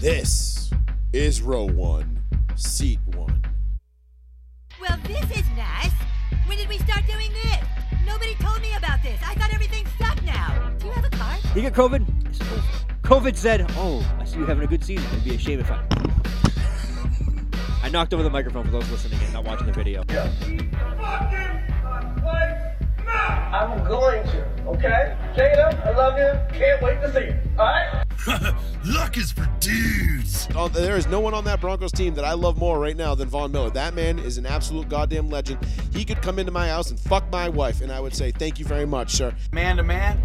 This is row one, seat one. Well, this is nice. When did we start doing this? Nobody told me about this. I thought everything sucked now. Do you have a card? You get COVID? It's over. COVID said, Oh, I see you having a good season. It'd be a shame if I. I knocked over the microphone for those listening and not watching the video. I'm going to, okay? Jada, I love you. Can't wait to see you. Alright? Luck is for dudes. Oh, there is no one on that Broncos team that I love more right now than Von Miller. That man is an absolute goddamn legend. He could come into my house and fuck my wife, and I would say, Thank you very much, sir. Man to man,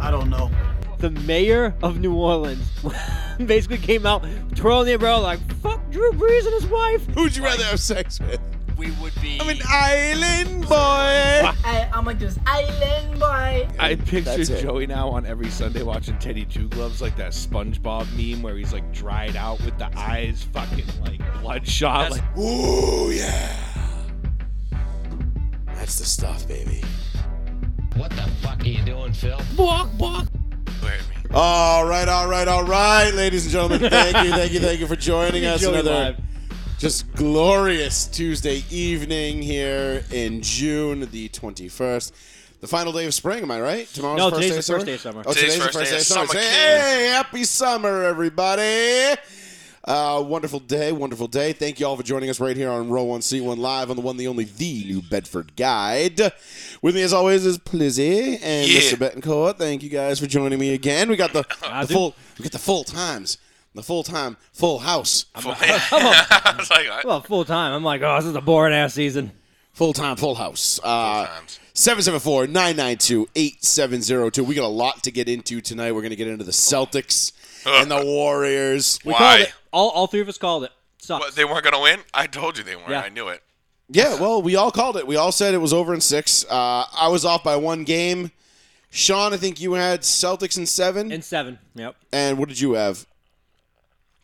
I don't know. The mayor of New Orleans basically came out twirling the umbrella like, Fuck Drew Brees and his wife. Who'd you rather have sex with? We would be. I'm an island boy. I, I'm like this island boy. I picture That's it. Joey now on every Sunday watching Teddy Two Gloves, like that SpongeBob meme where he's like dried out with the eyes fucking like bloodshot. Like, Ooh, yeah. That's the stuff, baby. What the fuck are you doing, Phil? All right, all right, all right, ladies and gentlemen. Thank you, thank you, thank you for joining us. Joey Another live. just glorious Tuesday evening here in June the 21st. The final day of spring, am I right? Tomorrow's No, first today's day the of summer? first day of summer. Oh, today's, the first day of summer. Say, hey, happy summer, everybody. Uh, wonderful day, wonderful day. Thank you all for joining us right here on Row One C One Live on the one, the only, the New Bedford Guide. With me, as always, is Plizzy and Mr. Betancourt. Thank you guys for joining me again. We got the, the do. full, we got the full times, the full time, full house, I was like, I, Well, full time. I'm like, Oh, this is a boring ass season. full time, full house. Uh, times. 774 992 8702. We got a lot to get into tonight. We're going to get into the Celtics and the Warriors. We Why? called it. All, all three of us called it. Sucks. What, they weren't going to win? I told you they weren't. Yeah. I knew it. Yeah, well, we all called it. We all said it was over in six. Uh, I was off by one game. Sean, I think you had Celtics in seven. and seven. Yep. And what did you have?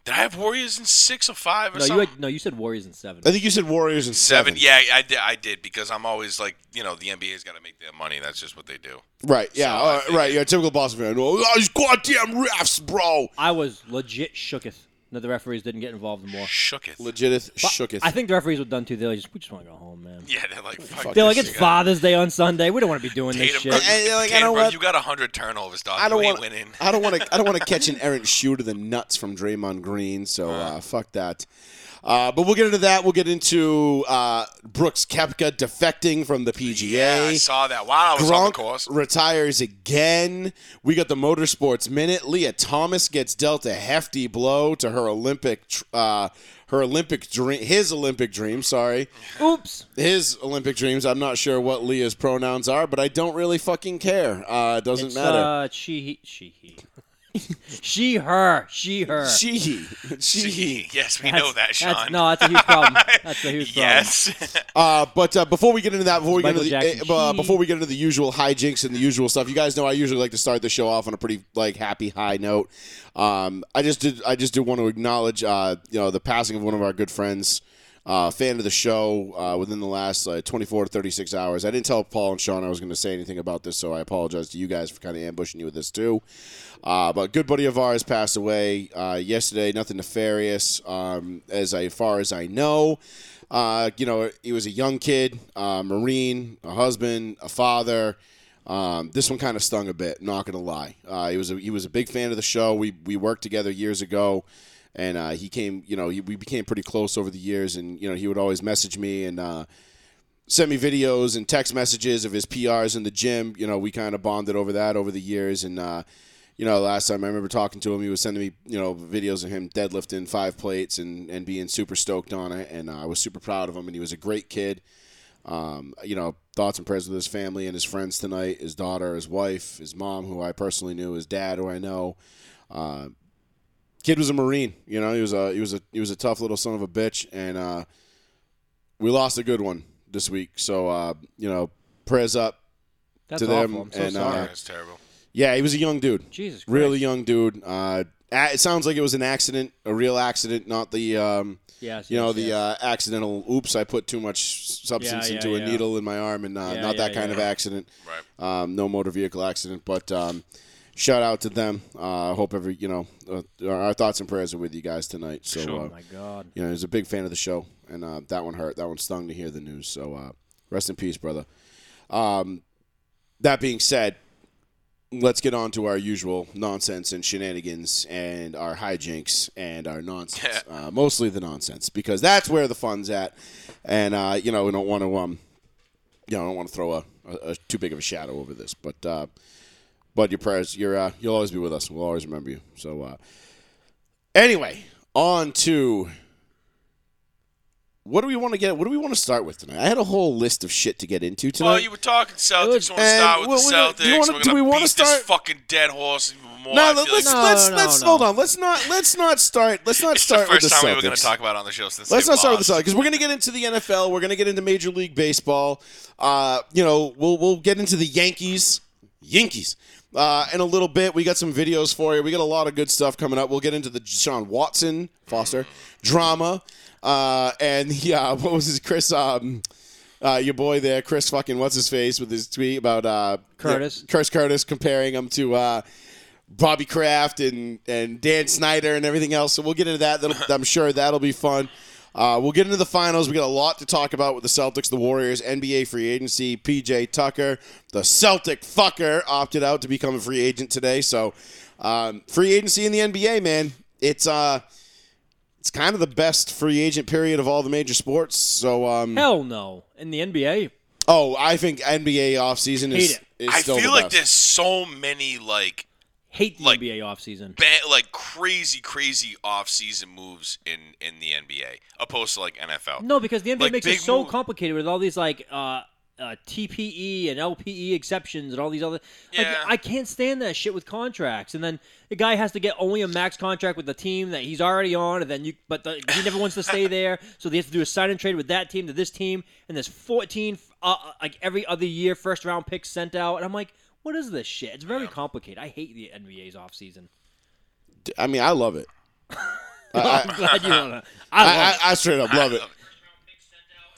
Did I have Warriors in six or five or No, you something? had, no, you said Warriors in seven. I think you said Warriors in seven. seven. Yeah, I did, I did because I'm always like, you know, the NBA's got to make their money. That's just what they do. Right, yeah, So I uh, think right. it- You're a typical Boston fan. Oh, these goddamn refs, bro. I was legit shooketh that the referees didn't get involved more. Shooketh. Legiteth, But shooketh. I think the referees were done too. They were just, we just want to go home, man. yeah, they're like, fuck They're this, like, it's you gotta- Father's Day on Sunday. We don't want to be doing this Tatum, shit. bro, And they're like, I Tatum, don't bro, want- you got 100 turnovers, dog. I don't you want. ain't winning. I don't want to. I don't want to catch an errant shooter the nuts from Draymond Green. So Uh-huh. uh, fuck that. Uh, but we'll get into that. We'll get into uh, Brooks Kepka defecting from the PGA. yeah, I saw that. Wow, I was on the course. Gronk retires again. We got the motorsports minute. Leah Thomas gets dealt a hefty blow to her Olympic, tr- uh, her Olympic dream, his Olympic dream. Sorry, Oops. his Olympic dreams. I'm not sure what Leah's pronouns are, but I don't really fucking care. Uh, it doesn't It's, matter. uh, she, he, she, he. she, her, she, her. she, he. she, he. Yes, we That's- know that, Sean. that's- no, that's a huge problem. That's a huge problem. yes. Uh, but uh, before we get into that, before we get into Michael the, Jackson. eh, uh, before we get into the usual hijinks and the usual stuff, you guys know I usually like to start the show off on a pretty like happy high note. Um, I just did I just do want to acknowledge uh, you know the passing of one of our good friends, uh, fan of the show uh, within the last uh, 24 to 36 hours. I didn't tell Paul and Sean I was going to say anything about this, so I apologize to you guys for kind of ambushing you with this too. Uh, but a good buddy of ours passed away uh, yesterday. Nothing nefarious, um, as I- far as I know. Uh, you know, he was a young kid, uh, Marine, a husband, a father. Um, this one kind of stung a bit. Not gonna lie, uh, he was a, he was a big fan of the show. We we worked together years ago, and uh, he came. You know, he, we became pretty close over the years, and you know, he would always message me and. Uh, sent me videos and text messages of his PRs in the gym. You know, we kind of bonded over that over the years. And, uh, you know, last time I remember talking to him, he was sending me, you know, videos of him deadlifting five plates and, and being super stoked on it. And uh, I was super proud of him. And he was a great kid. Um, you know, thoughts and prayers with his family and his friends tonight his daughter, his wife, his mom, who I personally knew, his dad, who I know. Uh, kid was a Marine. You know, he was a, he was a, he was a tough little son of a bitch. And, uh, we lost a good one this week. So uh, you know, prayers up. That's to awful. them I'm so and, sorry. uh, That's terrible. Yeah, he was a young dude, Jesus Christ. really young dude. Uh, a- it sounds like it was an accident, a real accident, not the um, Yes, you know yes, the yes. uh, accidental. Oops, I put too much s- substance Yeah, yeah, into a yeah. needle in my arm, and uh, Yeah, not that yeah, kind of yeah. accident. Right. Um, no motor vehicle accident, but. Um, shout out to them. Uh, I hope every you know uh, our thoughts and prayers are with you guys tonight. So Sure. uh, Oh My God. you know, he was a big fan of the show, and uh, that one hurt. That one stung to hear the news. So uh, rest in peace, brother. Um, that being said, let's get on to our usual nonsense and shenanigans and our hijinks and our nonsense. uh, mostly the nonsense because that's where the fun's at, and uh, you know we don't want to um, you know, I don't want to throw a, a, a too big of a shadow over this, but uh, but your prayers, your uh, you'll always be with us. We'll always remember you. So uh, anyway, on to what do we want to get? What do we want to start with tonight? I had a whole list of shit to get into tonight. Well, you were talking Celtics. You want to And start with well, we the don't- Celtics. do you wanna- we're do gonna we wanna beat start- this fucking dead horse even more. no, I let- feel let's like let's No, no, let's no. hold on. Let's not let's not start. Let's not it's start the first with the time Celtics. we were going to talk about it on the show since Let's they not start with lost. the Celtics because we're going to get into the NFL. We're going to get into Major League Baseball. Uh, you know, we'll we'll get into the Yankees, Yankees, uh, in a little bit. We got some videos for you. We got a lot of good stuff coming up. We'll get into the Sean Watson Foster drama, uh, and yeah, what was his Chris? Um, uh, your boy there, Chris fucking what's his face with his tweet about uh, Curtis. Chris Curtis comparing him to. Uh, Bobby Kraft and and Dan Snyder and everything else. So we'll get into that. That'll, I'm sure that'll be fun. Uh, we'll get into the finals. We got a lot to talk about with the Celtics, the Warriors, NBA free agency. PJ Tucker, the Celtic fucker, opted out to become a free agent today. So um, free agency in the NBA, man. It's uh, it's kind of the best free agent period of all the major sports. So um, Hell no. In the NBA, oh, I think NBA offseason Hate is. it. is I still feel the like best. there's so many like hate the Like- NBA offseason. ba- like crazy, crazy off-season moves in in the NBA, opposed to like NFL. No, because the NBA Like, makes big it so move- complicated with all these like uh, uh, TPE and LPE exceptions and all these other. Like, Yeah. I can't stand that shit with contracts. And then the guy has to get only a max contract with the team that he's already on, and then you. But the, he never wants to stay there, so they have to do a sign and trade with that team to this team, and there's 14 uh, uh, like every other year first round picks sent out, and I'm like. What is this shit? It's very complicated. I hate the NBA's offseason. I mean, I love it. I'm glad you don't know. I love I, it. I, I straight up love it.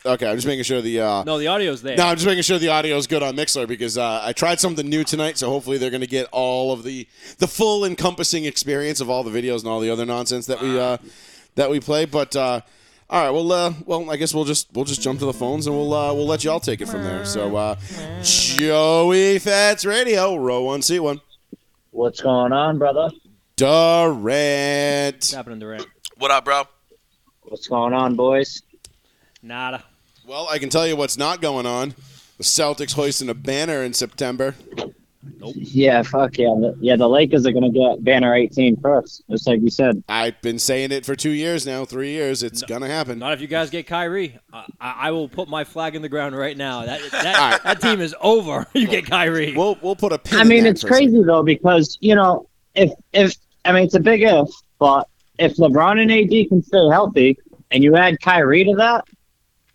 Okay, I'm just making sure the uh, No, the audio's there. No, I'm just making sure the audio is good on Mixler because uh, I tried something new tonight, so hopefully they're going to get all of the the full encompassing experience of all the videos and all the other nonsense that we uh, that we play. But uh, all right, well, uh, well, I guess we'll just we'll just jump to the phones and we'll uh, we'll let y'all take it from there. So uh, Joey Fats Radio, row one, seat one, What's going on, brother? It's Durant. happening to Rick. What up, bro? What's going on, boys? Nada. Well, I can tell you what's not going on. The Celtics hoisting a banner in September. Yeah, fuck yeah. The- yeah, the Lakers are going to get banner 18 first, just like you said. I've been saying it for two years now, three years. It's gonna happen. Not if you guys get Kyrie. I, I, I will put my flag in the ground right now. That that, All right. that team is over. You get Kyrie. We'll we'll put a pin. I in mean, that it's for a second. crazy, though, because, you know, if, if, I mean, it's a big if, but if LeBron and AD can stay healthy and you add Kyrie to that,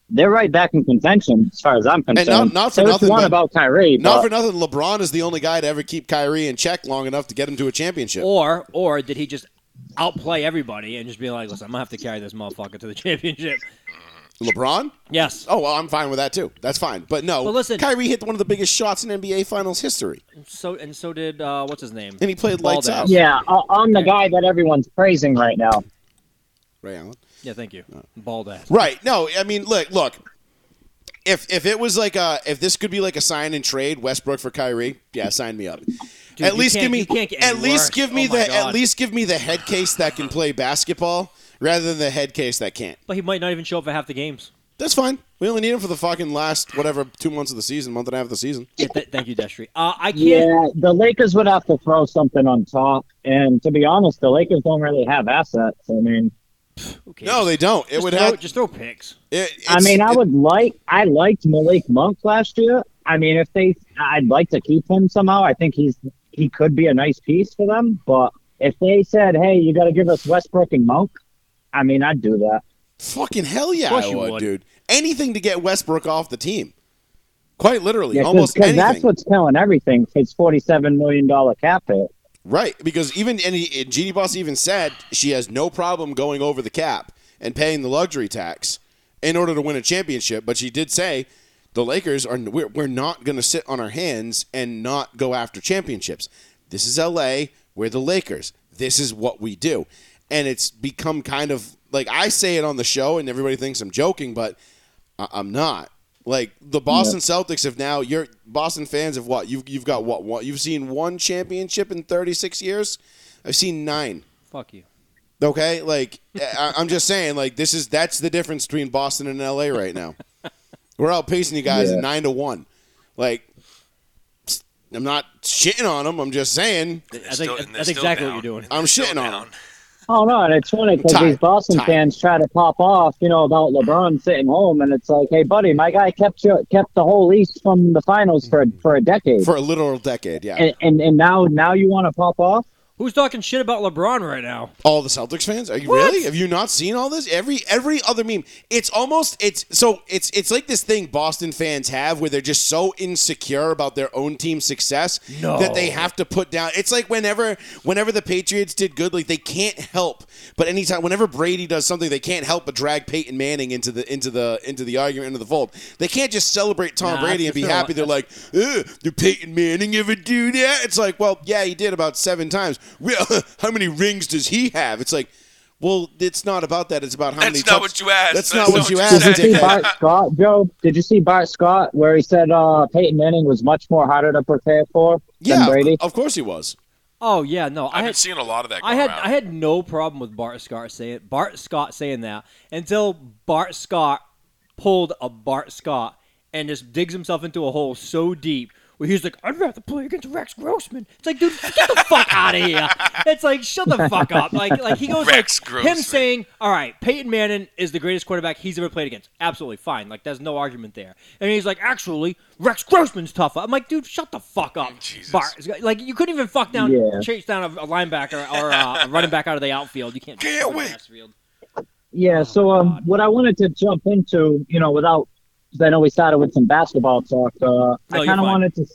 they're right back in contention, as far as I'm concerned. not for There's nothing, one but- about Kyrie. Not but- for nothing. LeBron is the only guy to ever keep Kyrie in check long enough to get him to a championship. Or or did he just outplay everybody and just be like, listen, I'm gonna have to carry this motherfucker to the championship? LeBron? Yes. Oh well, I'm fine with that too. That's fine. But no, Well, listen- Kyrie hit one of the biggest shots in NBA Finals history, So and so did uh, what's his name? and he played Ball lights down. out. yeah, I- I'm the guy that everyone's praising right now. Ray Allen. Yeah, thank you. Bald ass. Right. No, I mean, look, look. If if it was like a if this could be like a sign and trade Westbrook for Kyrie, yeah, sign me up. Dude, at you least can't- give me you can't get at any least worse. give me Oh my the at God. least give me the head case that can play basketball rather than the head case that can't. But he might not even show up for half the games. That's fine. We only need him for the fucking last whatever two months of the season, month and a half of the season. Yeah, th- thank you, Destry. Uh, I can't. Yeah, the Lakers would have to throw something on top. And to be honest, the Lakers don't really have assets. I mean, Who cares? No, they don't. It just would throw, have. just throw picks. It, I it's- mean, I it- would like I liked Malik Monk last year. I mean, if they, I'd like to keep him somehow. I think he's he could be a nice piece for them. But if they said, "Hey, you got to give us Westbrook and Monk," I mean, I'd do that. fucking hell yeah, Of course I you would, would. dude. Anything to get Westbrook off the team. Quite literally, Yeah, almost because anything. that's what's killing everything. His forty-seven million dollar cap hit. Right, because even and, he, and Jeannie Boss even said she has no problem going over the cap and paying the luxury tax in order to win a championship. But she did say the Lakers are we're, we're not going to sit on our hands and not go after championships. This is LA. We're the Lakers. This is what we do. And it's become kind of like I say it on the show, and everybody thinks I'm joking, but I- I'm not. Like the Boston Celtics have now. You're Boston fans have what you've you've got what, what you've seen one championship in 36 years. I've seen nine. Fuck you. Okay, like I, I'm just saying, like this is that's the difference between Boston and LA right now. We're outpacing you guys at Yeah. nine to one. Like I'm not shitting on them. I'm just saying I still- think and they're that's still exactly down. what you're doing. I'm Still shitting on down. them. Oh no, and it's funny because Tied. these Boston Tied. fans try to pop off, you know, about LeBron sitting home, and it's like, hey, buddy, my guy kept you, kept the whole East from the finals for for a decade, for a literal decade. Yeah, and, and and now now you want to pop off? Who's talking shit about LeBron right now? all the Celtics fans. Are you really? Have you not seen all this? Every every other meme. It's almost it's so it's it's like this thing Boston fans have where they're just so insecure about their own team's success that they have to put down. It's like whenever whenever the Patriots did good, like they can't help. But anytime whenever Brady does something, they can't help but drag Peyton Manning into the into the into the argument into the fold. They can't just celebrate Tom Nah, Brady and that's be for sure. happy. They're like, Ugh, did Peyton Manning ever do that? It's like, well, yeah, he did about seven times. Well, how many rings does he have? It's like, well, it's not about that. It's about how That's many. not times- what you asked. That's, That's not what not you what asked. you Did you see said. dickhead. Bart Scott, Joe? Did you see Bart Scott where he said uh, Peyton Manning was much more harder to prepare for yeah, oh. than Brady? of- of course he was. Oh yeah, no, I I've been had seeing a lot of that. Going I had around. I had no problem with Bart Scott saying Bart Scott saying that until Bart Scott pulled a Bart Scott and just digs himself into a hole so deep where he's like, I'd rather play against Rex Grossman. It's like, dude, get the fuck out of here. It's like, shut the fuck up. Like like he goes Rex like Grossman. him saying, All right, Peyton Manning is the greatest quarterback he's ever played against. Absolutely fine. Like there's no argument there. And he's like, actually, Rex Grossman's tougher. I'm like, dude, shut the fuck up. Jesus. Bart like you couldn't even fuck down Yeah. chase down a, a linebacker or uh, a running back out of the outfield. You can't. Can't wait. Field. Yeah. So um, what I wanted to jump into, you know, without 'cause I know we started with some basketball talk. Uh, you're I kind fine. of wanted to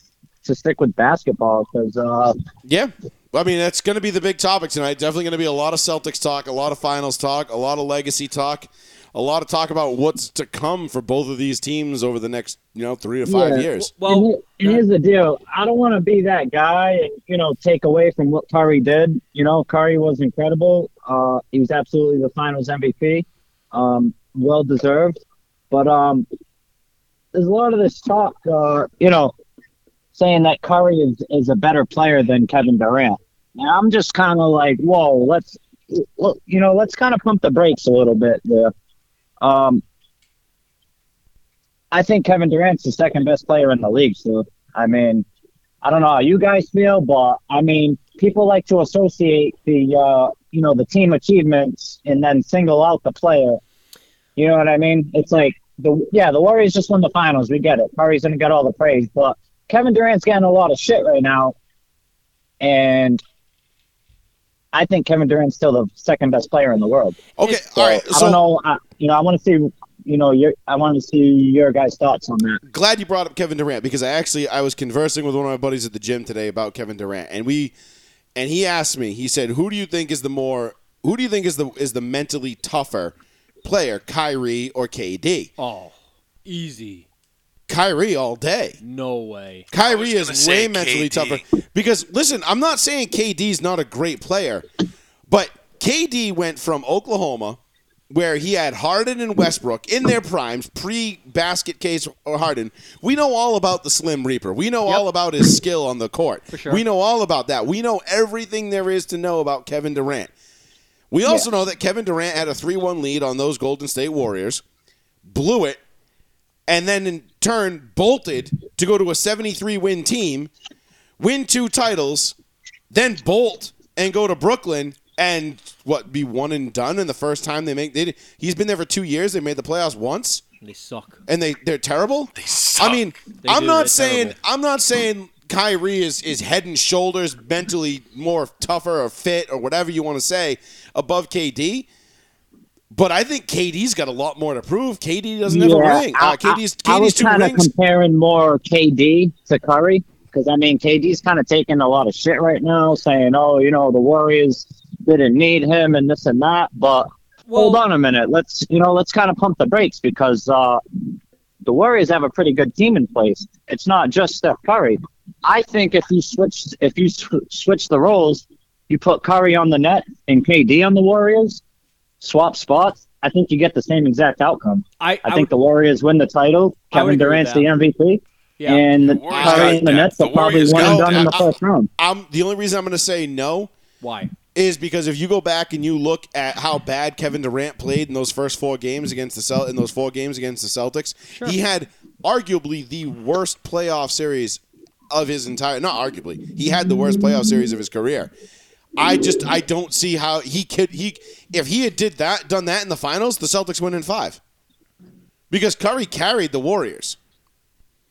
to stick with basketball because uh, Yeah. I mean, that's going to be the big topic tonight. Definitely going to be a lot of Celtics talk, a lot of finals talk, a lot of legacy talk, a lot of talk about what's to come for both of these teams over the next, you know, three to five Yeah. years. and, Well, here- and here's the deal. I don't want to be that guy and, you know, take away from what Curry did. You know, Curry was incredible. Uh, he was absolutely the finals MVP. Um, well deserved. But um, there's a lot of this talk, uh, you know, saying that Curry is, is a better player than Kevin Durant. And I'm just kind of like, whoa, let's, well, you know, let's kind of pump the brakes a little bit there. Um, I think Kevin Durant's the second best player in the league, so I mean, I don't know how you guys feel, but I mean, people like to associate the uh, you know the team achievements and then single out the player. You know what I mean? It's like the yeah, the Warriors just won the finals. We get it. Curry's gonna get all the praise, but Kevin Durant's getting a lot of shit right now, and I think Kevin Durant's still the second best player in the world. Okay. uh, It's- All right. I So don't know. I, you know, I want to see. You know, your I want to see your guys' thoughts on that. glad you brought up Kevin Durant because I actually I was conversing with one of my buddies at the gym today about Kevin Durant and we and he asked me he said who do you think is the more who do you think is the is the mentally tougher player Kyrie or KD oh, easy. Kyrie all day No way. Kyrie I was is gonna way say mentally tougher KD. because listen I'm not saying KD's not a great player but KD went from Oklahoma where he had Harden and Westbrook in their primes, pre basket case or Harden. We know all about the Slim Reaper. We know all about his skill on the court. sure. We know all about that. We know everything there is to know about Kevin Durant. We also know that Kevin Durant had a 3 1 lead on those Golden State Warriors, blew it, and then in turn bolted to go to a 73 win team, win two titles, then bolt and go to Brooklyn and what be one and done and the first time they make they he's been there for 2 years they made the playoffs once They suck. and they they're terrible They suck. I mean do, I'm they're not saying terrible. I'm not saying Kyrie is is head and shoulders mentally more tougher or fit or whatever you want to say above KD but I think KD's got a lot more to prove. KD doesn't have Yeah, a ring. Uh, KD's, I was KD's two kind of rings. comparing more KD to Curry because I mean KD's kind of taking a lot of shit right now, saying, "Oh, you know, the Warriors didn't need him and this and that." But hold on a minute, let's you know, let's kind of pump the brakes because uh, the Warriors have a pretty good team in place. It's not just Steph Curry. I think if you switch if you sw- switch the roles, you put Curry on the net and KD on the Warriors, swap spots. I think you get the same exact outcome. I, I, I think would, the Warriors win the title. I would Kevin agree with Durant's that. the MVP, yeah. and the Warriors got Curry and the that. Nets The are probably Warriors one and got done in the that. first round. I'm the only reason I'm going to say no why? is because if you go back and you look at how bad Kevin Durant played in those first four games against the Cel- in those four games against the Celtics, he had arguably the worst playoff series of his entire not arguably he had the worst playoff series of his career. I just I don't see how he could he if he had did that done that in the finals the Celtics win in five because Curry carried the Warriors.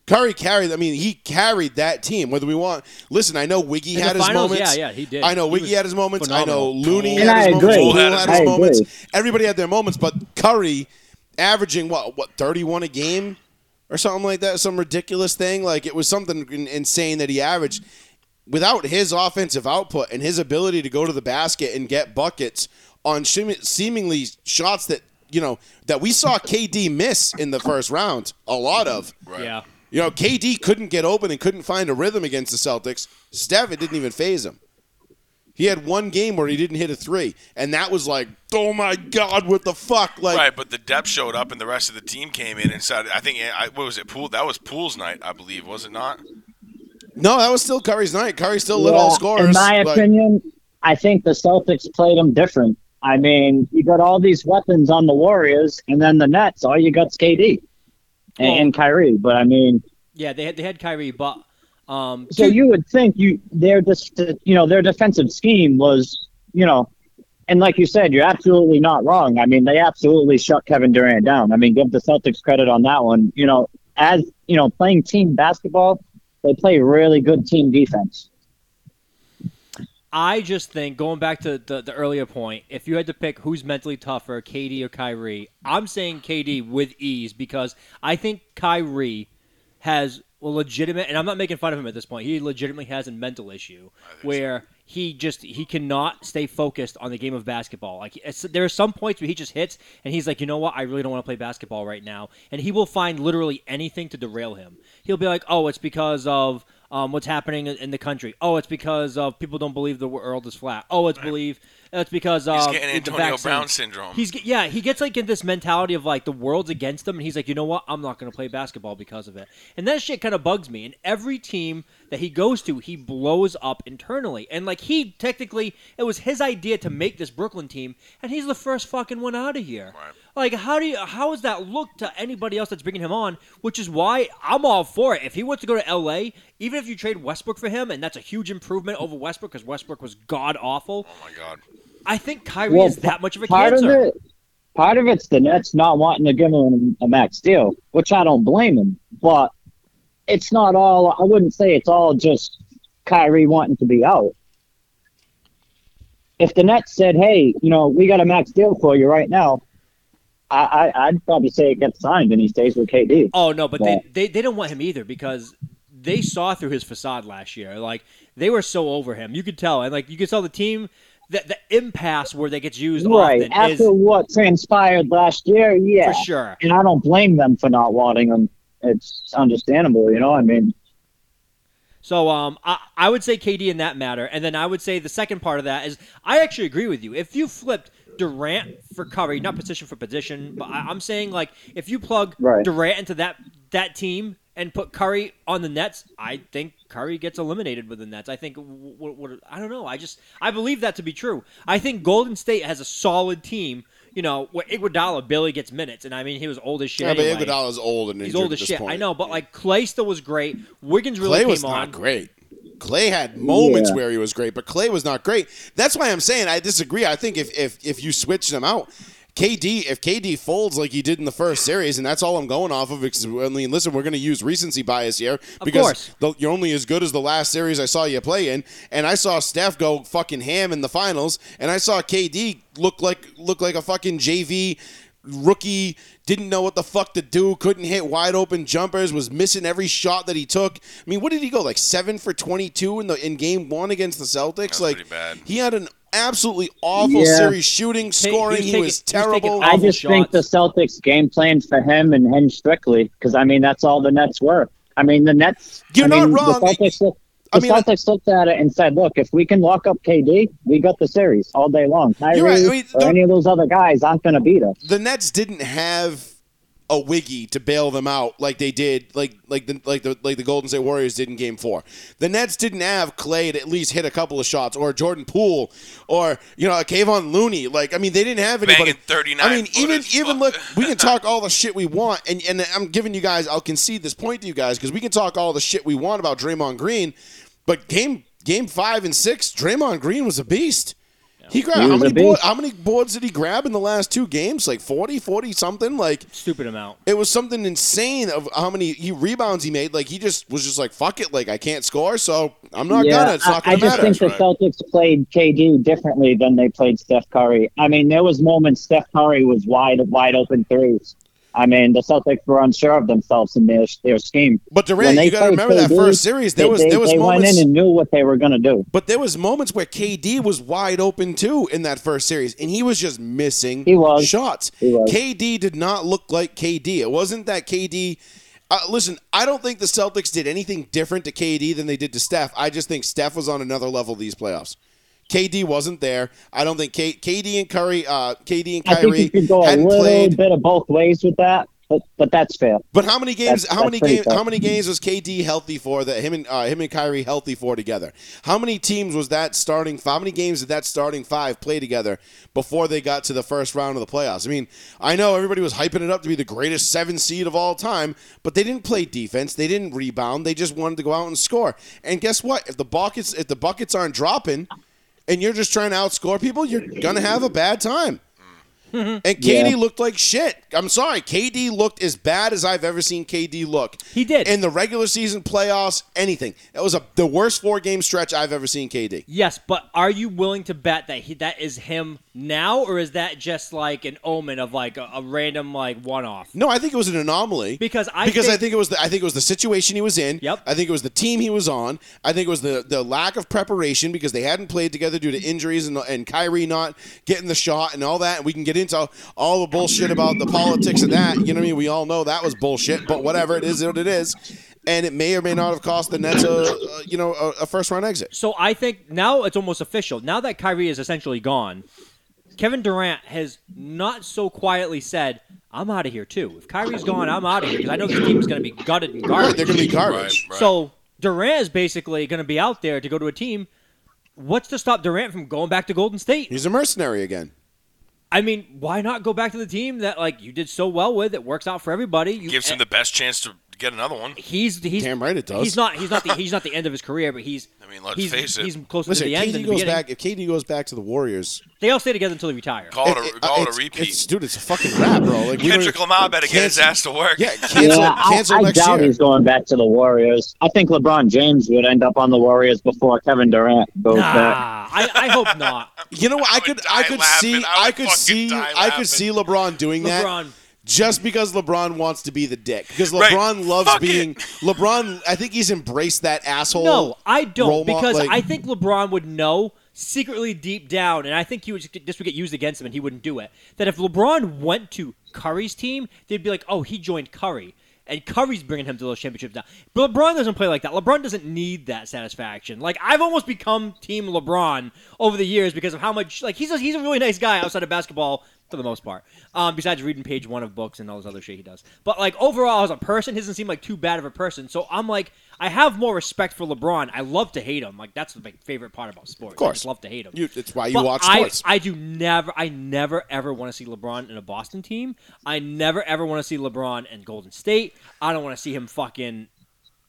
Curry carried. I mean, he carried that team. Whether we want, listen. I know Wiggy the had his finals, moments. yeah, yeah, he did. I know He Wiggy was had his moments. I know phenomenal. Looney And had his I moments. agree. Poole had his I agree. moments. Everybody had their moments, but Curry averaging what what thirty one a game or something like that, some ridiculous thing. Like it was something in- insane that he averaged. Without his offensive output and his ability to go to the basket and get buckets on shim- seemingly shots that you know that we saw KD miss in the first round, a lot of. Right. Yeah. You know, KD couldn't get open and couldn't find a rhythm against the Celtics. Steph, it didn't even phase him. He had one game where he didn't hit a three, and that was like, oh my god, what the fuck? Like, Right, but the depth showed up, and the rest of the team came in and said, "I think eh, I, what was it? Pool? That was Pool's night, I believe, was it not? no, that was still Curry's night. Curry still lit all Yeah, scorers. In my Like, opinion, I think the Celtics played them different. I mean, you got all these weapons on the Warriors, and then the Nets. All you got's KD and, and Kyrie. But I mean, Yeah, they had they had Kyrie, but um, so dude, you would think you their just you know their defensive scheme was you know, and like you said, you're absolutely not wrong. I mean, they absolutely shut Kevin Durant down. I mean, give the Celtics credit on that one. You know, as you know, playing team basketball, they play really good team defense. I just think going back to the, the earlier point, if you had to pick who's mentally tougher, KD or Kyrie, I'm saying KD with ease because I think Kyrie has a legitimate, and I'm not making fun of him at this point. He legitimately has a mental issue where he just he cannot stay focused on the game of basketball. Like it's, there are some points where he just hits and he's like, you know what, I really don't want to play basketball right now, and he will find literally anything to derail him. He'll be like, oh, it's because of um, what's happening in- in the country. Oh, it's because of people don't believe the world is flat. Oh, it's believe that's because of He's getting the Antonio vaccine. Brown syndrome. He's get- yeah, he gets like in this mentality of like the world's against him, and he's like, you know what, I'm not going to play basketball because of it. And that shit kind of bugs me. And every team that he goes to, he blows up internally. And like he technically, it was his idea to make this Brooklyn team, and he's the first fucking one out of here. Like how do you how does that look to anybody else that's bringing him on? Which is why I'm all for it. If he wants to go to L.A., even if you trade Westbrook for him, and that's a huge improvement over Westbrook because Westbrook was god awful. Oh my God! I think Kyrie Well, is that much of a part cancer. of it part of it's the Nets not wanting to give him a max deal, which I don't blame him, but it's not all I wouldn't say it's all just Kyrie wanting to be out. If the Nets said, Hey, you know, we got a max deal for you right now, I, I I'd probably say it gets signed and he stays with KD. Oh no, but Yeah. they, they they didn't want him either because they saw through his facade last year. Like they were so over him, you could tell, and like you could tell the team that the impasse where they get used Right. often After is what transpired last year, yeah. for sure. And I don't blame them for not wanting him. It's understandable, you know. I mean, So um, I, I would say KD in that matter, and then I would say the second part of that is I actually agree with you. If you flipped Durant for Curry, not position for position, but I, I'm saying like if you plug Right. Durant into that that team and put Curry on the Nets, I think Curry gets eliminated with the Nets. I think what, what I don't know. I just I believe that to be true. I think Golden State has a solid team. You know where Iguodala Billy gets minutes, and I mean he was old as shit. yeah, but anyway. Iguodala's old and He's injured old at as this shit. Point. I know, but like Clay still was great. Wiggins really Clay came was on. not great. Clay had moments Yeah. where he was great, but Clay was not great. That's why I'm saying I disagree. I think if if if you switch them out, KD if KD folds like he did in the first series, and that's all I'm going off of. Because I mean, listen, we're going to use recency bias here course. because the, you're only as good as the last series I saw you play in. And I saw Steph go fucking ham in the finals, and I saw KD look like look like a fucking JV rookie. Didn't know what the fuck to do. Couldn't hit wide open jumpers. Was missing every shot that he took. I mean, what did he go like seven for twenty two in the in game one against the Celtics? like pretty bad. he had an absolutely awful Yeah. series shooting, scoring. he's he taking- was he's taking terrible. all I awful just think the shots. Celtics game plan for him and him strictly because I mean that's all the Nets were. I mean, the Nets. You're I mean, not wrong. The Celtics, look- I the mean, I- Celtics looked at it and said, "Look, if we can lock up KD, we got the series all day long. Kyrie You're right. I mean, or don't- any of those other guys aren't going to beat us." the Nets didn't have a wiggy to bail them out like they did, like like the like the like the Golden State Warriors did in Game Four. The Nets didn't have Clay to at least hit a couple of shots, or Jordan Poole, or you know, a Kayvon Looney. Like I mean, they didn't have anybody. Banging 39 I mean, even footers. even Fuck. look, we can talk all the shit we want, and and I'm giving you guys, I'll concede this point to you guys because we can talk all the shit we want about Draymond Green, but game game five and six, Draymond Green was a beast. He grabbed He how was many a board, beast. how many boards did he grab in the last two games? Like 40, 40 something. Like Stupid amount. it was something insane of how many he rebounds he made. Like he just was just like fuck it. Like I can't score, so I'm not gonna. It's I, not gonna I just matter. think the Celtics played KD differently than they played Steph Curry. I mean, there was moments Steph Curry was wide, wide open threes. I mean, the Celtics were unsure of themselves in their their scheme. But When Durant, they you got to played remember that KD, first series. There they, was they, there was they moments. went in and knew what they were going to do. but there was moments where KD was wide open too in that first series, and he was just missing He was. shots. He was. KD did not look like KD. It wasn't that KD. Uh, listen, I don't think the Celtics did anything different to KD than they did to Steph. I just think Steph was on another level these playoffs. KD wasn't there. I don't think K- KD and Curry, uh, KD and I think Kyrie you could go a hadn't little played. bit of both ways with that, but but that's fair. But how many games? That's- how many that's pretty games? tough. How many games was KD healthy for? That him and uh, him and Kyrie healthy for together. How many teams was that starting? How many games did that starting five play together before they got to the first round of the playoffs? I mean, I know everybody was hyping it up to be the greatest seven seed of all time, but they didn't play defense. They didn't rebound. They just wanted to go out and score. And guess what? If the buckets if the buckets aren't dropping, and you're just trying to outscore people, you're gonna have a bad time. Mm-hmm. And KD Yeah. looked like shit. I'm sorry, KD looked as bad as I've ever seen KD look. He did. in the regular season, playoffs, anything. That was a the worst four game stretch I've ever seen KD. Yes, but are you willing to bet that he, that is him now, or is that just like an omen of like a, a random like one off? No, I think it was an anomaly Because I because think- I think it was the I think it was the situation he was in. Yep. I think it was the team he was on. I think it was the the lack of preparation because they hadn't played together due to injuries and and Kyrie not getting the shot and all that. And we can get into all the bullshit about the politics of that. You know what I mean? We all know that was bullshit, but whatever it is, what it is. And it may or may not have cost the Nets a, a you know a, a first round exit. So I think now it's almost official. Now that Kyrie is essentially gone, Kevin Durant has not so quietly said, "I'm out of here too." If Kyrie's gone, I'm out of here because I know this team is going to be gutted and All garbage. right, they're going to be garbage. Right, right. So Durant is basically going to be out there to go to a team. What's to stop Durant from going back to Golden State? He's a mercenary again. I mean, why not go back to the team that like you did so well with? It works out for everybody. You, gives him the best chance to get another one. he's he's Damn right it does. He's not he's not the, he's not the end of his career, but he's I mean, let's he's, face it. he's closer Listen, to the if end than KD the goes beginning. back. If KD goes back to the Warriors, They all stay together until they retire. Call it, it- a, call it, it's- a repeat. it's- dude, it's a fucking wrap, bro. Like we were- Kendrick Lamar better get his Cancel- ass to work. Yeah, cancel, yeah, I, cancel I next doubt year. he's going back to the Warriors. I think LeBron James would end up on the Warriors before Kevin Durant goes Nah, back. I, I hope not. You know what? I, I could, would I die could laughing. see, I I, would could fucking see, die I could laughing. see LeBron doing that. LeBron. Just because LeBron wants to be the dick, because LeBron Right. loves Fuck it. being LeBron. I think he's embraced that asshole. No, I don't role mo- because like- I think LeBron would know secretly deep down, and I think he would just, this would get used against him, and he wouldn't do it. That if LeBron went to Curry's team, they'd be like, "Oh, he joined Curry." And Curry's bringing him to those championships now. But LeBron doesn't play like that. LeBron doesn't need that satisfaction. Like I've almost become Team LeBron over the years because of how much like he's a, he's a really nice guy outside of basketball for the most part. Um, besides reading page one of books and all this other shit he does. But like overall as a person, he doesn't seem like too bad of a person. So I'm like, I have more respect for LeBron. I love to hate him. Like that's my favorite part about sports. Of I course. just love to hate him. You- it's why you But watch I- sports. I do never, I never ever want to see LeBron in a Boston team. I never ever want to see LeBron in Golden State. I don't want to see him fucking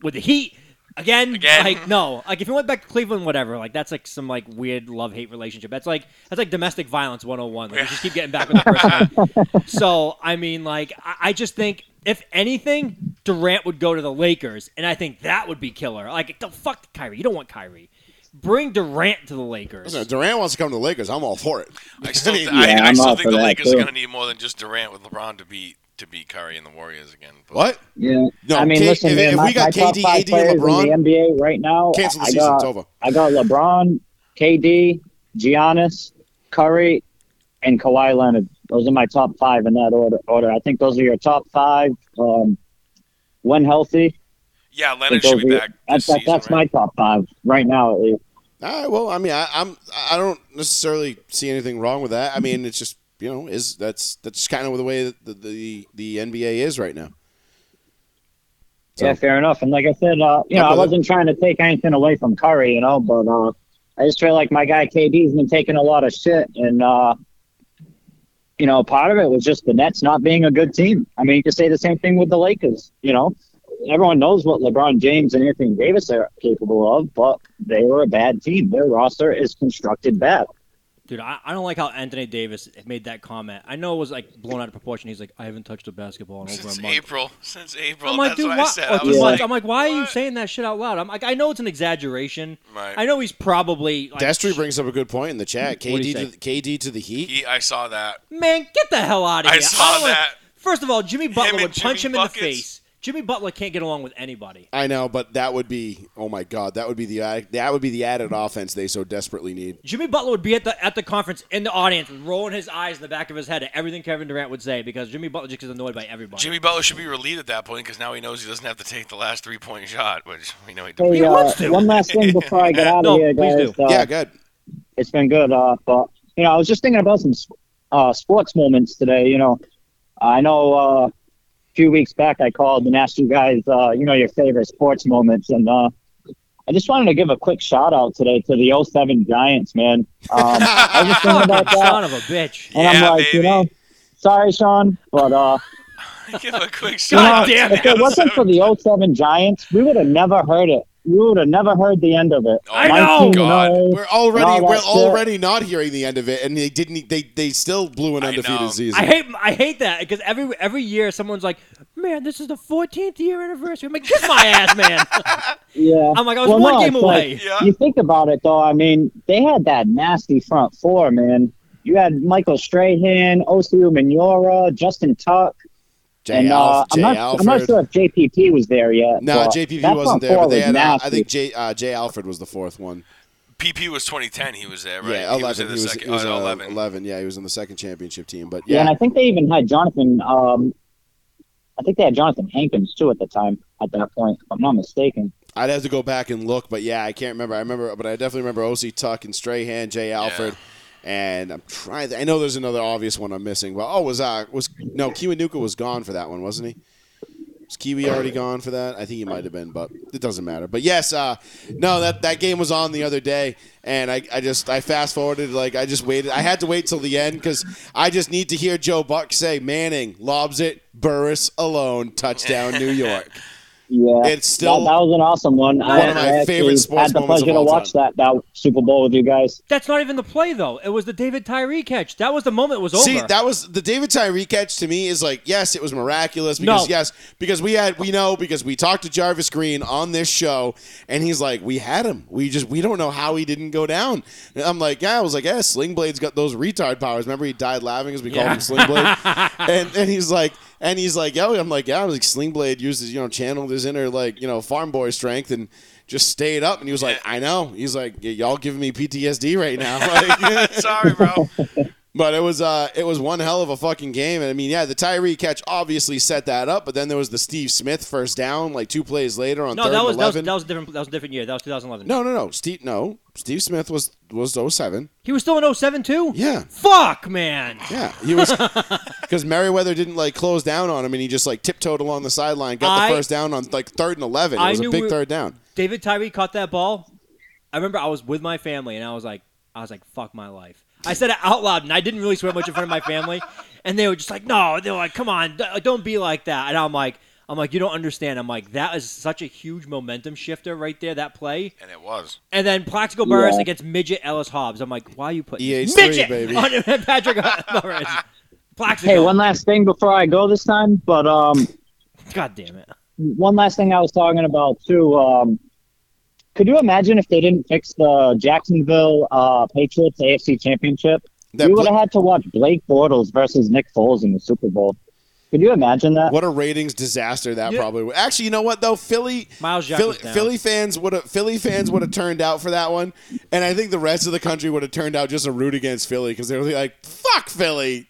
with the Heat again. Again. Like no, like if he went back to Cleveland, whatever. Like that's like some like weird love hate relationship. That's like that's like domestic violence 101. Like you just keep getting back with the person. so I mean, like I, I just think. If anything, Durant would go to the Lakers, and I think that would be killer. Like, the fuck Kyrie. You don't want Kyrie. Bring Durant to the Lakers. Listen, if Durant wants to come to the Lakers. I'm all for it. I still, th- Yeah, I, I I'm still all think for the that, Lakers too. are going to need more than just Durant with LeBron to beat to beat Curry and the Warriors again. But What? Yeah, No, I mean, K- listen, if- man, if my, we got my top KD, five AD, players LeBron, in the NBA right now. cancel the I season. Got, It's over. I got LeBron, KD, Giannis, Curry, and Kawhi Leonard. Those are my top five in that order. Order. I think those are your top five. Um, when healthy, Yeah, I think Leonard should those be are- back. That's, This that's, season, that's right? my top five right now, at least. All right, well, I mean, I, I'm I don't necessarily see anything wrong with that. I mean, it's just you know is that's that's kind of the way that the, the the NBA is right now. So- Yeah, fair enough. And like I said, uh, you Yeah, know, I but- wasn't trying to take anything away from Curry, you know, but uh, I just feel like my guy KD's been taking a lot of shit, and uh, you know, part of it was just the Nets not being a good team. I mean, you could say the same thing with the Lakers. You know, everyone knows what LeBron James and Anthony Davis are capable of, but they were a bad team. Their roster is constructed bad. Dude, I, I don't like how Anthony Davis made that comment. I know it was like blown out of proportion. He's like, I haven't touched a basketball in over Since a month. April, since April, I'm like, that's dude, what why? I said. oh, I two was months. like, I'm like, why are you what? saying that shit out loud? I'm like, I know it's an exaggeration. Right. I know he's probably like, Destry brings up a good point in the chat. What'd he KD to, say? the- KD to the Heat. He, I saw that. man, get the hell out of I here. saw don't wanna- that. First of all, Jimmy Butler and would punch him in Jimmy the Buckets. face. Jimmy Butler can't get along with anybody. I know, but that would be oh my god, that would be the that would be the added offense they so desperately need. Jimmy Butler would be at the at the conference in the audience, rolling his eyes in the back of his head at everything Kevin Durant would say because Jimmy Butler just is annoyed by everybody. Jimmy Butler should be relieved at that point because now he knows he doesn't have to take the last three point shot, which we know he did. Hey, He uh, wants to. One last thing before I get out of No, here, please guys. do. Uh, yeah, good. it's been good. Uh, but you know, I was just thinking about some uh, sports moments today. You know, I know uh, a few weeks back I called and asked you guys, uh, you know, your favorite sports moments, and uh, I just wanted to give a quick shout out today to the 07 Giants, man. Um, I was just thinking about Son that, of a bitch. and Yeah, I'm like, you baby. know, sorry, Sean, but uh, Give a quick you shot. know, out to if it wasn't for the 07 Giants, we would have never heard it. We would have never heard the end of it. Oh, I know! 19-0. God. We're already No, we're that's it. already not hearing the end of it, and they didn't. They they still blew an I know. undefeated season. I hate I hate that because every every year someone's like, man, this is the 14th year anniversary. I'm like, kiss my ass, man. Yeah. I'm like, I was Well, one no, game it's like- away. Yeah. You think about it, though. I mean, they had that nasty front four, man. You had Michael Strahan, Osiu Minora, Justin Tuck, Jay, and uh, Alf- I'm, Jay not, I'm Alford. not sure if JPP was there yet. no, but JPP that wasn't front there, four but they was had. Uh, nasty. I think Jay uh, Jay Alfred was the fourth one. PP was 2010. He was there, right? Yeah, He was eleven. in the He was, second. he was, oh, uh, no, 11. 11. Yeah, he was in the second championship team. But yeah, yeah, and I think they even had Jonathan. Um, I think they had Jonathan Hankins too at the time. At that point, if I'm not mistaken. I'd have to go back and look, but yeah, I can't remember. I remember, but I definitely remember OC Tuck and Strahan, Jay Alford, and I'm trying. I know there's another obvious one I'm missing, but oh, was uh was no Kiwanuka was gone for that one, wasn't he? Was Kiwi already gone for that? I think he might have been, but it doesn't matter. But yes, uh, no, that, that game was on the other day, and I, I just I fast forwarded like I just waited. I had to wait till the end because I just need to hear Joe Buck say Manning lobs it, Burris alone, touchdown New York. Yeah, It's still that, that was an awesome one. One I, of my I actually favorite sports Had the moments of pleasure to all watch that that Super Bowl with you guys. That's not even the play though. It was the David Tyree catch. That was the moment it was over. See, that was the David Tyree catch to me is like, yes, it was miraculous because No. yes, because we had we know because we talked to Jarvis Green on this show and he's like, We had him. We just we don't know how he didn't go down. And I'm like, Yeah, I was like, Yeah, Slingblade's got those retard powers. Remember he died laughing because we called him Slingblade? and and he's like and he's like, Yeah, I'm like, Yeah, I was like Slingblade uses, you know, channeled his inner like, you know, farm boy strength and just stayed up and he was like, I know. He's like, "Y- y'all giving me PTSD right now. Like, Sorry, bro. but it was uh, it was one hell of a fucking game. And I mean, yeah, the Tyree catch obviously set that up, but then there was the Steve Smith first down like two plays later on no, third that was, and that was eleven. that was a different that was a different year. That was 2011. no, no, no. Steve, no. Steve Smith was was 07. He was still in 07 too. Yeah, Fuck, man. yeah. He was because Merriweather didn't like close down on him, and he just like tiptoed along the sideline, got I- the first down on like third and eleven. It I was a knew big we- third down. David Tyree caught that ball. I remember I was with my family and I was like, I was like, fuck my life. I said it out loud and I didn't really swear much in front of my family, and they were just like, no, they were like, come on, d- don't be like that. And I'm like, I'm like, you don't understand. I'm like, that is such a huge momentum shifter right there. That play, And it was. and then Plaxico Burris Yeah. against midget Ellis Hobbs. I'm like, why are you putting EH3, midget E baby. on Patrick Burris? Plaxico. Hey, one last thing before I go this time, but um, God damn it. one last thing I was talking about too. Um, could you imagine if they didn't fix the Jacksonville uh, Patriots AFC Championship? That we would have bl- had to watch Blake Bortles versus Nick Foles in the Super Bowl. Could you imagine that? what a ratings disaster that Yeah. probably was. Actually, you know what though, Philly Miles Jack Philly, was down. Philly fans would have Philly fans would have turned out for that one, and I think the rest of the country would have turned out just a root against Philly because they were like, "Fuck Philly."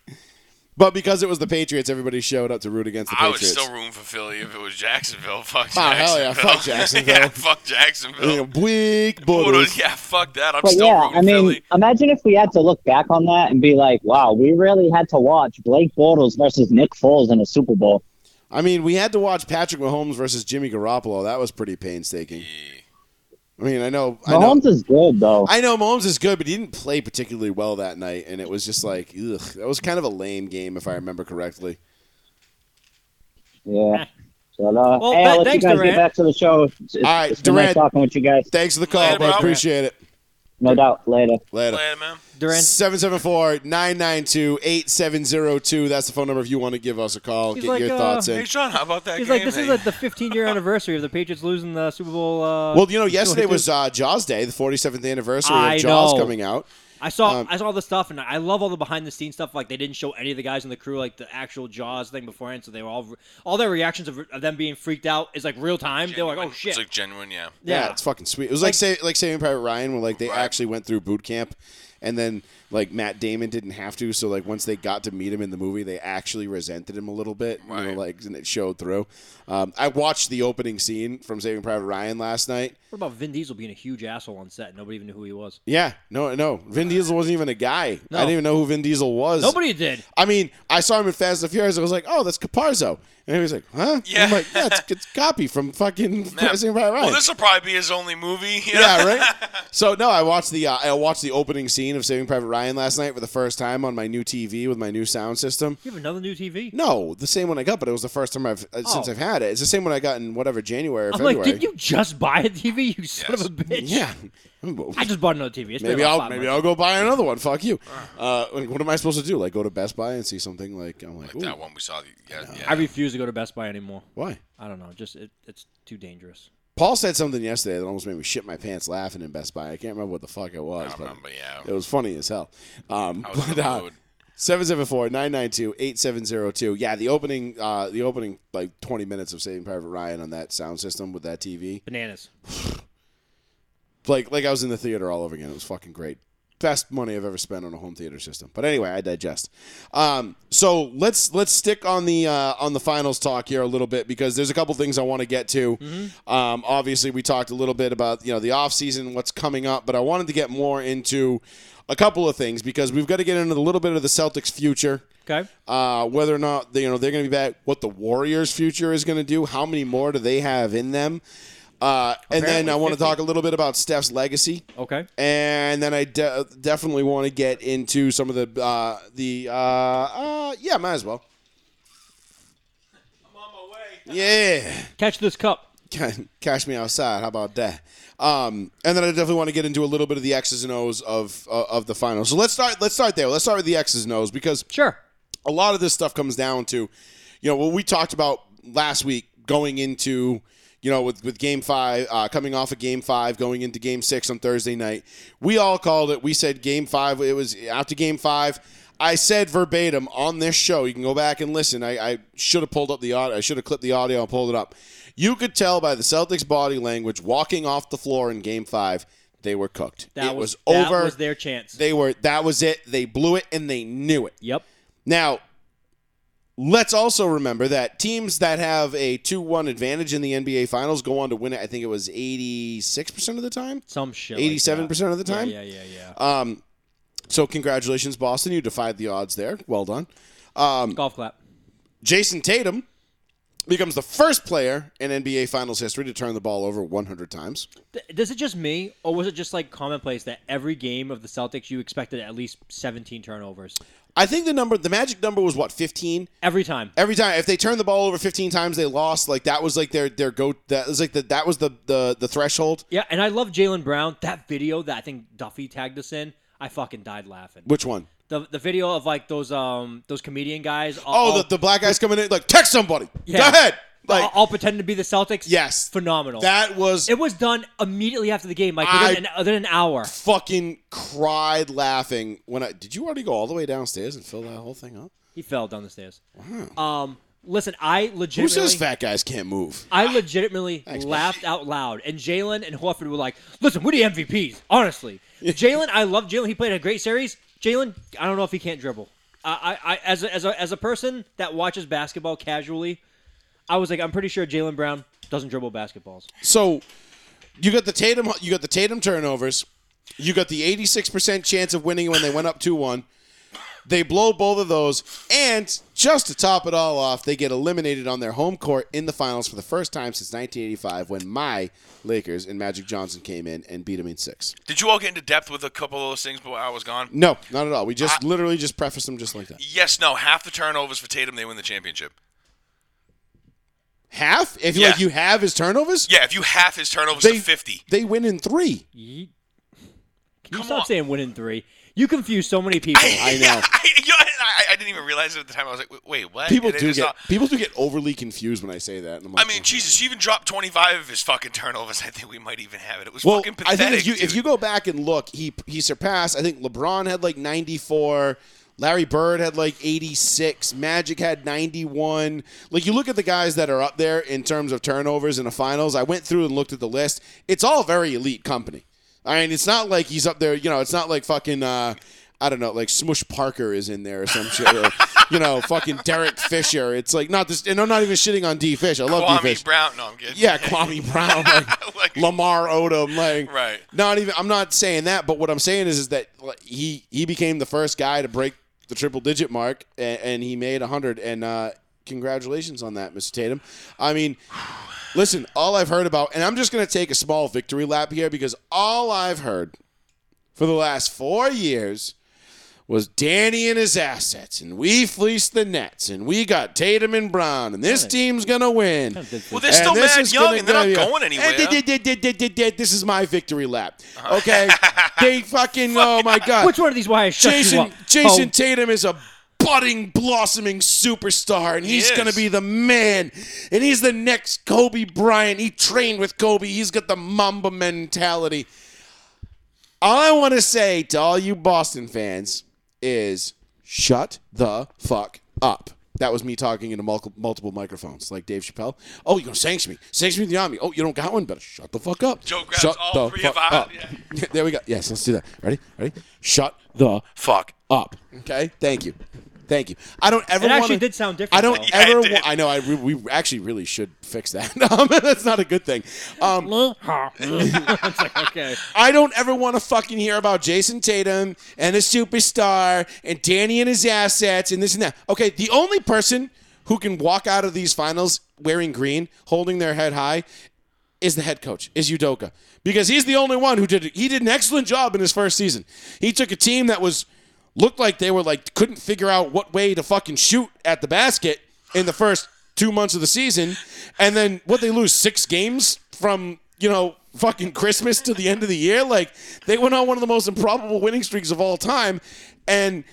But because it was the Patriots, everybody showed up to root against the I Patriots. was still rooting for Philly if it was Jacksonville. Fuck Oh, Jacksonville. hell yeah, fuck Jacksonville. yeah, fuck Jacksonville. Yeah, Bleak Bortles, Bortles. yeah, fuck that. I'm But still yeah, rooting I mean, Philly. imagine if we had to look back on that and be like, wow, we really had to watch Blake Bortles versus Nick Foles in a Super Bowl. I mean, we had to watch Patrick Mahomes versus Jimmy Garoppolo. That was pretty painstaking. I mean, I know, I know, Mahomes is good, though. I know Mahomes is good, but he didn't play particularly well that night, and it was just like, ugh, that was kind of a lame game if I remember correctly. yeah. So, uh, Well, hey, th- I'll let thanks, you guys Durant. get back to the show. It's, it's, All right, it's been nice Durant. talking with you guys. Thanks for the call, Later, bro. bro. Appreciate it. No doubt. Later. Later. Atlanta, man. Durant. 774-992-8702. That's the phone number if you want to give us a call. He's Get like, your uh, thoughts in. Hey, Sean, how about that He's game? like, this that is you- like the 15 year anniversary of the Patriots losing the Super Bowl. Uh, Well, you know, Super Bowl yesterday hit. was uh, Jaws Day, the 47th anniversary I of Jaws know. coming out. I saw Um, I saw all the stuff, and I love all the behind the scenes stuff. Like they didn't show any of the guys in the crew, like the actual Jaws thing beforehand. So they were all all their reactions of, of them being freaked out is like real time. They were like, "Oh Genuine. shit!" It's like genuine, yeah. Yeah. Yeah. it's fucking sweet. It was like Like- say, like Saving Private Ryan, where like they Right. actually went through boot camp, and then like Matt Damon didn't have to. So like once they got to meet him in the movie, they actually resented him a little bit. You know, Right. like and it showed through. Um, I watched the opening scene from Saving Private Ryan last night. what about Vin Diesel being a huge asshole on set? Nobody even knew who he was. Yeah, no, no, Vin Diesel wasn't even a guy. No. I didn't even know who Vin Diesel was. Nobody did. I mean, I saw him in Fast and the Furious. I was like, "Oh, that's Caparzo," and he was like, "Huh?" Yeah. I'm like, "Yeah, it's, it's copy from fucking Man, Saving Private Ryan." Well, this will probably be his only movie. you know? yeah, right. So no, I watched the uh, I watched the opening scene of Saving Private Ryan last night for the first time on my new TV with my new sound system. You have another new TV. No, the same one I got, but it was the first time I've uh, since Oh. I've had it. It's the same one I got in whatever January or I'm February. like, did you just buy a TV? You son of a bitch. yeah. I just bought another TV. It's been Maybe about I'll five maybe months. I'll go buy another one. Fuck you. Uh, like, what am I supposed to do? Like go to Best Buy and see something? Like I'm like, Like that ooh, one we saw. The, yeah, yeah. I refuse to go to Best Buy anymore. why? I don't know. Just it, it's too dangerous. Paul said something yesterday that almost made me shit my pants laughing in Best Buy. I can't remember what the fuck it was, I but remember, yeah. it was funny as hell. Um, I was in but, the uh, mood. 774-992-8702. Yeah, the opening, uh, the opening like twenty minutes of Saving Private Ryan on that sound system with that TV, Bananas. like like I was in the theater all over again. It was fucking great. Best money I've ever spent on a home theater system. But anyway, I digest. Um, so let's let's stick on the uh, on the finals talk here a little bit because there's a couple things I want to get to. Um, obviously, we talked a little bit about you know the off season, what's coming up, but I wanted to get more into a couple of things because we've got to get into a little bit of the Celtics' future Okay. uh, whether or not they, you know they're going to be back, what the Warriors' future is going to do, how many more do they have in them, uh, and then I Apparently want to 50. talk a little bit about Steph's legacy, Okay. and then I de- definitely want to get into some of the uh, the uh, uh, yeah, might as well, I'm on my way. yeah. Catch this cup. Cash me outside. How about that? Um, and then I definitely want to get into a little bit of the X's and O's of uh, of the finals. So let's start. Let's start there. Let's start with the X's and O's because Sure. a lot of this stuff comes down to, you know, what we talked about last week going into, you know, with, with game five, uh, coming off of game five, going into game six on Thursday night. We all called it. We said game five, it was after game five. I said verbatim on this show. You can go back and listen. I, I should have pulled up the audio. I should have clipped the audio and pulled it up. You could tell by the Celtics' body language walking off the floor in game five, they were cooked. That it was, That over. was their chance. they were. That was it. They blew it, and they knew it. yep. Now, let's also remember that teams that have a 2 1 advantage in the NBA Finals go on to win it, I think it was 86% of the time, Some shit. like that. 87% of the time. Yeah, yeah, yeah. yeah. Um, so, congratulations, Boston. You defied the odds there. Well done. Golf clap. Jason Tatum becomes the first player in NBA Finals history to turn the ball over 100 times. Th- Is it just me, or was it just like commonplace that every game of the Celtics you expected at least 17 turnovers I think the number, the magic number was what, 15? every time? every time if they turned the ball over 15 times they lost like that was like their their go that was like the, that was the the the threshold Yeah, and I love Jalen Brown. That video that I think Duffy tagged us in, I fucking died laughing. which one The, the video of like those um those comedian guys. Oh, the, the black guy's coming in like text somebody. Go Yeah. ahead. Like all, all pretending to be the Celtics. Yes. phenomenal. that was it was done immediately after the game, like I- within, an, within an hour. fucking cried laughing when I did you already go all the way downstairs and fill that whole thing up? He fell down the stairs. Um, listen, I legitimately Who says fat guys can't move? I legitimately laughed out loud, and Jalen and Horford were like, "Listen, we're the MVPs, honestly." Jalen, I love Jalen. He played a great series. Jalen, I don't know if he can't dribble. I, I, I as, a, as, a, as a person that watches basketball casually, I was like, I'm pretty sure Jalen Brown doesn't dribble basketballs. So you got the Tatum you got the Tatum turnovers. You got the 86% chance of winning when they went up 2-1. They blow both of those and just to top it all off, they get eliminated on their home court in the finals for the first time since 1985 when my Lakers and Magic Johnson came in and beat them in 6. Did you all get into depth with a couple of those things while I was gone? No, not at all. We just literally just prefaced them just like that. Yes, no. Half the turnovers for Tatum, they win the championship. Half? If Yeah. like you have his turnovers? Yeah, if you half his turnovers They- to 50. They win in 3. Ye- Can you Come stop on. saying winning three? You confuse so many people. I know. I, you know, I, I didn't even realize it at the time. I was like, wait, wait what? People And it do is get not- people do get overly confused when I say that. And I'm like, "Oh." I mean, Jesus, he even dropped 25 of his fucking turnovers. I think we might even have it. It was Well, fucking I pathetic. think if you if dude. you go back and look, he he surpassed. I think LeBron had like 94. Larry Bird had like 86. Magic had 91. Like you look at the guys that are up there in terms of turnovers in the finals. I went through and looked at the list. It's all very elite company. I mean, it's not like he's up there. You know, it's not like fucking. Uh, I don't know, like Smush Parker is in there or some shit, or, you know, fucking Derek Fisher. It's like not this, and I'm not even shitting on D Fish. I love D Fish. Kwame Brown. No, I'm kidding. Yeah, Kwame Brown, like, Like- Lamar Odom, like Right. Not even. I'm not saying that, but what I'm saying is, is that like, he he became the first guy to break the triple digit mark, and, and he made 100. And uh, congratulations on that, Mr. Tatum. I mean, listen, all I've heard about, and I'm just gonna take a small victory lap here because all I've heard for the last four years was Danny and his assets, and we fleeced the Nets, and we got Tatum and Brown, and this team's gonna win. Well, they're still this mad is young gonna and they're not go- yeah. going anywhere. Uh-huh. And they- they- they- they- they- they- This is my victory lap. Okay, they fucking. Oh my god, Which one of these wires shuts you Jason up? Jason Oh, Tatum is a budding, blossoming superstar, and he's is. gonna be the man. And he's the next Kobe Bryant. He trained with Kobe. He's got the Mamba mentality. All I want to say to all you Boston fans is, shut the fuck up. That was me talking into multiple, multiple microphones, like Dave Chappelle. Oh, you're gonna sanction me? Sanction me the army? Oh, you don't got one? Better shut the fuck up. Joe grabs shut all the three of fuck our- up. there we go. Yes, let's do that. Ready? Ready? Shut the Fuck. up. Okay. Thank you. Thank you. I don't ever. Oh, It actually wanna- did sound different, I don't though. Yeah, it ever. did. wa- I know. I re- we actually really should fix that. Um, that's not a good thing. Um, it's like, okay. I don't ever want to fucking hear about Jason Tatum and a superstar and Danny and his assets and this and that. Okay, the only person who can walk out of these finals wearing green, holding their head high, is the head coach, is Udoka, because he's the only one who did. He did an excellent job in his first season. He took a team that was looked like they were like couldn't figure out what way to fucking shoot at the basket in the first two months of the season, and then what they lose six games from you know fucking Christmas to the end of the year. Like they went on one of the most improbable winning streaks of all time, and.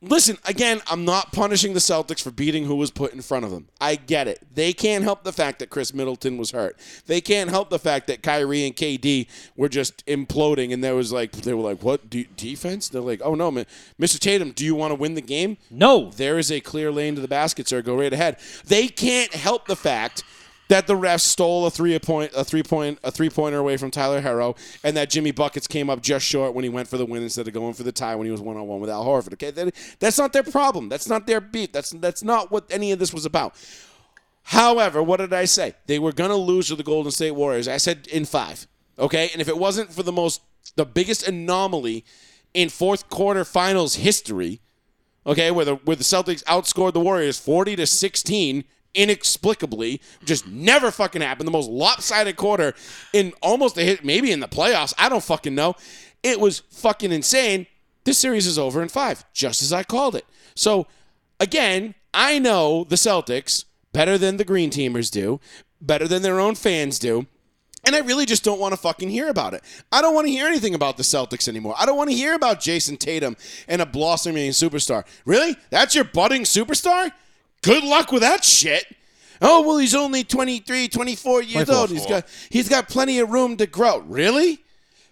Listen, again, I'm not punishing the Celtics for beating who was put in front of them. I get it. They can't help the fact that Chris Middleton was hurt. They can't help the fact that Kyrie and KD were just imploding and there was like they were like, "What de- defense?" They're like, "Oh no, man. Mr. Tatum, do you want to win the game?" No. There is a clear lane to the basket, sir. Go right ahead. They can't help the fact that the refs stole a three a point a three point a three pointer away from Tyler Harrow, and that Jimmy buckets came up just short when he went for the win instead of going for the tie when he was one on one with Al Horford. Okay, That- that's not their problem. That's not their beat. That's that's not what any of this was about. However, what did I say? They were going to lose to the Golden State Warriors. I said in five. Okay. And if it wasn't for the most, the biggest anomaly in fourth quarter finals history, okay, where the, where the Celtics outscored the Warriors 40 to 16 inexplicably, just never fucking happened. The most lopsided quarter in almost a hit, maybe in the playoffs. I don't fucking know. It was fucking insane. This series is over in five, just as I called it. So, again, I know the Celtics better than the Green Teamers do, better than their own fans do. And I really just don't want to fucking hear about it. I don't want to hear anything about the Celtics anymore. I don't want to hear about Jason Tatum and a blossoming superstar. Really? That's your budding superstar? Good luck with that shit. Oh, well, he's only 23, 24 years old. He's got he's got plenty of room to grow. Really?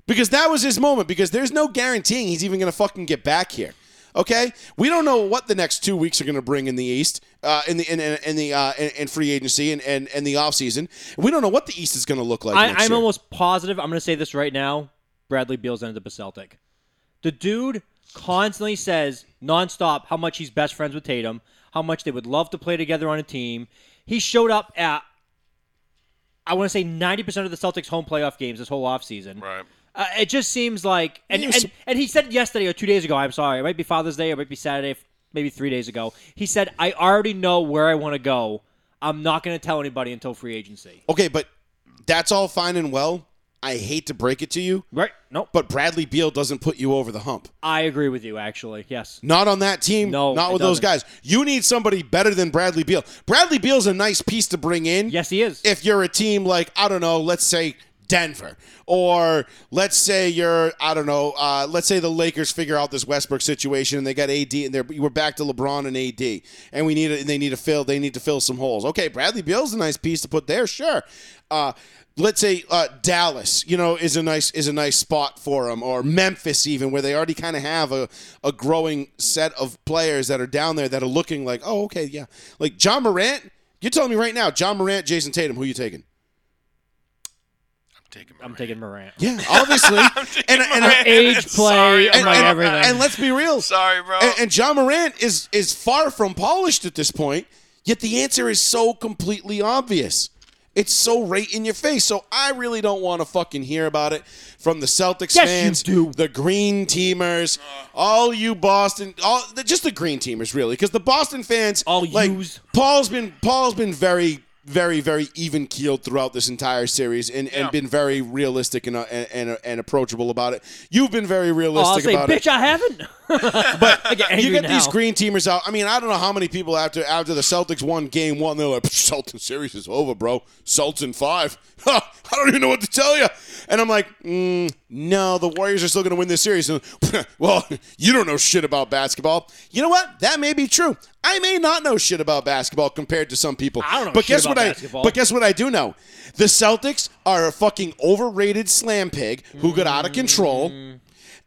Because that was his moment because there's no guaranteeing he's even going to fucking get back here. Okay, we don't know what the next two weeks are going to bring in the East, uh, in the in, in, in the uh, in, in free agency and and, and the offseason. We don't know what the East is going to look like. I, next I'm year. almost positive. I'm going to say this right now. Bradley Beal's ended up a Celtic. The dude constantly says nonstop how much he's best friends with Tatum, how much they would love to play together on a team. He showed up at I want to say 90% of the Celtics home playoff games this whole offseason. Right. Uh, it just seems like, and, You and, s- and he said yesterday or two days ago, I'm sorry, it might be Father's Day, it might be Saturday, f- maybe three days ago. He said, I already know where I want to go. I'm not going to tell anybody until free agency. Okay, but that's all fine and well. I hate to break it to you, Right? Nope. but Bradley Beal doesn't put you over the hump. I agree with you, actually. Yes. Not on that team. No, not it with those guys. doesn't. You need somebody better than Bradley Beal. Bradley Beal's a nice piece to bring in. Yes, he is. If you're a team like I don't know, let's say Denver, or let's say you're I don't know, uh, let's say the Lakers figure out this Westbrook situation and they got AD and they're we're back to LeBron and AD, and we need a, they need to fill they need to fill some holes. Okay, Bradley Beal's a nice piece to put there, sure. Uh, let's say uh, Dallas, you know, is a nice is a nice spot for him, or Memphis even, where they already kind of have a, a growing set of players that are down there that are looking like, oh, okay, yeah, like John Morant. You're telling me right now, John Morant, Jason Tatum, who you taking? I'm taking. I'm Morant. taking Morant. Yeah, obviously. and, and, and, Age play, Sorry, and, I'm like not- everything. and let's be real. Sorry, bro. And, and John Morant is is far from polished at this point. Yet the answer is so completely obvious. It's so right in your face. So I really don't want to fucking hear about it from the Celtics Yes, you fans, do. the Green Teamers, all you Boston, all the, just the Green Teamers really, because the Boston fans, All like, yous. Paul's been Paul's been very very very even keeled throughout this entire series and, and been very realistic and, uh, and and and approachable about it. You've been very Oh, I'll realistic say, about it bitch, I haven't. but I get you angry get now. these green teamers out. I mean, I don't know how many people after after the Celtics won game one, they're like, Celtics series is over, bro. Celtics in five. I don't even know what to tell you. And I'm like, mm, no, the Warriors are still going to win this series. And, well, you don't know shit about basketball. You know what? That may be true. I may not know shit about basketball compared to some people. I don't know but shit guess about what basketball. I? But guess what I do know? The Celtics are a fucking overrated slam pig who got out of control.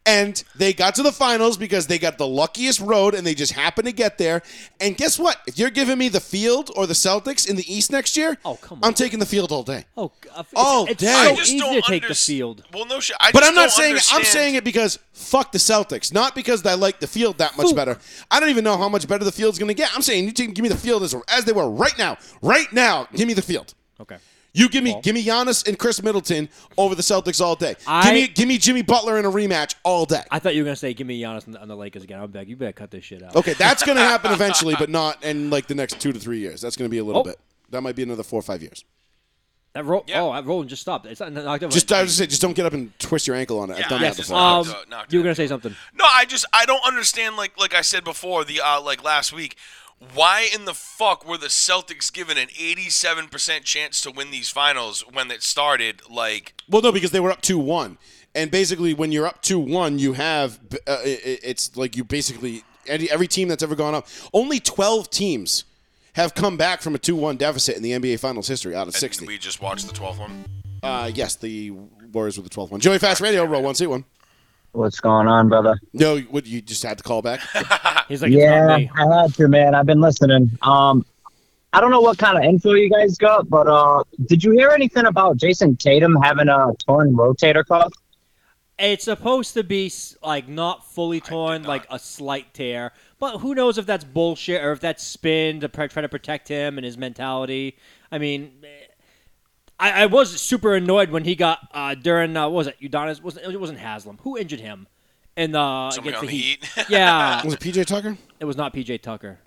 And they got to the finals because they got the luckiest road and they just happened to get there. And guess what? If you're giving me the field or the Celtics in the East next year, Oh, come I'm on. taking the field all day. Oh, g- it's, All it's day. so I just easy don't to take the underst- field. Well, no shit. I But just I'm not don't saying understand. I'm saying it because fuck the Celtics, not because I like the field that much better. I don't even know how much better the field's going to get. I'm saying you can give me the field as, as they were right now, right now. Give me the field. Okay. You give me give me Giannis and Chris Middleton over the Celtics all day. I- give me give me Jimmy Butler in a rematch all day. I thought you were gonna say, "Give me Giannis on the, on the Lakers again." I'm back. You better cut this shit out. Okay, that's going to happen eventually, but not in like the next two to three years. That's going to be a little Oh. bit. That might be another four or five years. That roll. Yeah. Oh, that rolling just stopped. It's not knocked over. Just I was just say, just don't get up and twist your ankle on it. I've done Yeah, that just- before. um, knocked out- knocked you were out. gonna say something. No, I just I don't understand. Like like I said before, the uh, like last week, why in the fuck were the Celtics given an eighty-seven percent chance to win these finals when it started? Like well, no, because they were up two one, and basically when you're up two one, you have uh, i- i it's like you basically any, every team that's ever gone up. Only twelve teams have come back from a two one deficit in the NBA Finals history out of and sixty. we just watched the twelfth one. Uh, yes, the Warriors with the twelfth one. Joey Fast Radio, roll one, see one. What's going on, brother? No, what you just had to call back. Ah. He's like, it's yeah, not me. I had to, man. I've been listening. Um, I don't know what kind of info you guys got, but uh, did you hear anything about Jason Tatum having a torn rotator cuff? It's supposed to be s- like not fully torn, like a slight tear. But who knows if that's bullshit or if that's spin to pr- try to protect him and his mentality. I mean, eh, I, I was super annoyed when he got uh, during uh, what was it Udonis? Wasn't it wasn't Haslam? Who injured him? In the Somebody against on the the Heat. yeah, Was it PJ Tucker? It was not PJ Tucker.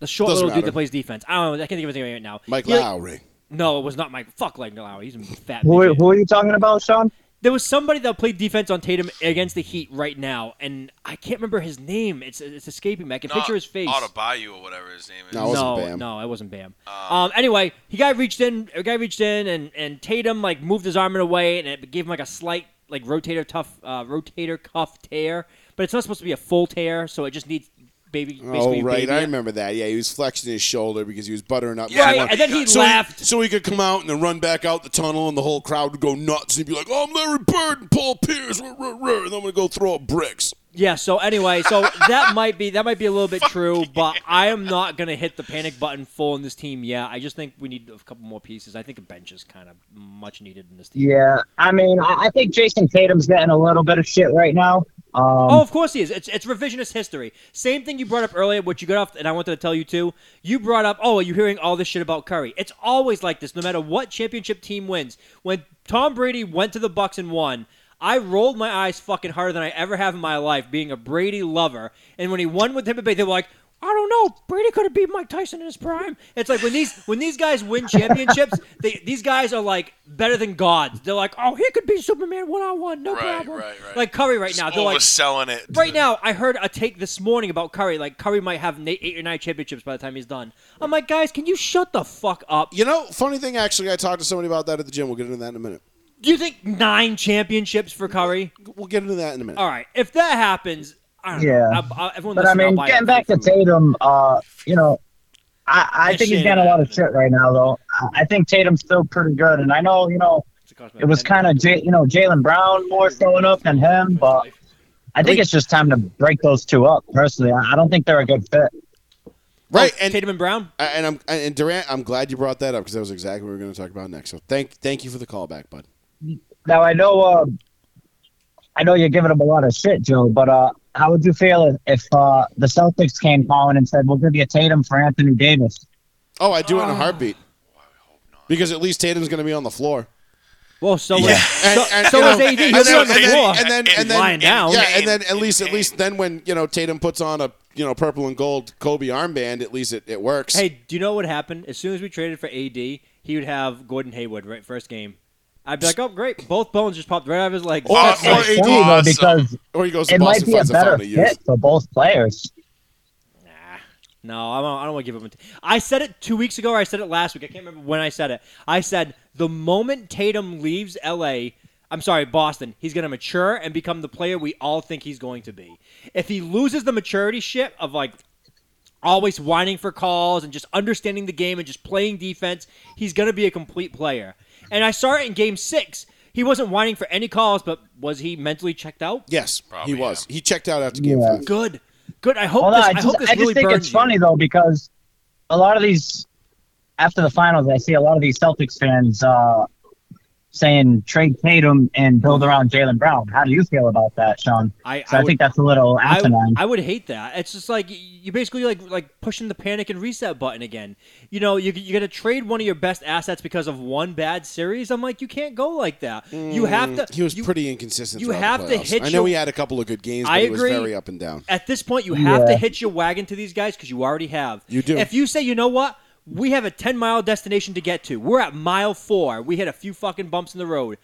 The short Doesn't little dude matter. that plays defense. I don't know. I can't think of his name right now. Mike He, like- Lowry. No, it was not Mike. Fuck Mike Lowry. He's a fat. Who, midget. who are you talking about, Sean? There was somebody that played defense on Tatum against the Heat right now, and I can't remember his name. It's it's escaping me. I can Not picture his face. Adebayo or whatever his name is. No, it wasn't no, Bam. no, it wasn't Bam. um, anyway, he guy reached in. A guy reached in, and and Tatum like moved his arm in a way, and it gave him like a slight like rotator tough uh, rotator cuff tear, but it's not supposed to be a full tear, so it just needs baby. Oh basically right, baby I it. remember that. Yeah, he was flexing his shoulder because he was buttering up. Yeah, So he Right, wa- and then he so laughed. so he could come out and then run back out the tunnel, and the whole crowd would go nuts. And he'd be like, "Oh, "I'm Larry Bird and Paul Pierce, ruh, ruh, ruh, and I'm gonna go throw up bricks." Yeah. So anyway, so that might be that might be a little bit true, but I am not gonna hit the panic button full in this team. Yeah, I just think we need a couple more pieces. I think a bench is kind of much needed in this team. Yeah, I mean, I, I think Jason Tatum's getting a little bit of shit right now. Um, oh, of course he is. It's, it's revisionist history. Same thing you brought up earlier, which you got off, and I wanted to tell you too. You brought up, oh, are you hearing all this shit about Curry? It's always like this, no matter what championship team wins. When Tom Brady went to the Bucks and won, I rolled my eyes fucking harder than I ever have in my life, being a Brady lover. And when he won with Tampa Bay, they were like, I don't know. Brady could have beat Mike Tyson in his prime. It's like when these when these guys win championships, they, these guys are like better than gods. They're like, oh, he could be Superman one on one, no Right, problem. right, right. Like Curry right now, Just they're like overselling it. Right now, I heard a take this morning about Curry. Like Curry might have na- eight or nine championships by the time he's done. I'm like, guys, can you shut the fuck up? You know, funny thing, actually, I talked to somebody about that at the gym. We'll get into that in a minute. You think nine championships for Curry? We'll get into that in a minute. All right, if that happens, I don't Yeah. know. I, I, everyone But I listen, I'll mean, buy getting it. back to Tatum, uh, you know, I, I Yeah, think he's shit. uh, getting a lot of shit right now, though. I- I think Tatum's still pretty good, and I know, you know, it was kind of J- you know Jalen Brown more showing up than him, but I think it's just time to break those two up. Personally, I, I don't think they're a good fit. Right, and and Tatum and Brown. and I'm and Durant, I'm glad you brought that up because that was exactly what we were going to talk about next. So thank thank you for the callback, bud. Now I know, uh, I know you're giving him a lot of shit, Joe. But uh, how would you feel if, if uh, the Celtics came calling and said, "We'll give you Tatum for Anthony Davis"? Oh, I do it in a heartbeat. Because at least Tatum's going to be on the floor. Whoa, so Yeah. was, And- so, and, so you was know, AD. and He'll be then- on the and then- floor. and then and then Lying down. Yeah, In and then at game, least in at least game. then when you know Tatum puts on a you know purple and gold Kobe armband, at least it, it works. Hey, do you know what would happen? As soon as we traded for AD, he would have Gordon Hayward right first game. I'd be like, oh great, both bones just popped right out of his legs. Or- Uh, or It's AD funny, though, awesome. because or he goes to it might Boston be a finds a better fountain to use. fit for both players. Nah. No, I don't, I don't want to give him. A t- I said it two weeks ago, or I said it last week. I can't remember when I said it. I said the moment Tatum leaves L.A., I'm sorry, Boston, he's going to mature and become the player we all think he's going to be. If he loses the maturity shit of like always whining for calls and just understanding the game and just playing defense, he's going to be a complete player. And I saw it in Game Six. He wasn't whining for any calls, but was he mentally checked out? Yes, Probably, he was. He checked out after game Yeah. five. Good, good. I hope. Well, no, this, I I, hope just, this I just really think burns it's you. funny though because a lot of these after the finals, I see a lot of these Celtics fans uh, saying trade Tatum and build around Jalen Brown. How do you feel about that, Sean? I, So I, would- think that's a little I, asinine. I would hate that. It's just like you basically like like pushing the panic and reset button again. You know, you you got to trade one of your best assets because of one bad series. I'm like, you can't go like that. you have to. Mm, He was you- pretty inconsistent. you throughout have the to playoffs. hit I know your- he had a couple of good games, but I he was agree. very up and down. At this point, you have to Yeah. hitch your wagon to these guys because you already have. You do. If you say, you know what, we have a 10 mile destination to get to. We're at mile four. We hit a few fucking bumps in the road.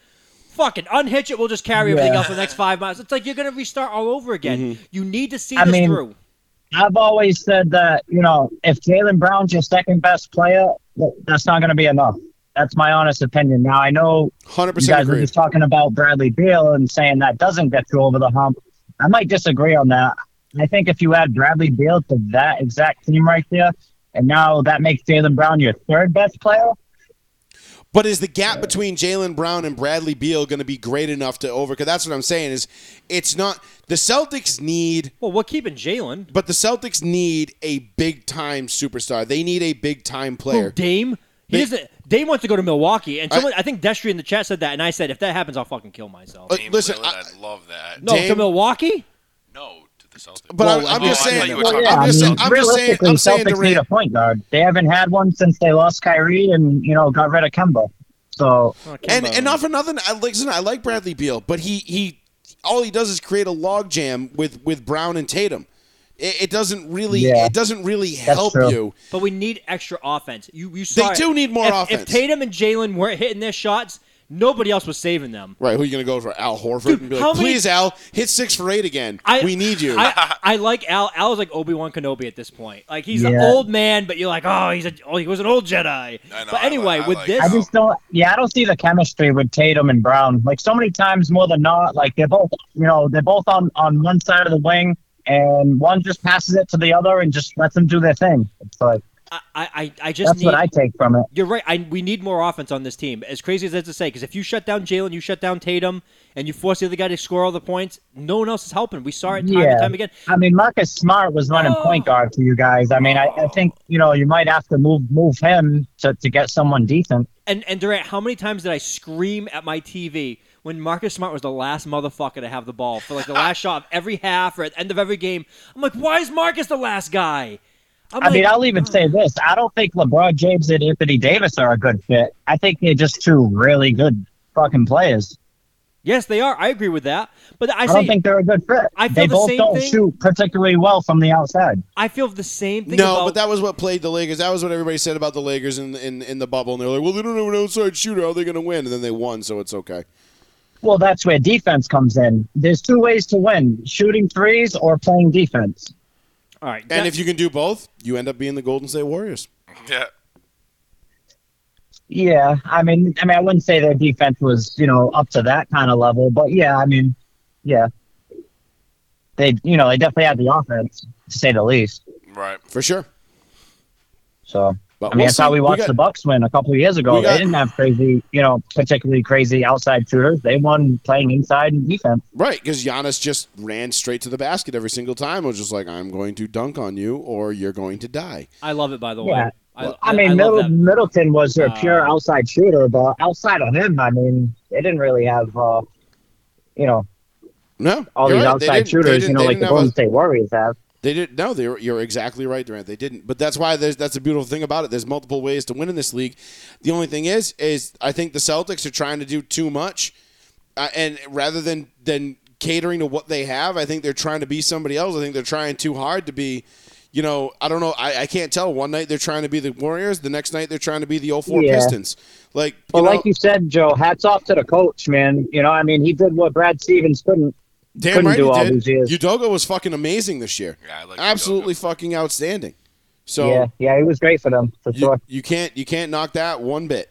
Fucking unhitch it. We'll just carry everything Yeah. else for the next five miles. It's like you're gonna restart all over again. Mm-hmm. You need to see I this mean, through. I've always said that you know if Jalen Brown's your second best player, th- that's not going to be enough. That's my honest opinion. Now I know Hundred you percent guys were agreed. just talking about Bradley Beal and saying that doesn't get you over the hump. I might disagree on that. I think if you add Bradley Beal to that exact team right there, and now that makes Jalen Brown your third best player. But is the gap between Jalen Brown and Bradley Beal going to be great enough to over? Because that's what I'm saying is, it's not the Celtics need, Well, we're keeping Jalen. but the Celtics need a big time superstar. They need a big time Who, player. Oh, Dame? He They- doesn't. Dame wants to go to Milwaukee, and I- someone I, think Destry in the chat said that, and I said if that happens, I'll fucking kill myself. Uh, Dame listen, Lillard, I, I'd love that. no, to Dame- Milwaukee. No, to the Celtics. but Well, I'm, I'm oh, just I thought saying. you were talking I'm about just, the saying- I'm just saying. I'm saying Celtics need Durant. a point guard. They haven't had one since they lost Kyrie and you know got rid of Kemba. So And and not for nothing. I, listen, I like Bradley Beal, but he he all he does is create a logjam with with Brown and Tatum. It, it doesn't really Yeah. it doesn't really help true. you. But we need extra offense. You, you saw it. do need more If- If offense. Tatum and Jalen weren't hitting their shots, nobody else was saving them. Right, who are you going to go for? Al Horford? Dude, and be how like, many- Please, Al, hit six for eight again. I- we need you. I, I like Al. Al's like Obi Wan Kenobi at this point. Like he's an Yeah. old man, but you're like, oh, he's a, oh, he was an old Jedi. I know, but I anyway, like- I with like this, I Al. just don't. Yeah, I don't see the chemistry with Tatum and Brown. Like so many times more than not, like they're both, you know, they're both on on one side of the wing, and one just passes it to the other and just lets them do their thing. It's like I, I, I just That's need, what I take from it. You're right. I, we need more offense on this team. As crazy as that is to say, because if you shut down Jalen, you shut down Tatum, and you force the other guy to score all the points, no one else is helping. We saw it time Yeah. and time again. I mean, Marcus Smart was running Oh. point guard for you guys. I mean, I, I think you know you might have to move move him to, to get someone decent. And and Durant, how many times did I scream at my TV when Marcus Smart was the last motherfucker to have the ball for like the last shot of every half or at the end of every game? I'm like, why is Marcus the last guy? I'm I mean, like, uh. I'll even say this: I don't think LeBron James and Anthony Davis are a good fit. I think they're just two really good fucking players. yes, they are. I agree with that. But I, I, say, don't think they're a good fit. I feel they the both same don't thing. shoot particularly well from the outside. I feel the same thing. No, about, but that was what played the Lakers. That was what everybody said about the Lakers in, in in the bubble. And they were like, "Well, they don't have an outside shooter. How are they going to win?" And then they won, so it's okay. Well, that's where defense comes in. There's two ways to win: shooting threes or playing defense. all right. And that- if you can do both, you end up being the Golden State Warriors. Yeah. Yeah, I mean, I mean, I wouldn't say their defense was, you know, up to that kind of level, but yeah, I mean, yeah, they, you know, they definitely had the offense to say the least. Right. For sure. So But I mean, we'll that's how see. we watched got- the Bucks win a couple of years ago. We got- they didn't have crazy, you know, particularly crazy outside shooters. They won playing inside and defense. Right, because Giannis just ran straight to the basket every single time. It was just like, I'm going to dunk on you or you're going to die. I love it, by the Yeah. way. I, I love mean, Middle, that. Middleton was their Uh, pure outside shooter, but outside of him, I mean, they didn't really have, uh, you know, No. all you're these right. They outside didn't- they shooters, didn't- you know, they like the didn't have Golden a- State Warriors have. They didn't. No, they were, you're exactly right, Durant. They didn't. But that's why there's, that's a beautiful thing about it. There's multiple ways to win in this league. The only thing is, is I think the Celtics are trying to do too much, uh, and rather than than catering to what they have, I think they're trying to be somebody else. I think they're trying too hard to be. You know, I don't know. I, I can't tell. One night they're trying to be the Warriors. The next night they're trying to be the 04 Yeah. Pistons. Like, you Well, know, like you said, Joe, hats off to the coach, man. You know, I mean, he did what Brad Stevens couldn't. damn couldn't right do he all did. these years. Udoka was fucking amazing this year. Yeah, I like Absolutely fucking outstanding. So yeah, yeah, he was great for them for you, sure. you can't you can't knock that one bit.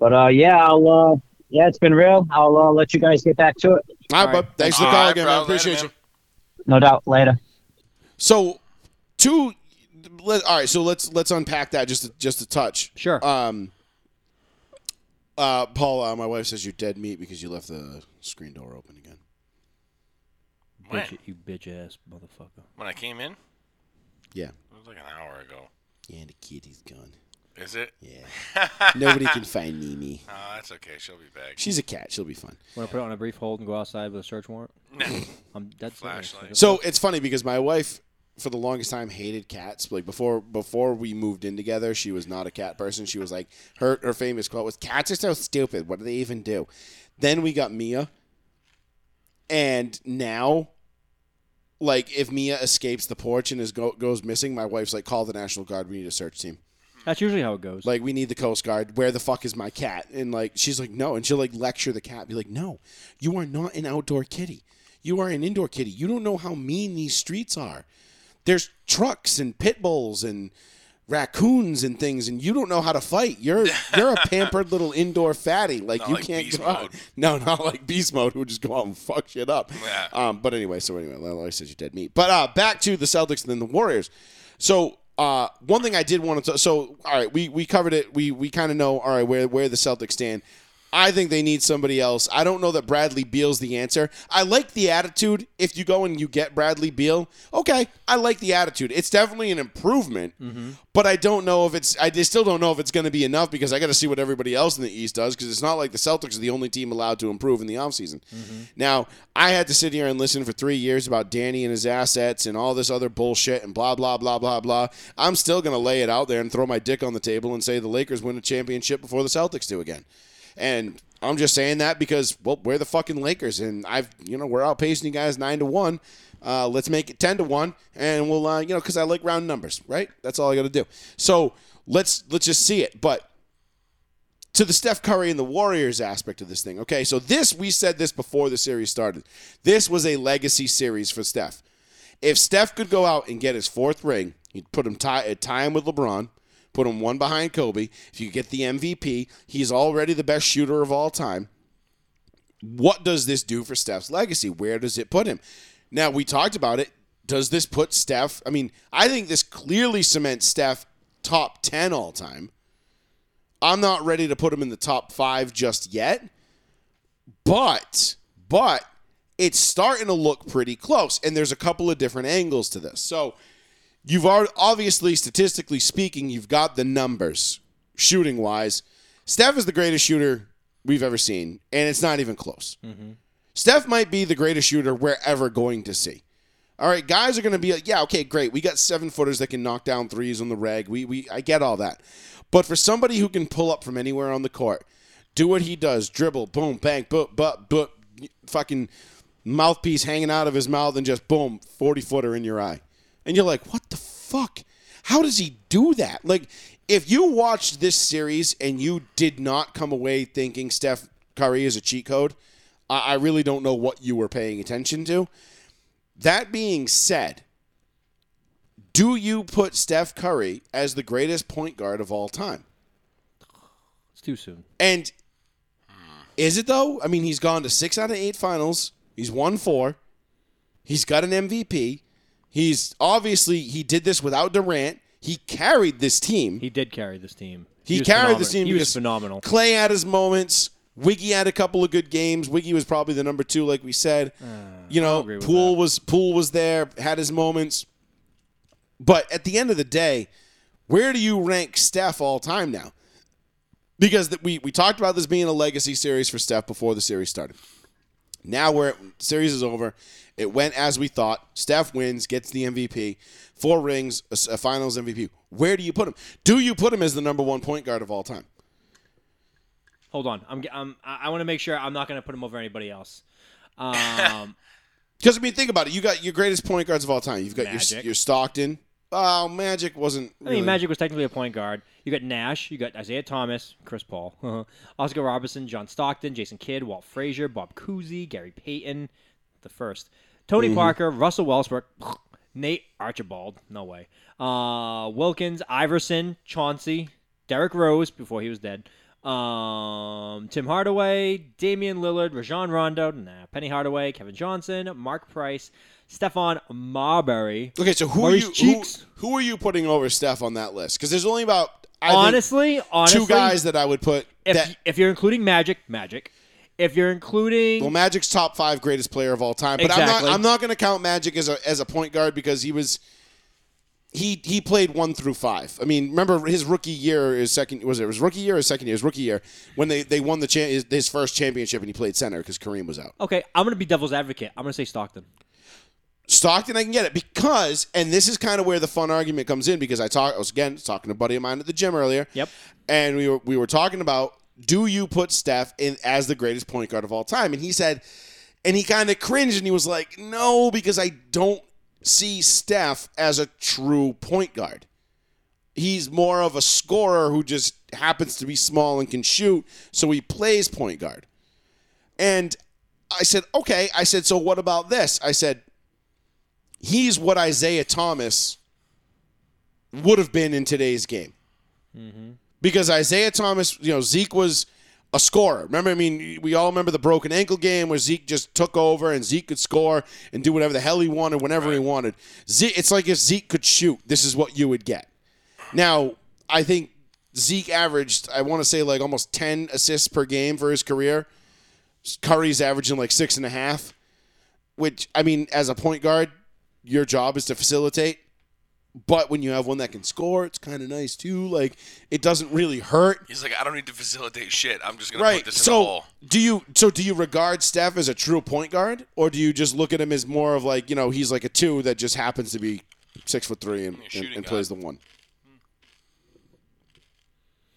But uh, yeah, I'll uh, yeah, it's been real. I'll uh, let you guys get back to it. All right, All right. bub. Thanks for the All call right, again. bro. man. Later, Appreciate man. you. No doubt later. So, two. Let, all right, so let's let's unpack that just a, just a touch. Sure. Um. Uh, Paula, my wife says you're dead meat because you left the screen door open again. When? Bitch- you bitch ass motherfucker. When I came in, it Yeah. was like an hour ago. And the kitty's gone. Is it? Yeah. Nobody can find Mimi. No, that's Uh, okay. She'll be back. She's a cat. She'll be fine. Want to put it on a brief hold and go outside with a search warrant? I'm that's Flashlight. So it's funny because my wife, for the longest time, hated cats. Like before, before we moved in together, she was not a cat person. She was like her her famous quote was, "Cats are so stupid. What do they even do?" Then we got Mia, and now, like if Mia escapes the porch and is go, goes missing, my wife's like, "Call the National Guard. We need a search team. That's usually how it goes. Like we need the Coast Guard. Where the fuck is my cat?" And like she's like, "No," and she'll like lecture the cat, be like, "No, you are not an outdoor kitty." You are an indoor kitty. You don't know how mean these streets are there's trucks and pit bulls and raccoons and things, and you don't know how to fight. You're you're a pampered little indoor fatty. Like Not you like can't beast go out. mode. No, not like beast mode who would just go out and fuck shit up. Yeah. Um, but anyway, so anyway, Larry says you're dead meat. But uh, back to the Celtics and then the Warriors. So. Uh, one thing I did want to so all right we, we covered it we we kind of know all right where where the Celtics stand I think they need somebody else I don't know that Bradley Beal's the answer I like the attitude if you go and you get Bradley Beal okay I like the attitude it's definitely an improvement but I don't know if it's. I just still don't know if it's going to be enough because I got to see what everybody else in the East does because it's not like the Celtics are the only team allowed to improve in the offseason. Now, I had to sit here and listen for three years about Danny and his assets and all this other bullshit and blah, blah, blah, blah, blah. I'm still going to lay it out there and throw my dick on the table and say the Lakers win a championship before the Celtics do again. And I'm just saying that because, well, we're the fucking Lakers, and I've, you know, we're outpacing you guys nine to one. Uh, let's make it ten to one, and we'll, uh, you know, because I like round numbers, right? That's all I got to do. So let's let's just see it. But to the Steph Curry and the Warriors aspect of this thing, okay? So this we said this before the series started. This was a legacy series for Steph. If Steph could go out and get his fourth ring, you'd put him tie, uh, tie him with LeBron, put him one behind Kobe. If you get the MVP, he's already the best shooter of all time. What does this do for Steph's legacy? Where does it put him? Now, we talked about it. does this put Steph? I mean, I think this clearly cements Steph top 10 all time. I'm not ready to put him in the top five just yet, but, but it's starting to look pretty close. And there's a couple of different angles to this. So you've already, obviously, statistically speaking, you've got the numbers shooting wise. Steph is the greatest shooter we've ever seen, and it's not even close. Steph might be the greatest shooter we're ever going to see. All right, guys are going to be like, yeah, okay, great. We got seven footers that can knock down threes on the reg. We, we, I get all that. But for somebody who can pull up from anywhere on the court, do what he does, dribble, boom, bang, but, but, but, fucking mouthpiece hanging out of his mouth and just boom, 40 footer in your eye. And you're like, what the fuck? How does he do that? Like, if you watched this series and you did not come away thinking Steph Curry is a cheat code, I, I really don't know what you were paying attention to. That being said, do you put Steph Curry as the greatest point guard of all time? It's too soon. And is it though? I mean, he's gone to six out of eight finals. He's won four. He's got an MVP. He's obviously he did this without Durant. He carried this team. He did carry this team. He, was carried phenomenal. this team. He was because phenomenal. Clay had his moments. Wiggy had a couple of good games. Wiggy was probably the number two, like we said. you know, Uh, agree with Poole was Poole was there, had his moments. But at the end of the day, where do you rank Steph all time now? Because th- we we talked about this being a legacy series for Steph before the series started. Now we're series is over. It went as we thought. Steph wins, gets the MVP, four rings, a s- a Finals MVP. Where do you put him? Do you put him as the number one point guard of all time? Hold on. I'm. I'm I want to make sure I'm not going to put him over anybody else. Um, Because I mean, think about it. You got your greatest point guards of all time. You've got your Magic. your Stockton. Oh, Magic wasn't. I Really, mean, Magic was technically a point guard. You got Nash. You got Isaiah Thomas, Chris Paul, Oscar Robertson, John Stockton, Jason Kidd, Walt Frazier, Bob Cousy, Gary Payton, the first, Tony Mm-hmm. Parker, Russell Westbrook, Nate Archibald. No way. Uh, Wilkins, Iverson, Chauncey, Derek Rose before he was dead. Um, Tim Hardaway, Damian Lillard, Rajon Rondo, nah, Penny Hardaway, Kevin Johnson, Mark Price, Stefan Marbury. Okay, so who are Maurice you who, Cheeks. who are you putting over Steph on that list? Because there's only about I think, honestly, honestly, two guys that I would put. If, that, if you're including Magic, Magic. If you're including well, Magic's top five greatest player of all time, but I'm Exactly. not. I'm not going to count Magic as a as a point guard because he was. He, he played one through five. I mean, remember his rookie year, his second was it his rookie year or his second year? His rookie year when they, they won the cha- his, his first championship and he played center because Kareem was out. okay, I'm gonna be devil's advocate. I'm gonna say Stockton. Stockton, I can get it because, and this is kind of where the fun argument comes in because I talk I was again talking to a buddy of mine at the gym earlier. Yep. And we were we were talking about do you put Steph in as the greatest point guard of all time? And he said, and he kind of cringed and he was like, no, because I don't see Steph as a true point guard. He's more of a scorer who just happens to be small and can shoot, so he plays point guard. And I said, okay. I said, so what about this? I said, he's what Isaiah Thomas would have been in today's game. Because Isaiah Thomas, you know, Zeke was a scorer. Remember, I mean, we all remember the broken ankle game where Zeke just took over and Zeke could score and do whatever the hell he wanted whenever he wanted. Ze- it's like if Zeke could shoot, this is what you would get. Now, I think Zeke averaged, I want to say, like almost 10 assists per game for his career. Curry's averaging like six and a half, which, I mean, as a point guard, your job is to facilitate. But when you have one that can score, it's kind of nice too. Like, it doesn't really hurt. He's like, I don't need to facilitate shit. I'm just gonna Right. put this in the So hole. do you so do you regard Steph as a true point guard, or do you just look at him as more of like you know he's like a two that just happens to be six foot three and, and, shooting and guard. plays the one?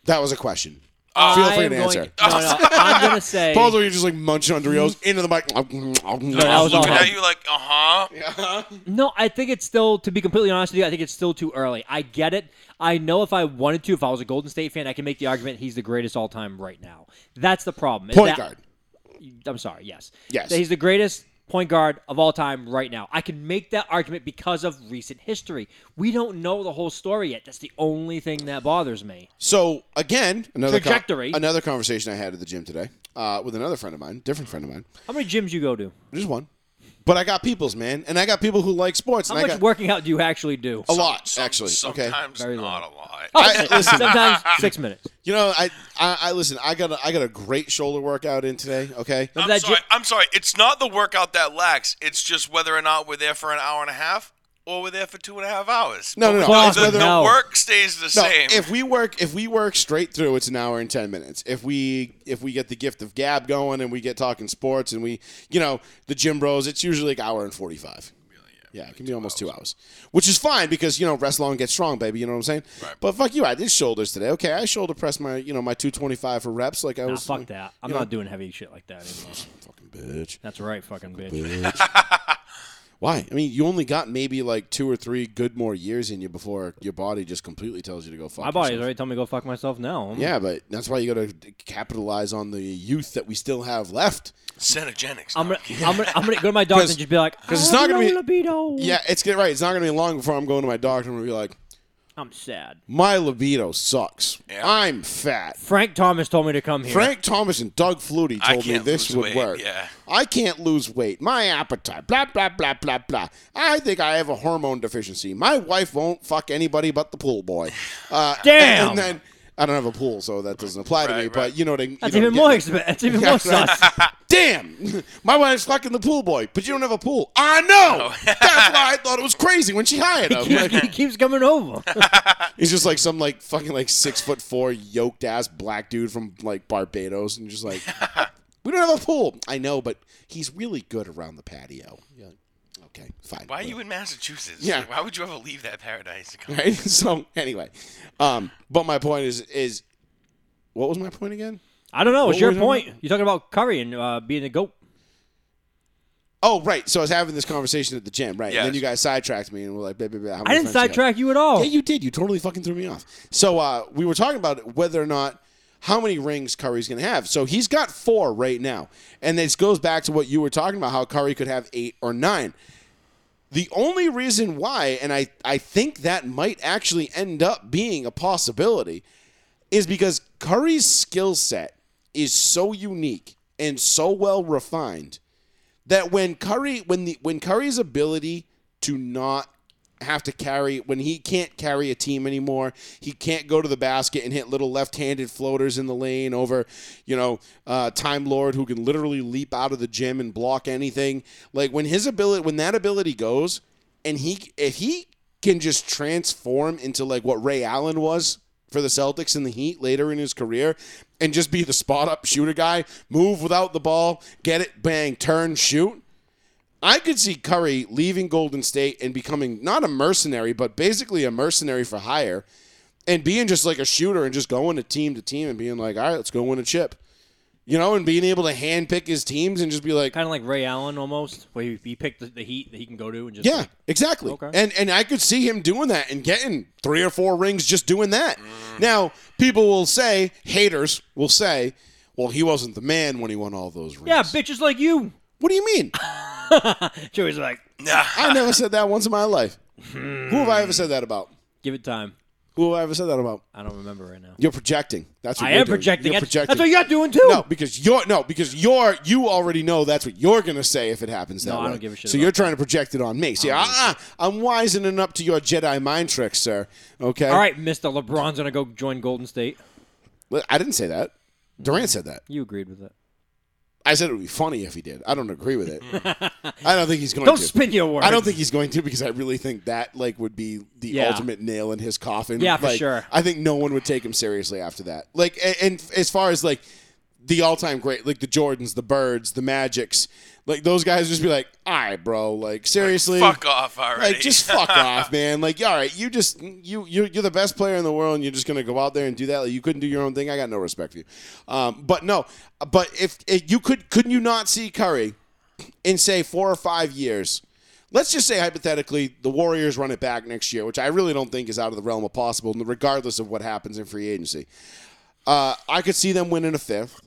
That was a question. Uh, Feel I free am to going- answer. no, no, I'm gonna say. Both of you just like munching on Doritos into the mic. that was all Looking him. at you like, uh huh. No, I think it's still, to be completely honest with you, I think it's still too early. I get it. I know if I wanted to, if I was a Golden State fan, I can make the argument he's the greatest all time right now. That's the problem. is Point that- guard. I'm sorry. Yes. Yes. That he's the greatest point guard of all time right now. I can make that argument because of recent history. We don't know the whole story yet. That's the only thing that bothers me. So again, another con- Trajectory. another conversation I had at the gym today uh, with another friend of mine, different friend of mine. How many gyms you go to? Just one. But I got peoples, man, and I got people who like sports. How and much I got, working out do you actually do? A lot, actually. okay. Sometimes Very Oh, not long. a lot. I- listen. Sometimes six minutes. You know, I, I, I listen. I got a, I got a great shoulder workout in today. Okay. I'm that sorry. ju- I'm sorry. It's not the workout that lacks. It's just whether or not we're there for an hour and a half or we're there for two and a half hours. No, no, no. Fuck It's The, whether- the no. work stays the No, same. if we work if we work straight through, it's an hour and ten minutes. If we if we get the gift of gab going and we get talking sports and we you know the gym bros, it's usually like hour and forty five. Yeah, it can be almost two hours, which is fine because you know rest long, get strong, baby. You know what I'm saying? Right. But fuck you, I did shoulders today. Okay, I shoulder pressed my you know my 225 for reps like I Nah, was. fuck that. I'm you know- not doing heavy shit like that anymore. Fucking bitch. That's right, fucking bitch. Why? I mean, you only got maybe like two or three good more years in you before your body just completely tells you to go fuck. My body's yourself. already telling me to go fuck myself now. I'm- Yeah, but that's why you got to capitalize on the youth that we still have left. Cenogenics. I'm gonna, I'm gonna, I'm gonna go to my doctor 'Cause- and just be like, 'cause it's "I have not gonna low be- libido. Yeah, it's get right. It's not going to be long before I'm going to my doctor and we'll be like, I'm sad. my libido sucks. Yeah. I'm fat. Frank Thomas told me to come here. Frank Thomas and Doug Flutie I told me can't this lose would weight, work. yeah. I can't lose weight. My appetite. Blah blah blah blah blah. I think I have a hormone deficiency. My wife won't fuck anybody but the pool boy. Uh, Damn. And then I don't have a pool, so that doesn't apply to me. right. But you know what I mean. That's even more. Exp- that's even more sus. Damn, my wife's fucking the pool boy, but you don't have a pool. I Oh. know. That's why I thought it was crazy when she hired him. Like, he keeps coming over. He's just like some like fucking like six foot four yoked ass black dude from like Barbados, and just like we don't have a pool. I know, but he's really good around the patio. You're like, okay, fine. Why are you in Massachusetts? Yeah. Like, why would you ever leave that paradise to come? Right. So anyway, um, but my point is is what was my point again? I don't know. What's What your was it? point? You're talking about Curry and uh, being a goat. Oh, right. So I was having this conversation at the gym, right? And then Yes. you guys sidetracked me, and we're like, blah, blah, blah, how I many didn't friends you have? sidetrack you at all. Yeah, you did. You totally fucking threw me off. So uh, we were talking about whether or not how many rings Curry's going to have. So he's got four right now, and this goes back to what you were talking about how Curry could have eight or nine. The only reason why, and I, I think that might actually end up being a possibility, is because Curry's skill set is so unique and so well refined that when Curry when the when Curry's ability to not have to carry when he can't carry a team anymore, he can't go to the basket and hit little left-handed floaters in the lane over, you know, uh, Time Lord who can literally leap out of the gym and block anything. Like when his ability when that ability goes, and he if he can just transform into like what Ray Allen was for the Celtics in the Heat later in his career and just be the spot up shooter guy, move without the ball, get it, bang, turn, shoot. I could see Curry leaving Golden State and becoming not a mercenary, but basically a mercenary for hire and being just like a shooter and just going to team to team and being like, all right, let's go win a chip. You know, and being able to handpick his teams and just be like, Kind of like Ray Allen almost, where he, he picked the, the heat that he can go to and just Yeah, exactly. Okay. And and I could see him doing that and getting three or four rings just doing that. Now, people will say, haters will say, well, he wasn't the man when he won all those rings. yeah, bitches like you. What do you mean? Joey's like, I never said that once in my life. Who have I ever said that about? give it time. Who have I ever said that about? I don't remember right now. You're projecting. That's what I you're am doing. projecting. You're That's, that's what you're doing too. No, because you're no, because you're you already know that's what you're gonna say if it happens that No, I way. don't give a shit So about you're trying to project it on me. See, ah, I'm wisening up to your Jedi mind tricks, sir. Okay. All right, Mister LeBron's gonna go join Golden State. Well, I didn't say that. Durant said that. You agreed with that. I said it would be funny if he did. I don't agree with it. I don't think he's going Don't to. spin your words. I don't think he's going to because I really think that like would be the Yeah. ultimate nail in his coffin. Yeah, for Like, sure. I think no one would take him seriously after that. Like, and, and as far as like the all-time great, like the Jordans, the Birds, the Magics, like those guys would just be like, "All right, bro, like seriously, Fuck off already. like just fuck off, man. Like, all right, you just you you you're the best player in the world, and you're just gonna go out there and do that. Like, you couldn't do your own thing. I got no respect for you. Um, but no, but if, if you could, couldn't you not see Curry in say four or five years? Let's just say hypothetically, the Warriors run it back next year, which I really don't think is out of the realm of possible, regardless of what happens in free agency. Uh, I could see them winning a fifth.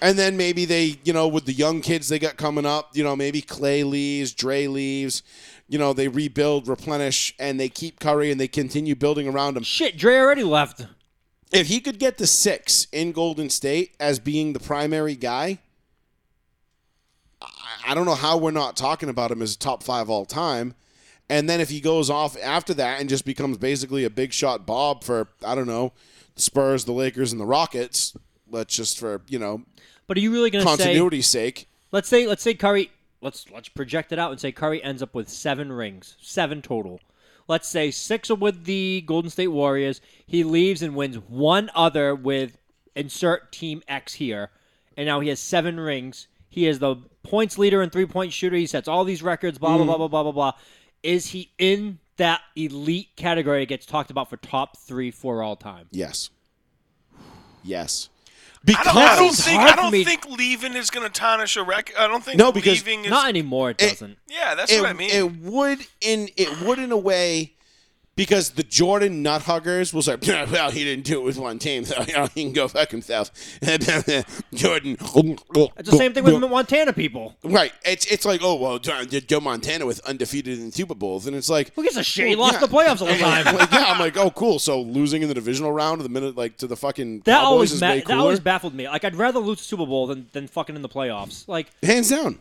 And then maybe they, you know, with the young kids they got coming up, you know, maybe Clay leaves, Dre leaves, you know, they rebuild, replenish, and they keep Curry and they continue building around him. Shit, Dre already left. If he could get the six in Golden State as being the primary guy, I- I don't know how we're not talking about him as top five all time. And then if he goes off after that and just becomes basically a big shot Bob for I don't know, the Spurs, the Lakers, and the Rockets, let's just for you know But are you really going to say continuity's sake. Let's say let's say Curry let's let's project it out and say Curry ends up with seven rings, seven total. Let's say six are with the Golden State Warriors. He leaves and wins one other with insert team X here, and now he has seven rings. He is the points leader and three point shooter. He sets all these records. Blah blah blah blah blah blah blah. Is he in that elite category that gets talked about for top three for all time? Yes. Yes. I don't, I don't it's think hard I for don't me- think leaving is going to tarnish a record. I don't think No, because leaving is Not anymore. It It- doesn't. Yeah, that's it, what I mean. it would in it would in a way because the Jordan nut huggers was like, "Yeah, well, he didn't do it with one team, so you know, he can go fuck himself. Jordan. it's the same thing with Montana people. Right. It's it's like, oh well, Joe Joe Montana with undefeated in Super Bowls, and it's like, Who gives a shit? He well, lost the playoffs all the time. Like, yeah, I'm like, oh cool. So losing in the divisional round, of the minute like to the fucking That Cowboys always is ma- way that cooler. always baffled me. Like I'd rather lose the Super Bowl than, than fucking in the playoffs. Like Hands down,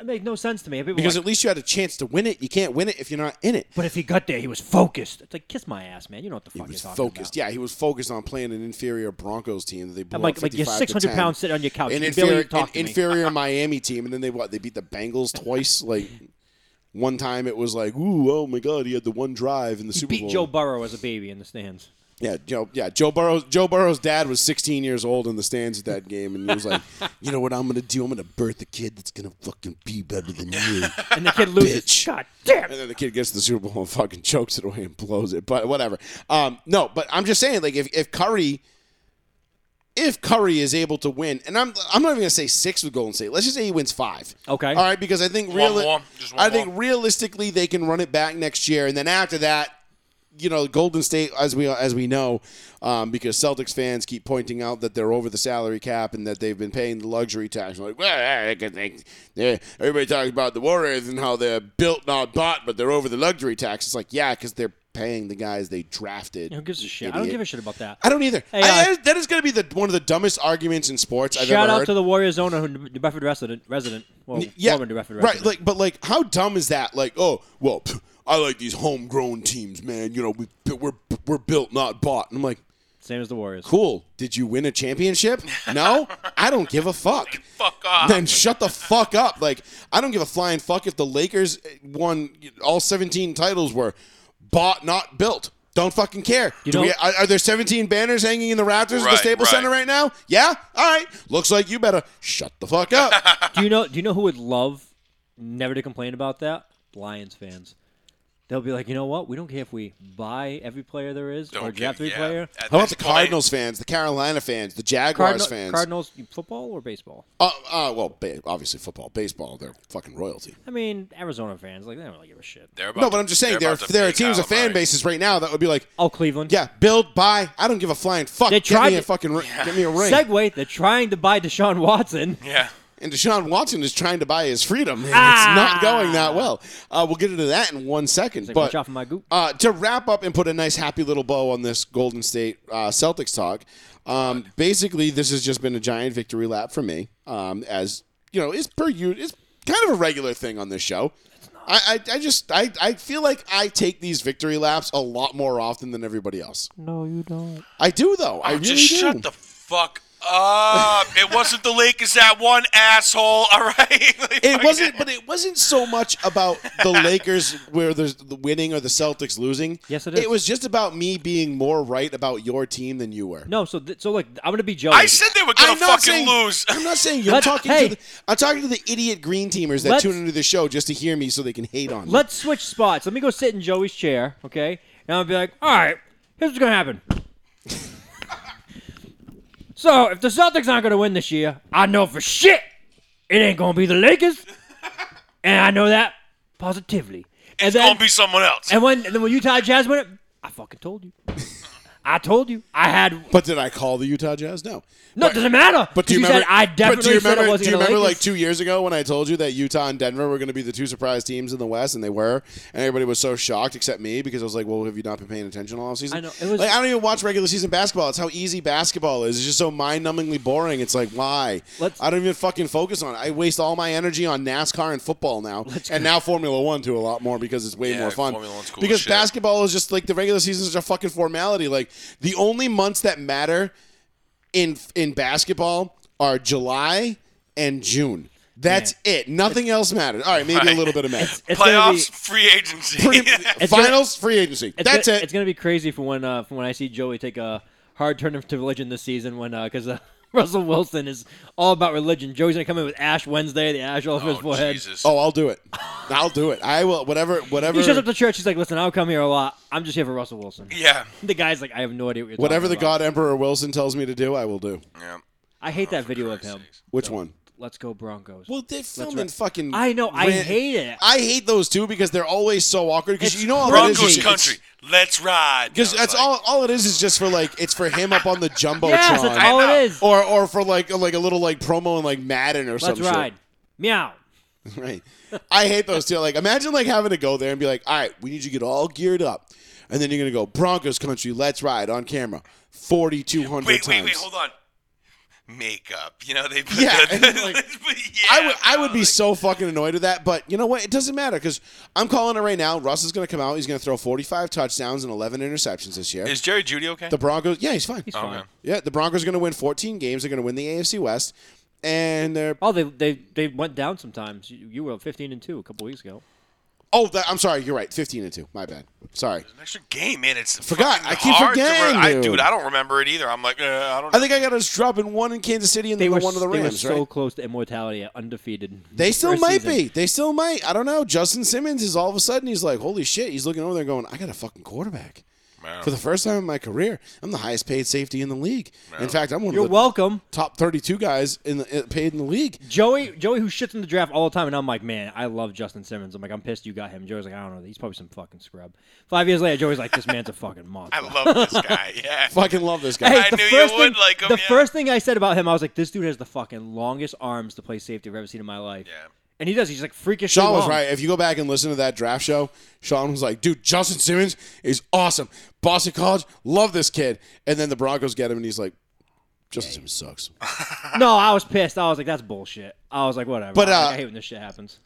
it made no sense to me. People were because like, at least you had a chance to win it. You can't win it if you're not in it. but if he got there, he was focused. It's like kiss my ass, man. You know what the He fuck was you're talking focused. about. Yeah, he was focused on playing an inferior Broncos team that they blew I'm like, up like you're 55 to 600 10. pounds sitting on your couch. An You barely inferior, talk an to me. inferior Miami team, and then they what? They beat the Bengals twice. Like one time, it was like, ooh, oh my god, he had the one drive in the He Super beat Bowl. Joe Burrow as a baby in the stands. yeah, Joe. Yeah, Joe Burrow's Joe Burrow's dad was 16 years old in the stands at that game, and he was like, you know what I'm gonna do? I'm gonna birth a kid that's gonna fucking be better than you. And the kid loses. Bitch. God damn. And then the kid gets to the Super Bowl and fucking chokes it away and blows it. But whatever. Um, no, but I'm just saying, like, if, if Curry, if Curry is able to win, and I'm I'm not even gonna say six with Golden State. Let's just say he wins five. Okay. All right, because I think One reali- more. Just one I think more. realistically they can run it back next year, and then after that, you know, Golden State, as we as we know, um, because Celtics fans keep pointing out that they're over the salary cap and that they've been paying the luxury tax. Like, well, I can think they're- everybody talks about the Warriors and how they're built not bought, but they're over the luxury tax. It's like, yeah, because they're paying the guys they drafted. Who gives a shit? I don't Idiot. give a shit about that. I don't either. Hey, I- uh, that is- that is going to be the one of the dumbest arguments in sports I've Shout ever out heard. to the Warriors owner, who New Bedford resident, resident, well, yeah, former New Bedford right. resident. Like, but like, how dumb is that? Like, oh, well, pff, I like these homegrown teams, man. You know, we, we're we're built, not bought. And I'm like, same as the Warriors. cool. Did you win a championship? No, I don't give a fuck. Fuck off. Then shut the fuck up. Like, I don't give a flying fuck if the Lakers won all 17 titles were bought, not built. Don't fucking care. You Do know- we, are, are there 17 banners hanging in the rafters of the Right, Staples right. Center right now? Yeah? All right. Looks like you better shut the fuck up. Do you know? Do you know who would love never to complain about that? Lions fans. They'll be like, you know what? We don't care if we buy every player there is Don't or give- draft every yeah. player. At How about this the point- Cardinals fans, the Carolina fans, the Jaguars Cardinal, fans? Cardinals football or baseball? Uh, uh, well, ba- obviously football, baseball, they're fucking royalty. I mean, Arizona fans like they don't really give a shit. They're about No, to- but I'm just saying they're there are, about to there are pay teams of Kyle fan Murray. bases right now that would be like, Oh, Cleveland. yeah, build, buy. I don't give a flying fuck. They get tried me a to- fucking ri- get me a ring. Segway. They're trying to buy Deshaun Watson. Yeah. and Deshaun Watson is trying to buy his freedom, and Ah! it's not going that well. Uh, we'll get into that in one second. Like, but watch out for my goop. Uh, to wrap up and put a nice happy little bow on this Golden State uh, Celtics talk, um, basically this has just been a giant victory lap for me. Um, as you know, it's per you, it's kind of a regular thing on this show. I, I, I just I, I feel like I take these victory laps a lot more often than everybody else. No, you don't. I do though. I Oh, really just do. shut the fuck up. it wasn't the Lakers that one asshole. All right. Like, It wasn't, but it wasn't so much about the Lakers where there's the winning or the Celtics losing. Yes, it is. It was just about me being more right about your team than you were. No, so th- so look, I'm gonna be jealous. I said they were gonna fucking saying, lose. I'm not saying you're Let's- talking. hey. to the, I'm talking to the idiot green teamers that Let's- tune into the show just to hear me, so they can hate on me. Let's switch spots. Let me go sit in Joey's chair, okay? And I'll be like, all right, here's what's going to happen. so, if the Celtics aren't going to win this year, I know for shit it ain't going to be the Lakers. and I know that positively. And It's then, gonna be someone else. and when and then when Utah Jazz win it, I fucking told you. I told you. I had But did I call the Utah Jazz? No. no. It doesn't matter. But do you she remember? Said, I but definitely do you said remember, it wasn't do you gonna remember Lakers. like two years ago when I told you that Utah and Denver were going to be the two surprise teams in the West, and they were, and everybody was so shocked except me because I was like, "Well, have you not been paying attention all offseason?" I know, it was- like I don't even watch regular season basketball. It's how easy basketball is. It's just so mind-numbingly boring. It's like why? Let's- I don't even fucking focus on it. I waste all my energy on NASCAR and football now, and now Formula One too a lot more because it's way Yeah, more fun. Formula One's cool as because shit. basketball is just like the regular season is a fucking formality. Like the only months that matter in in basketball are July and June. That's it. Nothing else matters. All right, maybe a little bit of May. It's gonna be- Playoffs, free agency. Pretty- gonna- finals, free agency. It's That's gonna, it. It's gonna be crazy for when uh, for when I see Joey take a hard turn to religion this season when because uh, Russell Wilson is all about religion. Joey's gonna come in with Ash Wednesday, the ash all over his oh, forehead. Jesus. oh, I'll do it. I'll do it. I will. Whatever. Whatever. He shows up to church. He's like, "Listen, I'll come here a lot. I'm just here for Russell Wilson." Yeah. The guy's like, "I have no idea what you're whatever the talking about." God Emperor Wilson tells me to do, I will do. Yeah. I hate that video of him. Which one? Let's go Broncos. Well, they're filming fucking. I know, I ran- hate it. I hate those two because they're always so awkward. Because It's you know all it is Broncos is- country. Let's ride. Because I was that's like, all. All it is is just for like it's for him up on the jumbotron, yes, that's I all know. it is. or or for like like a little like promo in like Madden or Let's something. ride. Meow. Right. I hate those too. Like, imagine like having to go there and be like, "All right, we need you to get all geared up," and then you're gonna go Broncos country. Let's ride on camera, forty two hundred Wait, times. wait, wait. Hold on. Makeup. You know they. Put Yeah, The, and then, like, but yeah, I would, I bro, would be like, so fucking annoyed with that, but you know what? It doesn't matter because I'm calling it right now. Russ is going to come out. He's going to throw 45 touchdowns and 11 interceptions this year. Is Jerry Judy okay? the Broncos, yeah, he's fine. He's Oh, fine. okay. Yeah, the Broncos are going to win 14 games. They're going to win the AFC West, and they're Oh, they they they went down sometimes. You, you were 15 and two a couple weeks ago. oh, that, I'm sorry, you're right, 15 and two. My bad. Sorry. An extra game, man. It's Forgot. fucking I keep hard to re- forgetting, I, dude. dude, I don't remember it either. I'm like, uh, I don't. I think I got us dropping one in Kansas City and They then were one of the they were Rams. right? so close to immortality, undefeated. They still first might season. be. They still might. I don't know. Justin Simmons is all of a sudden he's like, holy shit. He's looking over there going, I got a fucking quarterback. Wow. For the first time in my career, I'm the highest paid safety in the league. In fact, I'm one You're of the welcome, top 32 guys in the, uh, paid in the league. Joey. Joey, who shits in the draft all the time, and I'm like, man, I love Justin Simmons. I'm like, I'm pissed you got him. Joey's like, I don't know, he's probably some fucking scrub. Five years later, Joey's like, this man's a fucking monster. I love this guy. Yeah. Fucking love this guy. Hey, I the knew you first would thing, like him, The yeah. first thing I said about him, I was like, this dude has the fucking longest arms to play safety I've ever seen in my life. Yeah. And he does. He's like freakish. Sean was right. If you go back and listen to that draft show, Sean was like, dude, Justin Simmons is awesome. Boston College, love this kid. And then the Broncos get him, and he's like, Justin Simmons sucks. No, I was pissed. I was like, that's bullshit. I was like, whatever. But, I- uh, I hate when this shit happens.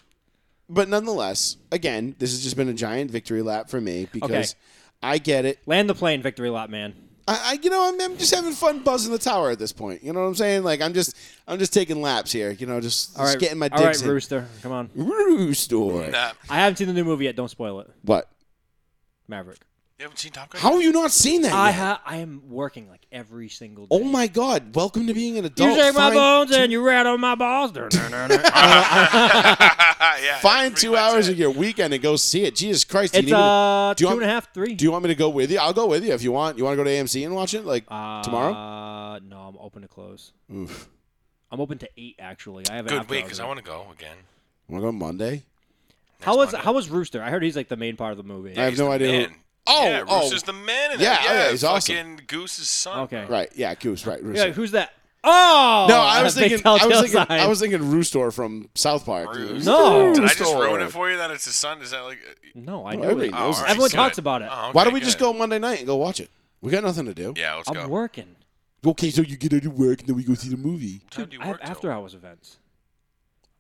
But nonetheless, again, this has just been a giant victory lap for me because Okay. I get it. Land the plane, victory lap, man. I, I you know, I'm, I'm just having fun buzzing the tower at this point. You know what I'm saying? Like I'm just I'm just taking laps here. You know, just, All just right, getting my all right, dicks in. rooster, come on. Rooster. Nah. I haven't seen the new movie yet. Don't spoil it, What? Maverick. You haven't seen Top Gun? How have you not seen that? I yet? ha- I am working like every single day. oh my God! Welcome to being an You adult. shake my Fine- bones and you rat on my balls. yeah. Find pretty two much hours it. of your weekend and go see it. Jesus Christ! do you It's need me to- uh do you two want- and a half, three. do you want me to go with you? I'll go with you if you want. You want to go to AMC and watch it like uh, tomorrow? No, I'm open to close. I'm open to eight actually. I have an Good after wait, hours because I now. want to go again. Want to go Monday? How was how was Rooster? I heard he's like the main part of the movie. I have no idea. Man. Who, oh, yeah, oh, Rooster's the man. In Yeah, that. oh, yeah, yeah, he's awesome. fucking Goose's son. Okay. right. Yeah, Goose. Right. Rooster. Yeah, who's that? Oh, No, I was that big thinking. I was telltale thinking. sign. I was thinking Roostor from South Park. Rooster. No. Did I Rooster. just ruin it for you that it's his son? Is that like? uh, oh, no, I No, know. everybody it. knows all right, Everyone good. talks about it. Oh, okay, Why don't we just good. go Monday night and go watch it? We got nothing to do. Yeah, let's I'm go. working. Okay, so you get out of work and then we go see the movie. What time do you I have work till? after hours events.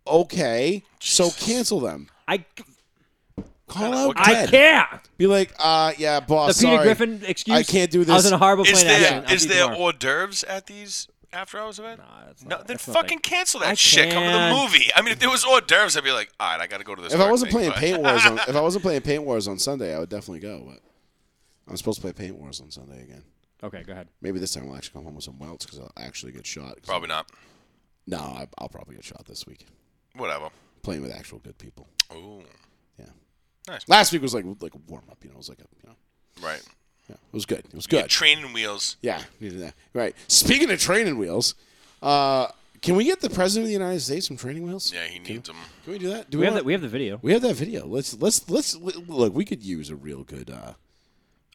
Okay, so cancel them. I Call out okay. I Ted. can't. Be like, uh, yeah, The boss. Peter sorry. Griffin excuse. I can't do I was this. in a horrible Is plane there accident. I'll is see you there tomorrow. hors d'oeuvres at these after hours events? Nah, it's No, not- then it's not fucking cancel that I shit. Come to the can't. movie. I mean, if there was hors d'oeuvres, I'd be like, all right, I got to go to this. If I work wasn't thing, playing but- Paint Wars, on, if I wasn't playing Paint Wars on Sunday, I would definitely go. But I'm supposed to play Paint Wars on Sunday again. that. Okay, go ahead. Maybe this time I'll actually come home with some welts because I'll actually get shot. 'Cause- probably not. No, I, I'll probably get shot this week. Whatever. Playing with actual good people. Ooh, Yeah. Nice. Last week was like like a warm up. You know, it was like a you know, right. yeah, it was good. It was good. Training wheels. Yeah, needed that. Right. Speaking of training wheels, uh, can we get the president of the United States some training wheels? Yeah, he needs them. Can we do that? Do We have want- the, we have the video. we have that video. Let's let's let's look. We could use a real good. Uh,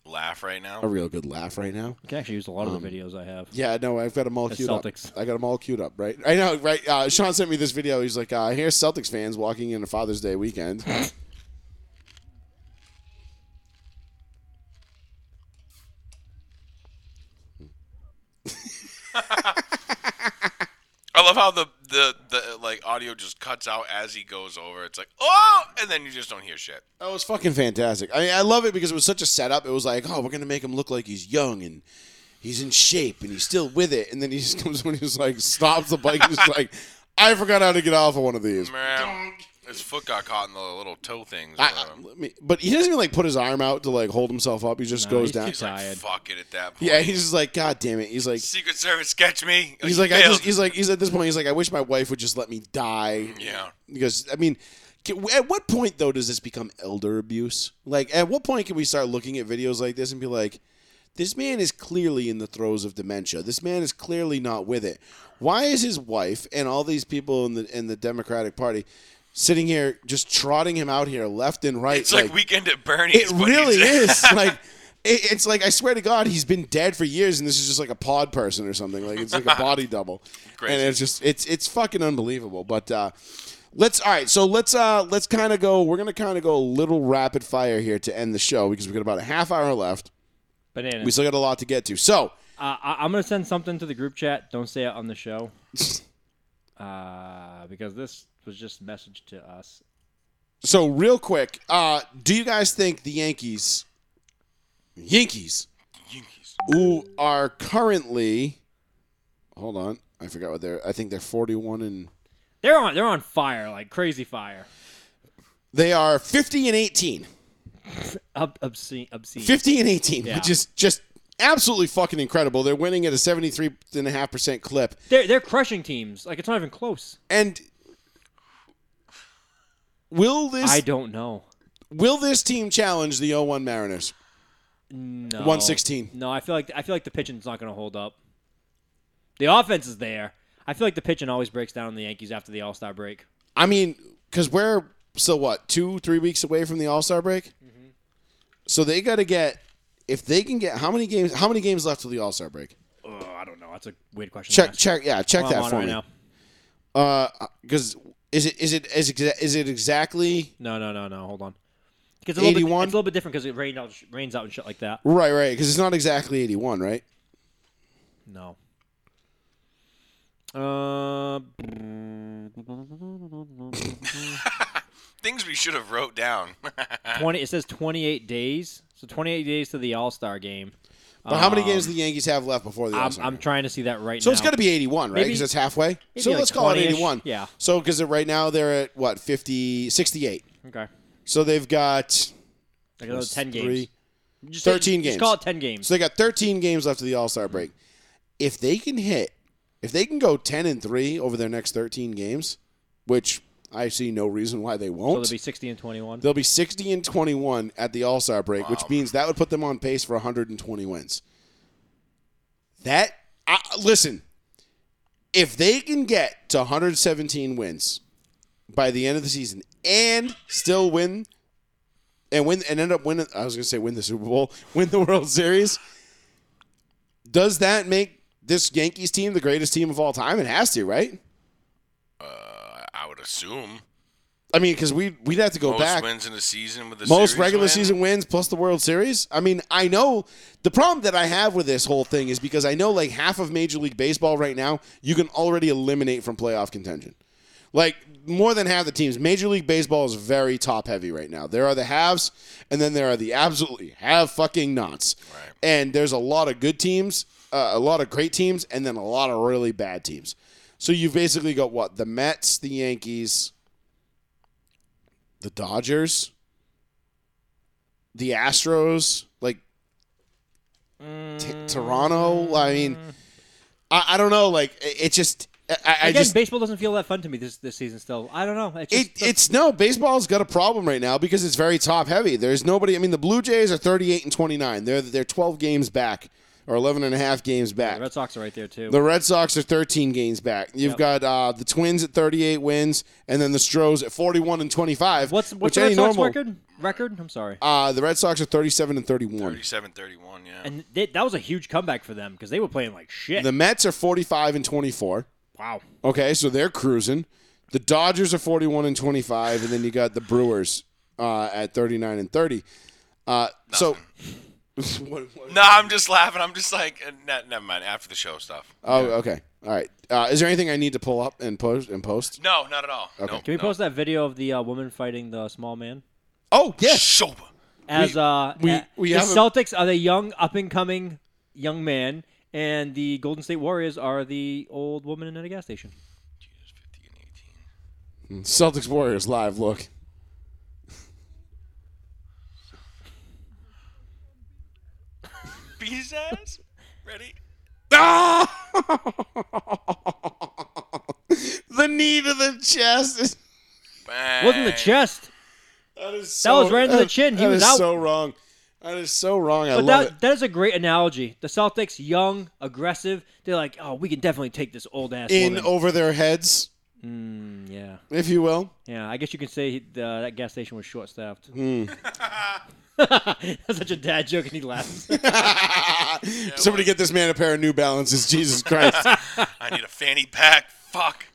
laugh right now. A real good laugh right now. You can actually use a lot of Um, the videos I have. Yeah, no, I've got them all The queued Celtics. up. I got them all queued up, right? I know, right? Uh, Sean sent me this video. He's like, uh, I hear Celtics fans walking in a Father's Day weekend. I love how the, the the like audio just cuts out as he goes over. It's like oh, and then you just don't hear shit. That was fucking fantastic. I mean, I love it because it was such a setup. It was like, oh, we're gonna make him look like he's young and he's in shape and he's still with it. And then he just comes when he's like stops the bike and just like, I forgot how to get off of one of these. Meow. His foot got caught in the little toe things. or I- I- whatever. let me- but he doesn't even like put his arm out to like hold himself up. He just No, goes he's down. too He's like, tired. fuck it at that point. Yeah, he's just like, God damn it. He's like, Secret Service, catch me. he's you like, I failed. just, he's like, he's at this point, he's like, I wish my wife would just let me die. yeah. because I mean, can, at what point though does this become elder abuse? Like, at what point can we start looking at videos like this and be like, this man is clearly in the throes of dementia. This man is clearly not with it. Why is his wife and all these people in the in the Democratic Party sitting here just trotting him out here left and right? It's like, Weekend at Bernie's. it but really he's- is like. it- It's like I swear to God, he's been dead for years, and this is just like a pod person or something. Like it's like a body double, Crazy. and it's just it's it's fucking unbelievable. But uh, let's all right, so let's uh let's kind of go. We're gonna kind of go a little rapid fire here to end the show because we have got about a half hour left. Banana. We still got a lot to get to. So Uh, I, I'm gonna send something to the group chat. Don't say it on the show, uh, because this was just a message to us. so real quick, uh, do you guys think the Yankees, Yankees, Yankees. who are currently, hold on, I forgot what they're. I think they're forty-one and. They're on. They're on fire, like crazy fire. They are 50 and 18. Ob- obscene. Obscene. 50 and 18, Yeah. which is just absolutely fucking incredible. They're winning at a 73.5% clip. They're they're crushing teams. Like it's not even close. And will this I don't know. will this team challenge the 01 Mariners? No. 116. No, I feel like I feel like the pitching's not gonna hold up. The offense is there. I feel like the pitching always breaks down in the Yankees after the All Star break. I mean, cuz we're still what, 2 3 weeks away from the All-Star break? Mm-hmm. So they got to get if they can get how many games how many games left till the All-Star break? Oh, I don't know. That's a weird question. to Check ask. check yeah, check Well, I'm that on for right me. now. Cuz is it is it is it, is it exactly No, no, no, no. Hold on. It's a little bit, it's a 81? little bit different because it rained out, rains out and shit like that. Right, right, because it's not exactly 81, right? No. Uh, Things we should have wrote down. twenty. It says twenty-eight days. So twenty-eight days to the All Star game. But how many games do the Yankees have left before the Um, I'm, All-Star? I'm trying to see that right so now. it's got to be 81, right? Maybe- Because it's halfway. So like let's call it 20-ish. 81. Yeah. So because right now they're at what 50, 68. okay. So they've got Like another ten games. three, Just- 13 just games. call it ten games. so they got 13 games left of the All Star break. If they can hit, if they can go 10 and three over their next 13 games, which I see no reason why they so won't. they'll be sixty and twenty-one. They'll be 60 and 21 at the All Star break, which means that would put them on pace for 120 wins. That, I, listen, if they can get to 117 wins by the end of the season and still win and win and end up winning, I was going to say win the Super Bowl, win the World Series, does that make this Yankees team the greatest team of all time? It has to, right? Uh, I would assume I mean, because we, we'd have to go most back. wins in a season with the most series regular win. season wins plus the World Series. I mean, I know the problem that I have with this whole thing is because I know like half of Major League Baseball right now you can already eliminate from playoff contention. Like more than half the teams, Major League Baseball is very top heavy right now. There are the haves, and then there are the absolutely have fucking nots. Right. And there's a lot of good teams, uh, a lot of great teams, and then a lot of really bad teams. So you've basically got what the Mets, the Yankees, the Dodgers, the Astros, like t- Mm. Toronto. I mean, I, I don't know. Like it, it just, I, I I Again, just. baseball doesn't feel that fun to me this this season. Still, I don't know. It It, just, it's no baseball's got a problem right now because it's very top heavy. There's nobody. I mean, the Blue Jays are 38 and 29. They're they're 12 games back or 11 and a half games back. The Red Sox are right there too. The Red Sox are 13 games back. You've got uh, the Twins at 38 wins, and then the Stros at 41 and 25. what's which what's the any Red Sox normal- record? Record? I'm sorry. Uh, the Red Sox are 37 and 31. 37 31, yeah. And they, that was a huge comeback for them because they were playing like shit. The Mets are 45 and 24. wow. Okay, so they're cruising. The Dodgers are 41 and 25, and then you got the Brewers uh, at 39 and 30. Uh, so, what, what- No, I'm just laughing. I'm just like, uh, ne- never mind. After the show stuff. oh, okay, all right. Uh, is there anything I need to pull up and post and post? No, not at all. Okay. No, Can we no. post that video of the uh, woman fighting the small man? Oh yes, Sober. As uh, we- a- we the have a- Celtics are the young up and coming young man, and the Golden State Warriors are the old woman at a gas station. Celtics Warriors live. Look, Beat his ass. Ready? the knee to the chest. Bang. Wasn't the chest, That is so, was right into the chin. He that was is out. so wrong. That is so wrong. I but love it. that, that is a great analogy. The Celtics, young, aggressive, they're like, oh, we can definitely take this old ass In woman. over their heads, yeah, if you will. yeah. I guess you could say he, the, that gas station was short staffed. Hmm. That's such a dad joke, and he laughs. Somebody get this man a pair of New Balances. Jesus Christ. I need a fanny pack. Fuck.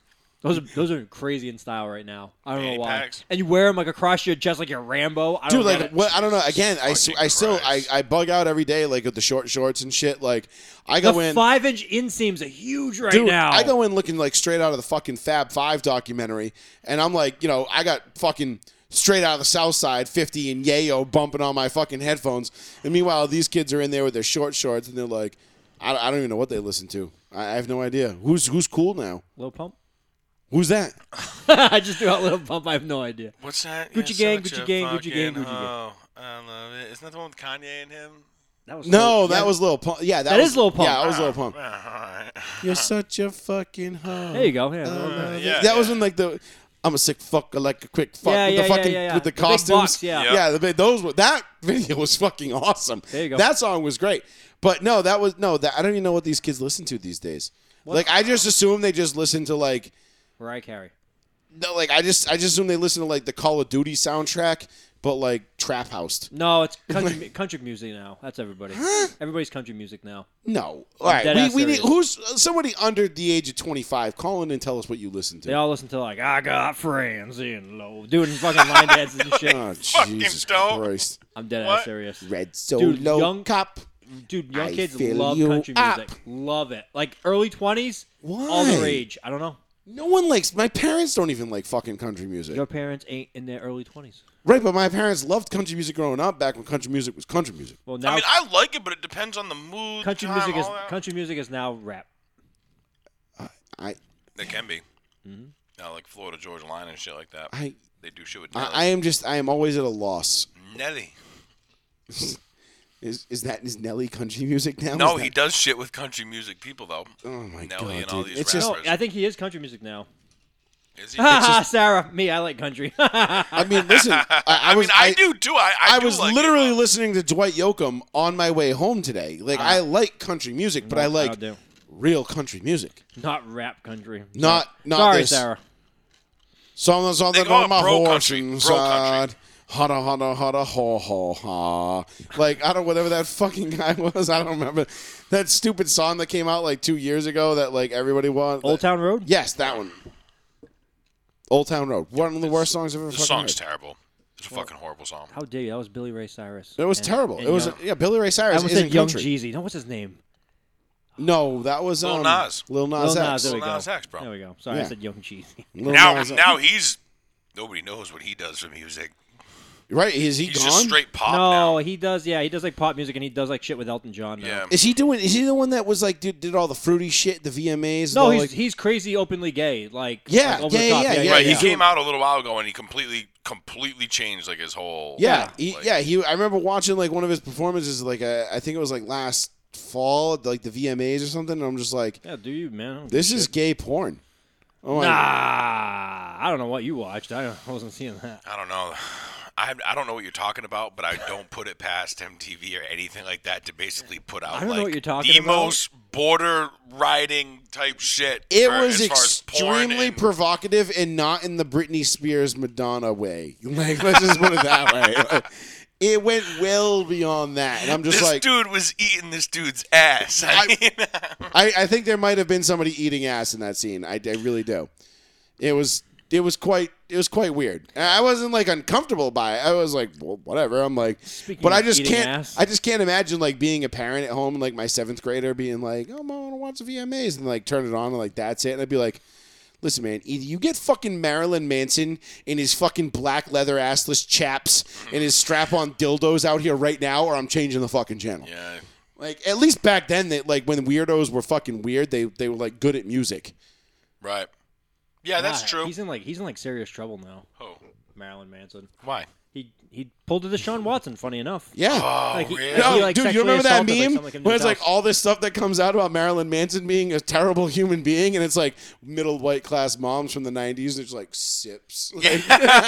Those are, those are crazy in style right now. I don't know Fanny why. packs. And you wear them like across your chest like you're Rambo. I don't Dude, like, get it. what, I don't know. Again, I, s- I still, I, Christ. I bug out every day, like, with the short shorts and shit. Like, I go the in. five inch inseams are huge right Dude, now. I go in looking like straight out of the fucking Fab Five documentary, and I'm like, you know, I got fucking straight out of the South Side 50 and Yayo bumping on my fucking headphones. And meanwhile, these kids are in there with their short shorts, and they're like, I, I don't even know what they listen to. I, I have no idea. Who's who's cool now? Little pump. Who's that? I just threw out little pump. I have no idea. What's that? Gucci You're gang, such Gucci a gang, Gucci gang, Gucci gang. fucking hoe. I love it. Isn't that the one with Kanye and him? That was No, that was Lil Pump. Yeah, that, That was, is Lil Pump. Yeah, that was Lil Pump. All right. You're such a fucking hoe. There you go. Yeah. yeah, that was yeah. when like the I'm a sick fuck, I like a quick fuck Yeah, with yeah, the yeah, fucking yeah, yeah. with the The big box, costumes. yeah. Yep. yeah, the big those were that video was fucking awesome. There you go. That song was great, but no, that was no. That I don't even know what these kids listen to these days. Like I just assume they just listen to like Mariah Carey. no, like I just I just assume they listen to like the Call of Duty soundtrack, but like trap housed. No, it's country, mu- country music now. That's everybody. Everybody's country music now. No, all right, dead we, ass we need serious. who's uh, somebody under the age of twenty five. Call in and tell us what you listen to. They all listen to like I got friends in low, doing fucking line dances and shit. oh fucking Jesus don't. Christ! I'm dead ass What? serious. Red Solo young- Cop. Dude, young I kids fill love you country up. music. Love it. Like early twenties, all Why? the rage. I don't know. No one likes. My parents don't even like fucking country music. Your parents ain't in their early twenties. Right, but my parents loved country music growing up. Back when country music was country music. Well, now I mean, I like it, but it depends on the mood. country time, music is all that. country music is now rap. I, It can be. Now, like Florida Georgia Line and shit like that. Mm-hmm. I, they do shit with Nelly. I, I am just. I am always at a loss. Nelly. Is is that is Nelly country music now? No, Is he that- does shit with country music people though. Oh my Nelly god, and all dude. these it's just. No, rappers. I think he is country music now. Is he? Ha I ha, Sarah. Me, I like country. I mean, listen. I, I was. mean, I, do too. I I, I do was like it, literally though. Uh-huh. listening to Dwight Yoakam on my way home today. Like, I like country music, but I like do. real country music. not rap country. Not, not Sorry, this. Sarah. Something, something They go on up my bro horse country, bro country. inside. Hotta, hotta, hotta, haw, haw, haw. Like, I don't whatever that fucking guy was. I don't remember. That stupid song that came out like two years ago that like everybody wanted. Old Town Road. Yes, that one. Old Town Road. One of the worst songs I've ever The fucking song's heard. terrible. It's a fucking horrible song. How dare you? That was Billy Ray Cyrus. It was And- terrible. and It was Young, yeah. Billy Ray I Cyrus almost said isn't Young country. Jeezy. No, what's his name? No, that was Lil um, Nas. Lil Nas Lil X. Nas, there we Lil go. Nas X, bro. There we go. Sorry, Yeah. I said Young Jeezy. Lil Now, Nas X. now he's nobody knows what he does for music. right? Is he He's gone? just straight pop no, now. he does. Yeah, he does like pop music and he does like shit with Elton John. Now. Yeah. Is he doing? Is he the one that was like did, did all the fruity shit, the VMAs? No, all, he's like, he's crazy, openly gay. Like Yeah, like, over the yeah, top. yeah, yeah, right, yeah. he came out a little while ago and he completely, completely changed like his whole. Yeah, like, he, yeah. He, I remember watching like one of his performances. Like uh, I think it was like last fall, like the VMAs or something. And I'm just like, Yeah, do you man? I don't this is gay porn. Oh, I- Nah, I don't know what you watched. I, I wasn't seeing that. I don't know. I I, I don't know what you're talking about, but I don't put it past MTV or anything like that to basically put out I don't know like what you're talking the about. most border riding type shit. It for- was as far as porn extremely and- provocative and not in the Britney Spears Madonna way. Like, let's just put it that way. Like, it went well beyond that, and I'm just this like, dude was eating this dude's ass. I, I- mean, I, I think there might have been somebody eating ass in that scene. I, I really do. It was it was quite it was quite weird. And I wasn't like uncomfortable by it. I was like, well, whatever. I'm like, but of I just eating can't. ass. I just can't imagine like being a parent at home and like my seventh grader being like, oh, mom, I want to watch the VMAs and like turn it on and like that's it. And I'd be like. Listen, man. Either you get fucking Marilyn Manson in his fucking black leather assless chaps and his strap-on dildos out here right now, or I'm changing the fucking channel. yeah. Like at least back then, they like when weirdos were fucking weird, they they were like good at music. Right. Yeah, that's Nah, true. He's in like he's in like serious trouble now. Oh, Marilyn Manson. why? He he pulled it to Sean Watson. Funny enough. Yeah. Oh, Like, he- really? No, he, like, dude, you sexually remember that assaulted, like, meme someone like in where his it's like house. all this stuff that comes out about Marilyn Manson being a terrible human being, and it's like middle white class moms from the '90s. It's like sips. Like,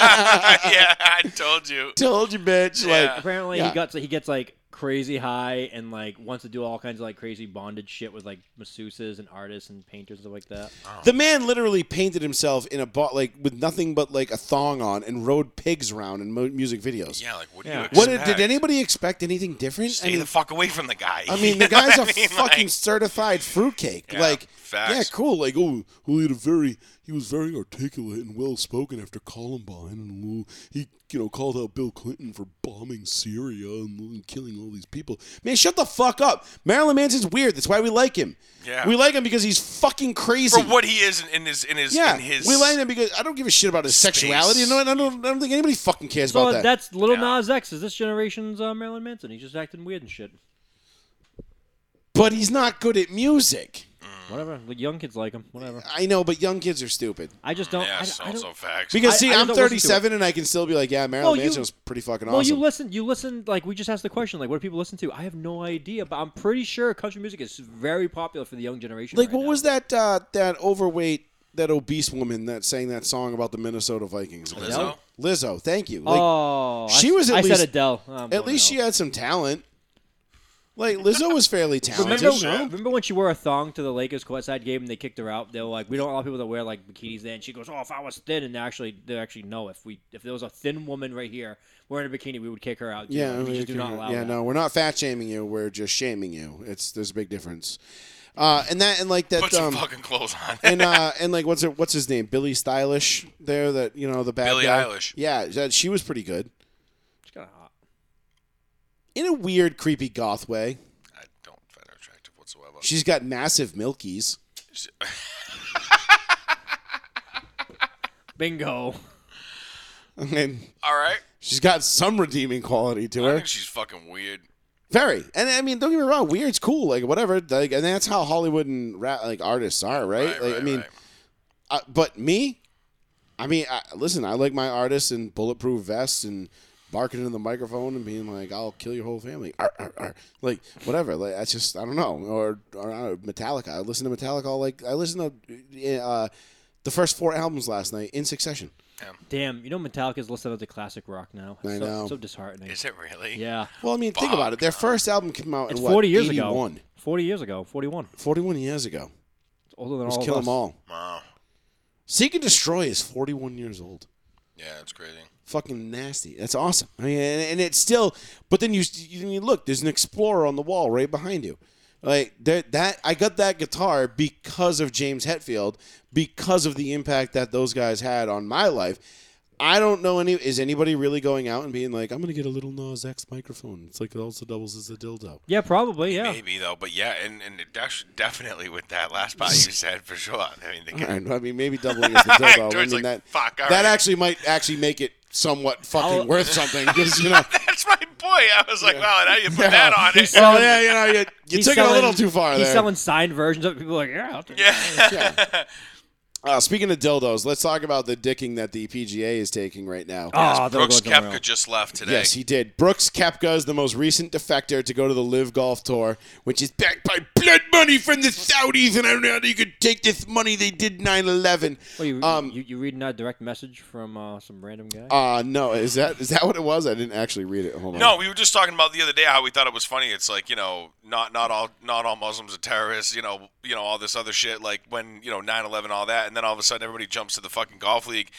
yeah, I told you. Told you, bitch. Yeah. Like Apparently, Yeah. he got he gets like crazy high and like wants to do all kinds of like crazy bondage shit with like masseuses and artists and painters and stuff like that. the man literally painted himself in a bot like with nothing but like a thong on and rode pigs around in mo- music videos. Yeah, like what do Yeah. you What expect? did, did anybody expect anything different? Stay I mean, the fuck away from the guy. I You mean, the know what guy's a I mean? fucking Like, certified fruitcake. Yeah, like, facts. yeah, cool. Like, oh, well, he had a very, he was very articulate and well spoken after Columbine, and oh, he, you know, called out Bill Clinton for bombing Syria and, oh, killing all these people. Man, shut the fuck up. Marilyn Manson's weird. That's why we like him. Yeah. we like him because he's fucking crazy. for what he is in, in his in his yeah, in his we like him because I don't give a shit about his Space. sexuality. No, I don't, I don't think anybody fucking cares So about that. that's little Yeah. Nas X is this generation's uh, Marilyn Manson. He's just acting weird and shit. But he's not good at music. Whatever. The young kids like him. Whatever. I know, but young kids are stupid. I just don't. Yeah, I, it's I don't also facts. Because I- see, I I just am don't listen to 37 and I can still be like, yeah, Marilyn Well, you- Manson was pretty fucking Well, you awesome. listen. You listen. Like we just asked the question. Like, what do people listen to? I have no idea, but I'm pretty sure country music is very popular for the young generation. like, right what now. was that? Uh, that overweight, that obese woman that sang that song about the Minnesota Vikings. Lizzo? Lizzo, thank you. Like, oh, she I, was at I least- said Adele. Oh, I'm at going least she out. had some talent. Like Lizzo was fairly talented. Remember, remember when she wore a thong to the Lakers courtside game and they kicked her out? They were like, "We don't allow people to wear like bikinis." There, and she goes, "Oh, if I was thin," and actually, they actually no. If we, if there was a thin woman right here wearing a bikini, we would kick her out. too. yeah, we we just do can- not allow yeah, that. no, we're not fat shaming you. We're just shaming you. It's there's a big difference. Uh, and that and like that. Put um, some fucking clothes on. and uh, and like what's her, what's his name? Billy Stylish. There, that you know the bad Billie guy. Eilish. Yeah, that, she was pretty good. It's kind of hot. in a weird, creepy goth way. I don't find her attractive whatsoever. She's got massive milkies. Bingo. I mean, All right, she's got some redeeming quality to I her. think she's fucking weird. Very, and I mean, don't get me wrong, weird's cool, like whatever. Like, and that's how Hollywood and rap, like artists are, right? Right, like, I right, mean, right. uh, but me, I mean, I, listen, I like my artists in bulletproof vests and barking into the microphone and being like, "I'll kill your whole family," Arr, arr, arr. like whatever. Like that's just I don't know. Or, or I don't know, Metallica. I listen to Metallica. all Like I listened to uh, the first four albums last night in succession. Damn, you know Metallica's listening to classic rock now. It's I so, know. So disheartening. Is it really? yeah. Well, I mean, think about it. Their first album came out It's in what, 40 years 81? ago. 40 years ago. 41. 41 years ago. It's older than Let's all kill of us. them all. Wow. Seek and Destroy is 41 years old. Yeah, it's crazy. Fucking nasty. That's awesome. I mean, and, and it's still. But then you, you you look. There's an Explorer on the wall right behind you. Like that, that I got that guitar because of James Hetfield, because of the impact that those guys had on my life. I don't know any. Is anybody really going out and being like, "I'm gonna get a little Nas X microphone"? It's like it also doubles as a dildo. Yeah, probably. Yeah. Maybe though, but yeah, and and it def- definitely with that last part you said for sure. I mean, they All can, right, I mean, maybe doubling is the dildo. I George's mean, like, that "Fuck, all that right." actually might actually make it somewhat fucking I'll- worth something because you know. that's my point. I was like, wow, now you put that on it. selling- well, yeah, you know, you, you He's took it a selling- little too far He's there. selling signed versions of it. People are like, yeah. I'll take it." Yeah. Uh, speaking of dildos, let's talk about the dicking that the PGA is taking right now. Oh, I thought we were Brooks going somewhere Kepka else. just left today. Yes, he did. Brooks Kepka is the most recent defector to go to the Live Golf Tour, which is backed by blood money from the Saudis, and I don't know how you could take this money. They did 9/11. What, you, Um, you, you reading that direct message from uh, some random guy? Uh, no, is that is that what it was? I didn't actually read it. Hold on. No, we were just talking about the other day how we thought it was funny. It's like you know, not not all not all Muslims are terrorists. You know, you know all this other shit. Like when you know 9/11, all that, and then all of a sudden everybody jumps to the fucking golf league,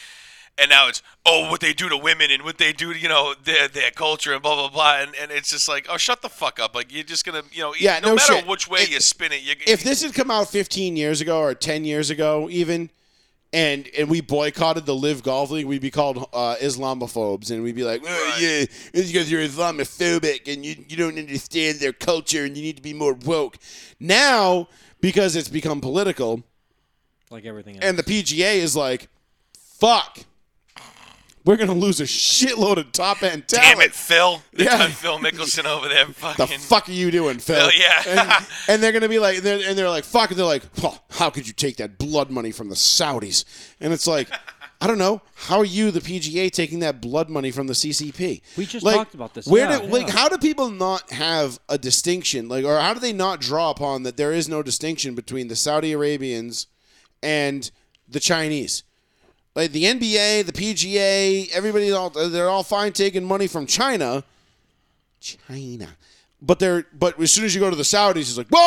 and now it's oh what they do to women and what they do to you know their their culture and blah blah blah, and, and it's just like oh shut the fuck up. Like you're just gonna you know Yeah, no, no matter shit. which way If- you spin it, you if this had come out 15 years ago or 10 years ago even and and we boycotted the live golf league we'd be called uh, islamophobes and we'd be like well, Right. yeah it's because you're islamophobic and you, you don't understand their culture and you need to be more woke now because it's become political like everything else. and the pga is like fuck we're gonna lose a shitload of top end talent damn it, Phil, they Yeah. got Phil Mickelson over there the fucking fuck are you doing, Phil? Phil, yeah. and, and they're gonna be like, they're, and they're like, fuck. And they're like, "Huh, how could you take that blood money from the Saudis? And it's like, I don't know. How are you, the PGA, taking that blood money from the CCP? We just Like, talked about this. Where Yeah, do, like, yeah. how do people not have a distinction? Like, or how do they not draw upon that there is no distinction between the Saudi Arabians and the Chinese? Like the NBA, the PGA, everybody's all they're all fine taking money from China. China. But they're but as soon as you go to the Saudis, it's like whoa,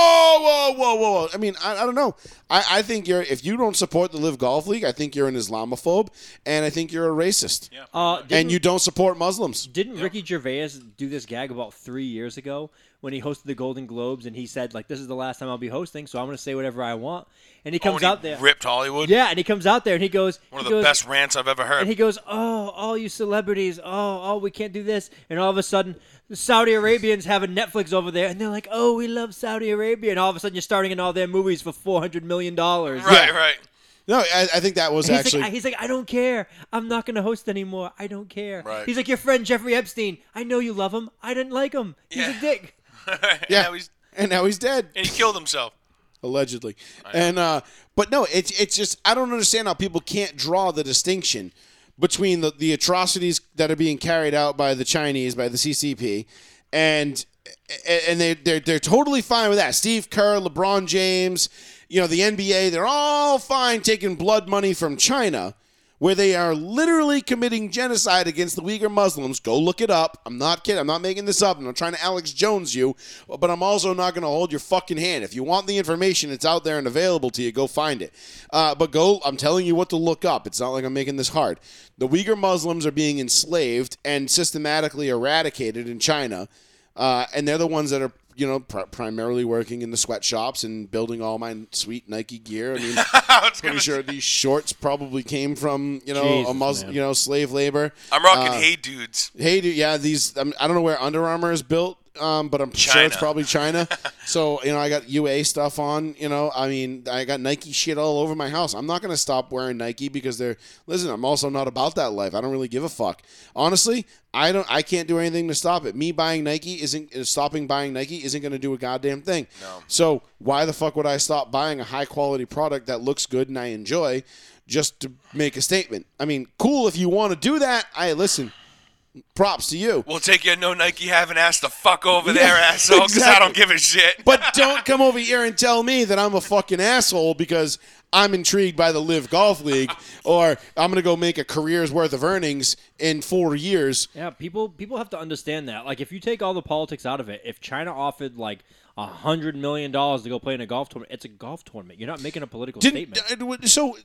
whoa, whoa, whoa. whoa. I mean, I, I don't know. I, I think you're if you don't support the Live Golf League, I think you're an Islamophobe, and I think you're a racist, uh, didn't, and you don't support Muslims. didn't Ricky Gervais do this gag about three years ago when he hosted the Golden Globes and he said like, "This is the last time I'll be hosting, so I'm going to say whatever I want." And he Oh, and comes he out there, ripped Hollywood. yeah, and he comes out there and he goes, One of he the goes- best rants I've ever heard. And he goes, "Oh, all you celebrities! Oh, oh, we can't do this!" And all of a sudden, the Saudi Arabians have a Netflix over there, and they're like, "Oh, we love Saudi Arabia!" And all of a sudden, you're starting in all their movies for four hundred million dollars. right, right. No, I, I think that was He's actually. like, he's like, I don't care. I'm not going to host anymore. I don't care. Right. He's like your friend Jeffrey Epstein. I know you love him. I didn't like him. He's Yeah. a dick. yeah, yeah, now he's, and now he's dead. and he killed himself. allegedly. And uh, but no, it's it's just I don't understand how people can't draw the distinction between the, the atrocities that are being carried out by the Chinese by the CCP, and and they they're, they're totally fine with that. Steve Kerr, LeBron James, you know the NBA, they're all fine taking blood money from China. Where they are literally committing genocide against the Uyghur Muslims. Go look it up. I'm not kidding. I'm not making this up. I'm not trying to Alex Jones you, but I'm also not going to hold your fucking hand. If you want the information, it's out there and available to you. Go find it. Uh, but go, I'm telling you what to look up. It's not like I'm making this hard. The Uyghur Muslims are being enslaved and systematically eradicated in China, uh, and they're the ones that are. You know, pr- primarily working in the sweatshops and building all my sweet Nike gear. I mean, I was pretty gonna sure these shorts probably came from you know a Jesus, Muslim, man. you know, slave labor. I'm rocking Uh, Hey Dudes. Hey, dude, yeah, these I'm, I don't know where Under Armour is built, um, but I'm sure it's China. probably China. so you know, I got UA stuff on. You know, I mean, I got Nike shit all over my house. I'm not gonna stop wearing Nike because they're listen. I'm also not about that life. I don't really give a fuck. Honestly, I don't. I can't do anything to stop it. Me buying Nike isn't uh, stopping buying Nike isn't gonna do a goddamn thing. No. So why the fuck would I stop buying a high quality product that looks good and I enjoy? Just to make a statement. I mean, cool if you want to do that. I listen. Props to you. We'll take your no Nike having ass the fuck over Yeah, their asshole because I exactly. don't give a shit. But don't come over here and tell me that I'm a fucking asshole because I'm intrigued by the Live Golf League or I'm going to go make a career's worth of earnings in four years. Yeah, people people have to understand that. Like, if you take all the politics out of it, if China offered like a hundred million dollars to go play in a golf tournament, it's a golf tournament. You're not making a political Didn't, statement. uh, so,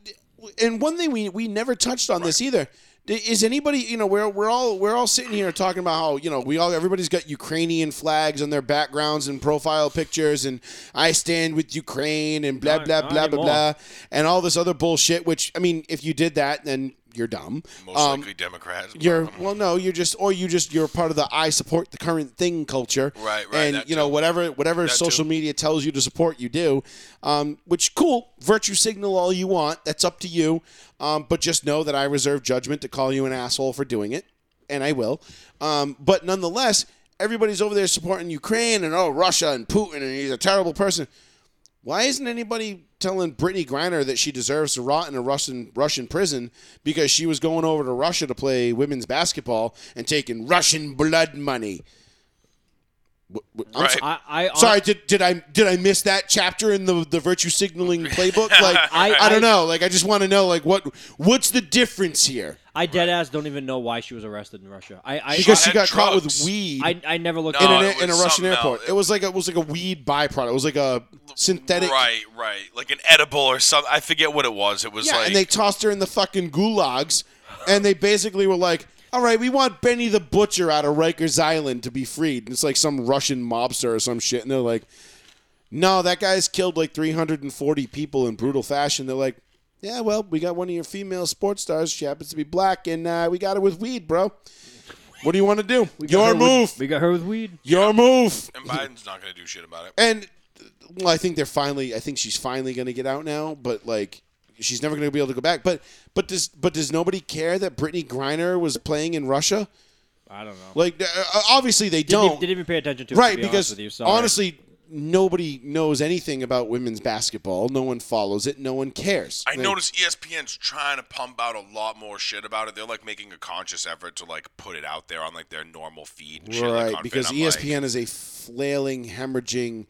and one thing we, we never touched on this either. Is anybody you know we're, we're all we're all sitting here talking about how you know we all everybody's got Ukrainian flags on their backgrounds and profile pictures and I stand with Ukraine and blah Not- blah not blah blah anymore. blah and all this other bullshit. Which I mean, if you did that, then you're dumb. Most Um, likely Democrats. but- You're well, no, you're just or you just you're part of the I support the current thing culture, Right, right, And that you know too. whatever whatever That social too. media tells you to support, you do. Um, which cool, virtue signal all you want. That's up to you. Um, but just know that I reserve judgment to call you an asshole for doing it, and I will. Um, but nonetheless, everybody's over there supporting Ukraine and oh Russia and Putin and he's a terrible person Why isn't anybody telling Brittany Griner that she deserves to rot in a Russian Russian prison because she was going over to Russia to play women's basketball and taking Russian blood money? Wh- wh- I'm Right. so- I, I Sorry, did, did I did I miss that chapter in the the virtue signaling playbook? Like I, I- don't I- know. Like I just want to know like what what's the difference here? I dead ass don't even know why she was arrested in Russia. I I Because she had got caught with drugs. weed I, I never looked. in, No, an, it in a was Russian something airport. else. It was like a, it was like a weed byproduct. It was like a synthetic. Right, right. Like an edible or something. I forget what it was. It was Yeah, like and they tossed her in the fucking gulags, and they basically were like, "All right, we want Benny the Butcher out of Rikers Island to be freed." And it's like some Russian mobster or some shit, and they're like, "No, that guy's killed like 340 people in brutal fashion." They're like, "Yeah, well, we got one of your female sports stars. She happens to be black, and uh, we got her with weed, bro. What do you want to do? Your move. We got her with weed. Your move." and Biden's not going to do shit about it. And well, I think they're finally. I think she's finally going to get out now, but like she's never going to be able to go back. But but does but does nobody care that Brittany Griner was playing in Russia? I don't know. Like uh, obviously they Didn't, don't. even, didn't even pay attention to it, right to be because honest with you. Sorry. honestly nobody knows anything about women's basketball. No one follows it. No one cares. I Like, noticed E ESPN's trying to pump out a lot more shit about it. They're like making a conscious effort to like put it out there on like their normal feed and shit. Right, like, on because E Vin. I'm like, ESPN is a flailing, hemorrhaging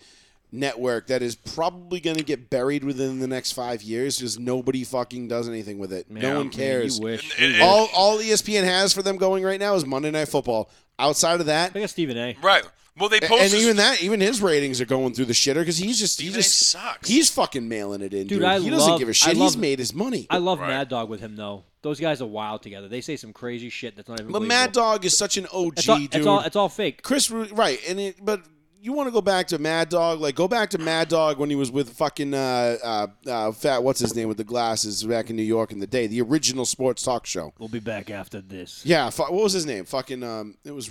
network that is probably going to get buried within the next five years because nobody fucking does anything with it. Yeah, no one man, cares. You wish. And- and- all all E ESPN has for them going right now is Monday Night Football. Outside of that, I got Stephen A. right. Well, they and posted. even that, even his ratings are going through the shitter because he's just he Stephen A just sucks. He's fucking mailing it in, dude. Dude, I he doesn't love- give a I shit. He's love- made his money. I love Right. Mad Dog with him though. Those guys are wild together. They say some crazy shit that's not even. but believable. Mad Dog is such an OG, It's all, dude. it's all it's all fake. Chris, Ru- right? And it, but you want to go back to Mad Dog? Like, go back to Mad Dog when he was with fucking uh, uh, uh, fat. What's his name with the glasses back in New York in the day? The original sports talk show. We'll be back after this. Yeah, fu- what was his name? Fucking um, it was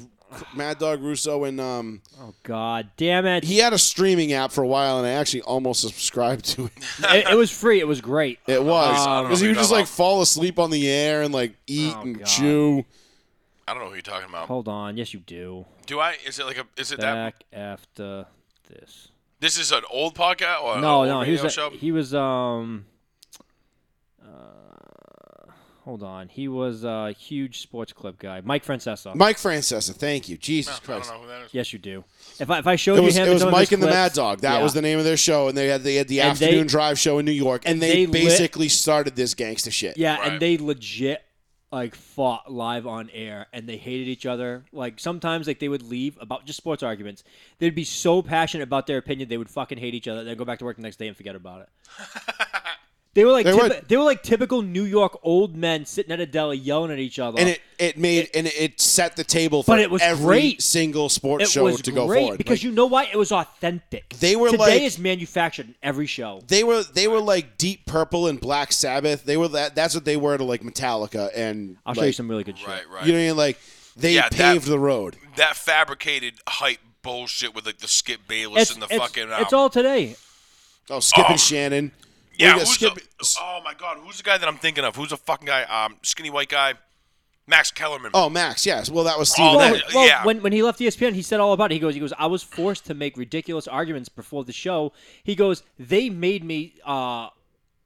Mad Dog Russo, and um, Oh God, damn it. he had a streaming app for a while, and I actually almost subscribed to it. it, it was free. It was great. It was I don't know because who he you're would just talking like about. fall asleep on the air and like eat Oh, and God. chew. I don't know who you're talking about. Uh, Hold on. Yes, you do. Do I? Is it like a? Is it that? Back after this. This is an old podcast or no, an old no. He radio was a- show? he was um. Uh, hold on. He was a huge sports clip guy. Mike Francesa. Mike Francesa, thank you, No, Jesus I don't Christ. know who that is. Yes, you do. If I if I showed It was, you him, it was some of his Mike and the Mad clips- Dog. That Yeah. was the name of their show, and they had they had the And they- afternoon drive show in New York, and, and they, they lit- basically started this gangster shit. Yeah, Right. and they legit like fought live on air and they hated each other. Like sometimes like they would leave about just sports arguments. They'd be so passionate about their opinion they would fucking hate each other. They'd go back to work the next day and forget about it. They were like They typi- would. they were like typical New York old men sitting at a deli yelling at each other. and it it made and it set the table for But it was every great. single sports It show was to great go forward because Like, you know why it was authentic. They were today like- is manufactured in every show. they were they were like Deep Purple and Black Sabbath. They were that that's what they were to like Metallica and I'll like, show you some really good shit. Right, right. You know what I mean? Like they Yeah, that- paved the road. that fabricated hype bullshit with like the Skip Bayless It's, and the it's, fucking. it's um, all today. Oh, Skip Oh. and Shannon. Yeah, We got who's Skip- the, oh my god, who's the guy that I'm thinking of? Who's the fucking guy? Um, skinny white guy, Max Kellerman. Oh, Max. Yes. Well, that was Steve. Oh, Nash. that- well, yeah. when, when he left E ESPN, he said all about it. He goes, he goes, I was forced to make ridiculous arguments before the show. He goes, they made me uh,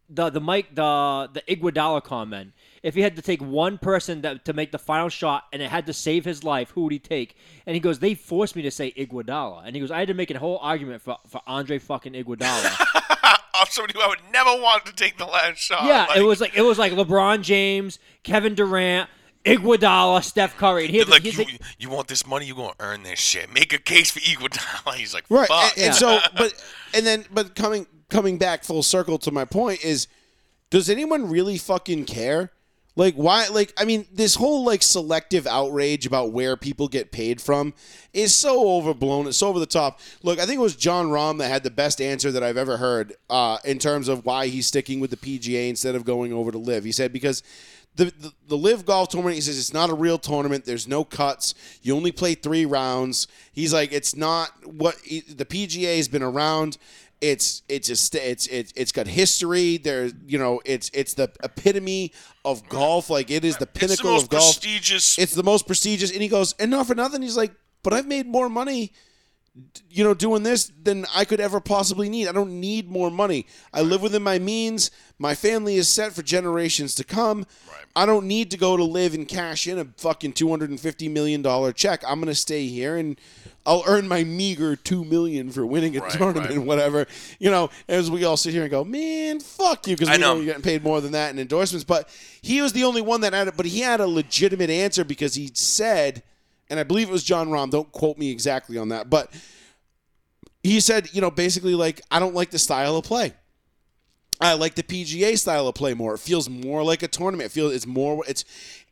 the the Mike the the Iguodala comment. If he had to take one person that, to make the final shot and it had to save his life, who would he take? And he goes, they forced me to say Iguodala. And he goes, I had to make a whole argument for, for Andre fucking Iguodala. Of somebody who I would never want to take the last Uh, shot. yeah, like, it was like it was like LeBron James, Kevin Durant, Iguodala, Steph Curry. And he had to- like he had you, to- you want this money, you gonna earn this shit. Make a case for Iguodala. He's like, Right. fuck. And, and so, but and then, but coming coming back full circle to my point is, does anyone really fucking care? Like why? Like I mean, this whole like selective outrage about where people get paid from is so overblown. It's so over the top. Look, I think it was John Rahm that had the best answer that I've ever heard uh, in terms of why he's sticking with the PGA instead of going over to Live. He said because the, the the live golf tournament he says it's not a real tournament there's no cuts you only play three rounds he's like it's not what he- the pga has been around it's it's a st- it's it's it's got history there's you know it's it's the epitome of golf like it is the pinnacle it's the most of golf prestigious. it's the most prestigious and he goes and not for nothing he's like but i've made more money you know, doing this than I could ever possibly need. I don't need more money. I live within my means. My family is set for generations to come. I don't need to go to live and cash in a fucking two hundred and fifty million dollar check. I'm gonna stay here and I'll earn my meager two million for winning a Right, tournament, right. whatever. You know, as we all sit here and go, man, fuck you, because I we know. know. you're getting paid more than that in endorsements. But he was the only one that had it. But he had a legitimate answer because he said, and I believe it was John Rahm. Don't quote me exactly on that, but he said, you know, basically like I don't like the style of play. I like the PGA style of play more. It feels more like a tournament. It feels it's more it's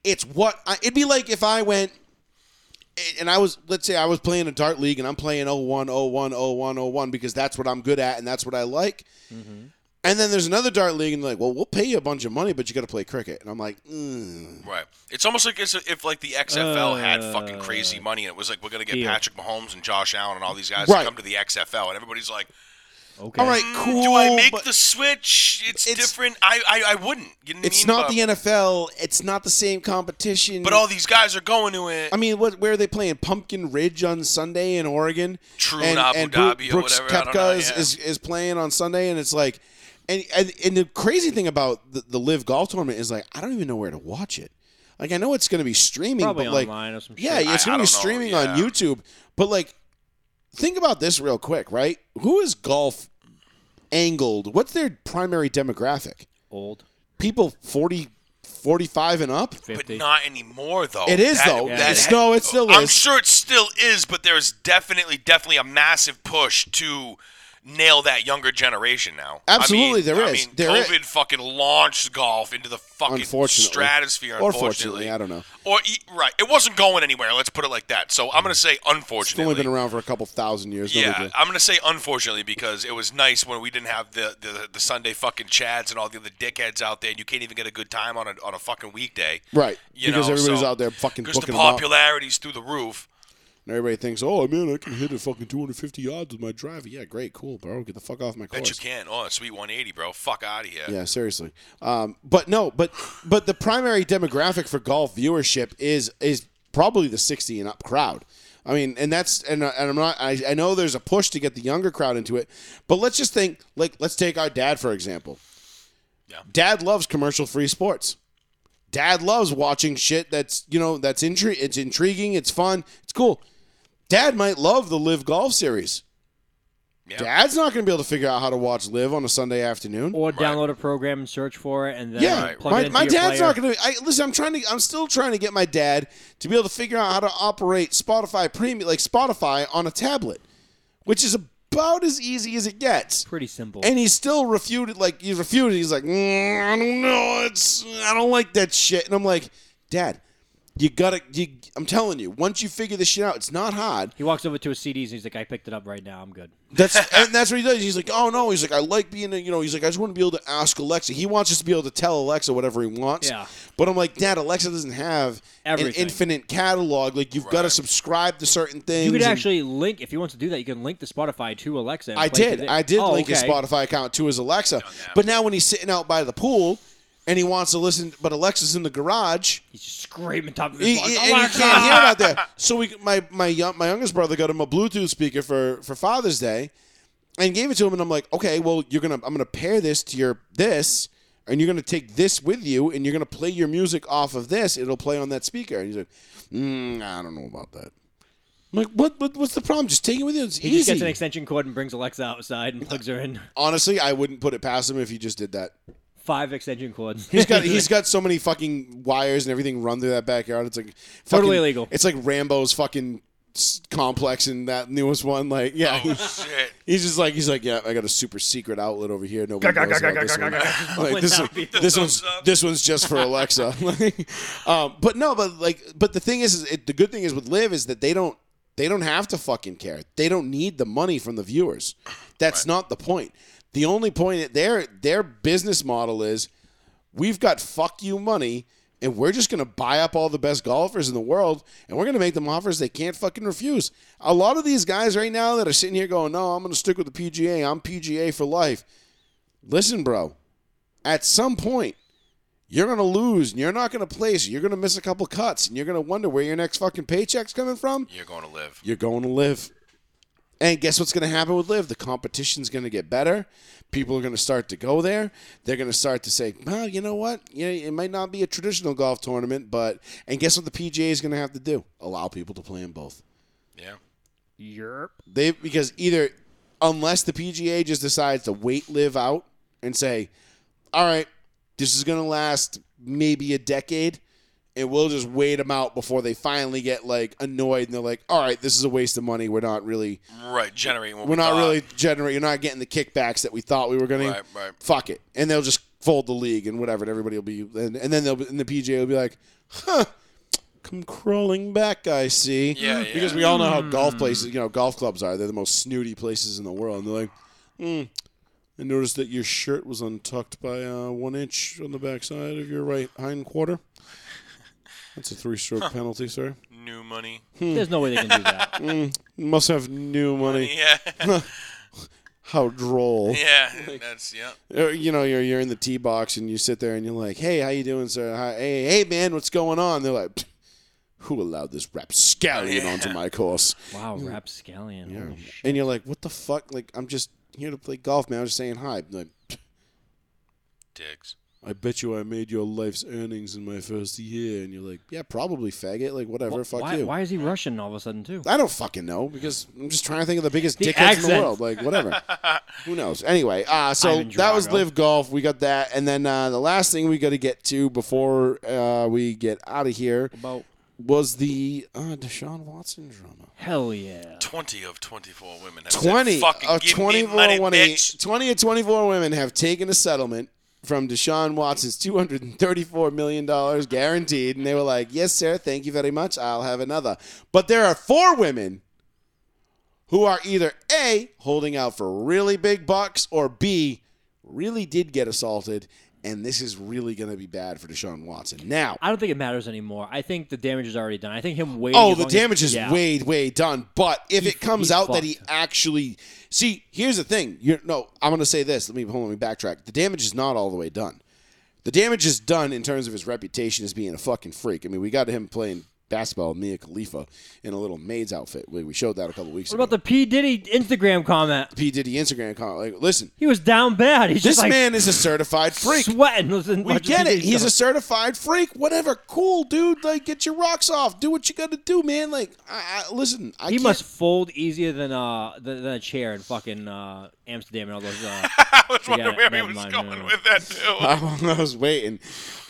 it's what I, it'd be like if I went and I was let's say I was playing a dart league and I'm playing 01 01 01 01 because that's what I'm good at and that's what I like. And then there's another dart league and they're like, "Well, we'll pay you a bunch of money, but you got to play cricket." And I'm like, mm. Right. It's almost like it's if like the XFL had fucking Uh. crazy money and it was like we're gonna get Deal. Patrick Mahomes and Josh Allen and all these guys Right. to come to the XFL and everybody's like, Okay. "All right, "Mm, cool." do I make but- the switch? It's, It's- different. I, I I wouldn't. You know what I It's mean? not but, the NFL. It's not the same competition. But all these guys are going to it. I mean, what, where are they playing? Pumpkin Ridge on Sunday in Oregon. True and, in Abu and Dhabi or Brooks whatever, I Koepka don't know, is, yeah. is is playing on Sunday, and it's like, and and, and the crazy thing about the, the Live Golf Tournament is like, I don't even know where to watch it. Like, I know it's going to be streaming, Probably but like, online or some shit. yeah, I- it's going to I be don't know, streaming on yeah. YouTube. But like, think about this real quick, right? Who is golf angled? What's their primary demographic? Old. People 40, 45 and up. 50. But not anymore, though. It is, That- though. that- It's- no, it still I'm is. sure it still is, but there's definitely, definitely a massive push to nail that younger generation now. Absolutely, I mean, there I is. mean, There is. COVID fucking launched golf into the fucking Unfortunately. stratosphere. Or Unfortunately, fortunately, I don't know. Or e- right, it wasn't going anywhere. Let's put it like that. So I'm gonna say Mm. It's unfortunately. only been around for a couple thousand years. no big Yeah, deal. I'm gonna say unfortunately because it was nice when we didn't have the, the the Sunday fucking chads and all the other dickheads out there, and you can't even get a good time on a on a fucking weekday. Right. You because know, everybody's so- out there fucking Because the booking them out. popularity's through the roof. And everybody thinks, oh, man, I can hit a fucking 250 yards with my driver. Yeah, great, cool, bro. Get the fuck off my Bet course. you can. Oh, a sweet 180, bro. Fuck out of here. Yeah, seriously. Um, but no, but but the primary demographic for golf viewership is is probably the 60 and up crowd. I mean, and that's and, I- and I'm not. I, I know there's a push to get the younger crowd into it, but let's just think. Like, let's take our dad for example. Yeah. Dad loves commercial free sports. Dad loves watching shit that's you know that's intri- It's intriguing. It's fun. It's cool. Dad might love the Live Golf Series. Yeah. Dad's not going to be able to figure out how to watch Live on a Sunday afternoon. Or download a program and search for it, and then Yeah, plug it my, into my your dad's player. not going to. I listen. I'm trying to. I'm still trying to get my dad to be able to figure out how to operate Spotify Premium, like Spotify, on a tablet, which is about as easy as it gets. Pretty simple. And he still refuted. Like he refuted. He's like, "Mm, I don't know. It's I don't like that shit. And I'm like, Dad, you gotta. You, I'm telling you, once you figure this shit out, it's not hard. he walks over to his CDs and he's like, "I picked it up right now. I'm good." That's and that's what he does. He's like, oh no. He's like, I like being, a, you know. He's like, I just want to be able to ask Alexa. He wants us to be able to tell Alexa whatever he wants. Yeah. But I'm like, Dad, Alexa doesn't have Everything. an infinite catalog. Like you've got to subscribe to certain things. You could and- actually link if you want to do that. You can link the Spotify to Alexa. and I play did. it. I did Oh, link his okay. Spotify account to his Alexa. But now when he's sitting out by the pool and he wants to listen, but Alexa's in the garage. He's just screaming top of his He, lungs, Oh, he- and you "Alexa!" can't hear it out there. So we, my my young, my youngest brother got him a Bluetooth speaker for for Father's Day, and gave it to him. And I'm like, okay, well you're gonna I'm gonna pair this to your this, and you're gonna take this with you, and you're gonna play your music off of this. It'll play on that speaker. And he's like, mm, I don't know about that. I'm like, what, what what's the problem? Just take it with you. It's He easy. just gets an extension cord and brings Alexa outside and plugs her in. Honestly, I wouldn't put it past him if he just did that. Five extension cords. He's got he's got so many fucking wires and everything run through that backyard. It's like fucking, illegal. It's like Rambo's fucking s- complex in that newest one. Like yeah, Oh, shit. he's just like he's like yeah, I got a super secret outlet over here. Nobody knows about this one. Like, this, one- Without this one's thumbs up. this one's just for Alexa. Like, um, but no, but like but the thing is, is it, the good thing is with Live is that they don't they don't have to fucking care. They don't need the money from the viewers. That's not the point. The only point that their their business model is we've got fuck you money and we're just going to buy up all the best golfers in the world and we're going to make them offers they can't fucking refuse. A lot of these guys right now that are sitting here going, "No, I'm going to stick with the PGA. I'm PGA for life." Listen, bro. At some point, you're going to lose and you're not going to place. You're going to miss a couple cuts and you're going to wonder where your next fucking paycheck's coming from. You're going to live. You're going to live. And guess what's going to happen with Live? The competition's going to get better. People are going to start to go there. They're going to start to say, well, you know what? You know, it might not be a traditional golf tournament, but. And guess what the PGA is going to have to do? Allow people to play in both. Yeah. Europe. They Because either, unless the PGA just decides to wait Live out and say, all right, this is going to last maybe a decade. And we'll just wait them out before they finally get like annoyed and they're like, all right, this is a waste of money. We're not really Right. Generating what we're we not thought. really generating. You're not getting the kickbacks that we thought we were going Right, to. right. Fuck it, and they'll just fold the league and whatever. And everybody will be, and, and then they'll be- and the PJ will be like, huh. Come crawling back, I see. Yeah, Hmm. yeah. Because we all know how golf places, you know, golf clubs are. They're the most snooty places in the world. And they're like, hmm, I noticed that your shirt was untucked by uh, one inch on the backside of your right hind quarter. That's a three-stroke penalty, sir. New money. There's no way they can do that. Mm, must have new money. Yeah. How droll. yeah. That's yeah. Or, you know, you're you're in the tee box and you sit there and you're like, "Hey, how you doing, sir? Hi, hey, hey, man, what's going on?" They're like, "Who allowed this rapscallion Yeah. onto my course?" Wow, rapscallion. Holy Oh, shit. And you're like, "What the fuck? Like, I'm just here to play golf, man. I'm just saying hi." Like, Dicks. I bet you I made your life's earnings in my first year, and you're like, "Yeah, probably, faggot. Like, whatever. Wh- fuck why, you." why is he Russian all of a sudden too? I don't fucking know because I'm just trying to think of the biggest The dickheads in the accent. world. Like whatever, who knows? Anyway, uh, so Ivan that was Drago. live golf. We got that, and then uh, the last thing we got to get to before uh, we get out of here About was the uh, Deshaun Watson drama. hell yeah. Twenty of twenty-four women. Have said, Twenty Fucking of give me 24 money, women- bitch. 20 of 24 women have taken a settlement from Deshaun Watson's $234 million guaranteed. And they were like, yes, sir, thank you very much. I'll have another. But there are four women who are either A, holding out for really big bucks, or B, really did get assaulted. And this is really going to be bad for Deshaun Watson. Now, I don't think it matters anymore. I think the damage is already done. I think him waiting. Oh, as the long damage as, is yeah. way, way done. But if He- it comes he out that he fucked. actually see, here's the thing. You're no, I'm gonna say this. Let me hold on, let me backtrack. The damage is not all the way done. The damage is done in terms of his reputation as being a fucking freak. I mean, we got him playing basketball with Mia Khalifa in a little maid's outfit. We we showed that a couple weeks What ago. about the P Diddy Instagram comment? P Diddy Instagram comment? Like, listen, He was down bad. He's this just like man is a certified freak. sweating. Listen, We get it. He's a certified freak. Whatever. Cool, dude. Like, get your rocks off. Do what you gotta do, man. Like, I, I, listen. I he can't- must fold easier than uh than, than a chair in fucking uh, Amsterdam and all those. Uh, I was wondering Yeah, where he never was mind, going no, no. with that too. I was waiting.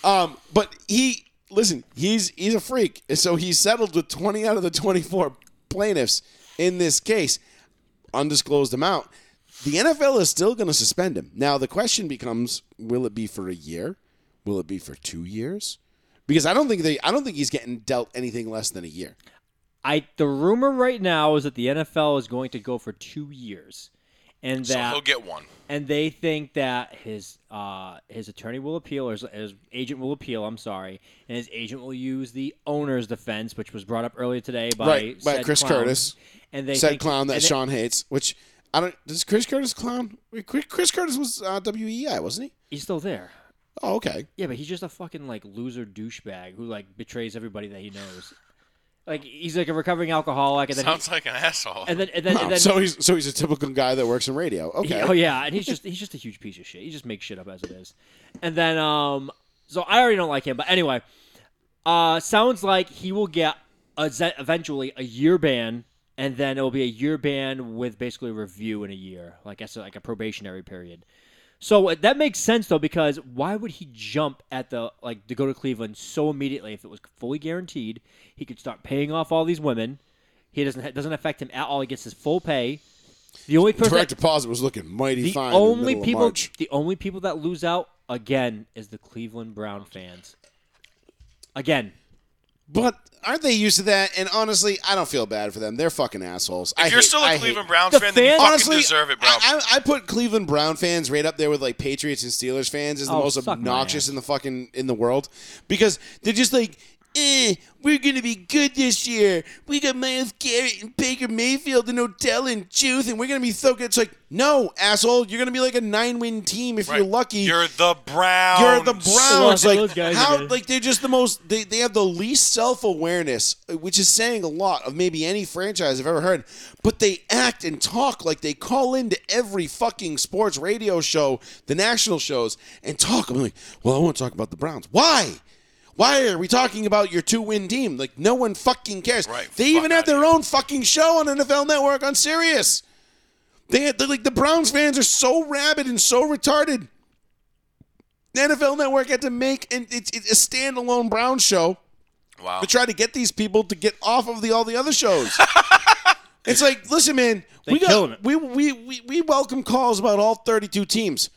Um, but he listen, he's he's a freak. And So he settled with 20 out of the 24 plaintiffs in this case, undisclosed amount. The NFL is still going to suspend him. Now the question becomes, will it be for a year? Will it be for 2 years? Because I don't think they I don't think he's getting dealt anything less than a year. I the rumor right now is that the NFL is going to go for two years, and So that he'll get one. and they think that his uh, his attorney will appeal, or his, his agent will appeal. I'm sorry, and his agent will use the owner's defense, which was brought up earlier today by Right, by said Chris clown. Curtis. And they said think- clown that and they- Sean hates, which I don't does Chris Curtis clown? Wait, Chris- Chris Curtis was uh, WEI, wasn't he? he's still there. Oh, okay. Yeah, but he's just a fucking like loser douchebag who like betrays everybody that he knows. Like he's like a recovering alcoholic, and then he- Sounds like an asshole. and then and then, Oh, and then so he's so he's a typical guy that works in radio. Okay. He- oh yeah, and he's just he's just a huge piece of shit. He just makes shit up as it is. And then um so I already don't like him, but anyway, uh sounds like he will get a ze- eventually a year ban and then it'll be a year ban with basically a review in a year, like as a, like a probationary period. So uh, that makes sense though because why would he jump at the like to go to Cleveland so immediately if it was fully guaranteed? He could start paying off all these women. He doesn't it doesn't affect him at all. He gets his full pay. The only person that- Direct deposit was looking mighty the fine. in the only middle of people March. the only people that lose out again is the Cleveland Brown fans. Again, but aren't they used to that? And honestly, I don't feel bad for them. They're fucking assholes. I if you're hate- still a I hate- Cleveland Browns The fan, then you fans- fucking Honestly, deserve it, bro. I, I, I put Cleveland Brown fans right up there with like Patriots and Steelers fans as the Oh, most suck my obnoxious ass. in the fucking in the world because they're just like. eh, we're going to be good this year. We got Miles Garrett and Baker Mayfield and Odell and Juth, and we're going to be so good. It's like, no, asshole. You're going to be like a nine win team if Right. you're lucky. You're the Browns. You're the Browns. Well, Like those guys are how? good. Like they're just the most. They, they have the least self awareness, which is saying a lot of maybe any franchise I've ever heard. But they act and talk like they call into every fucking sports radio show, the national shows, and talk. I'm like, well, I want to talk about the Browns. Why? Why are we talking about your two-win team? Like no one fucking cares. Right, They fuck even have outta their here. own fucking show on NFL Network on Sirius. They they're like the Browns fans are so rabid and so retarded. The NFL Network had to make an, it's it's a standalone Brown show Wow. to try to get these people to get off of the all the other shows. it's like, listen, man, we killing got it. we, we we we welcome calls about all 32 teams.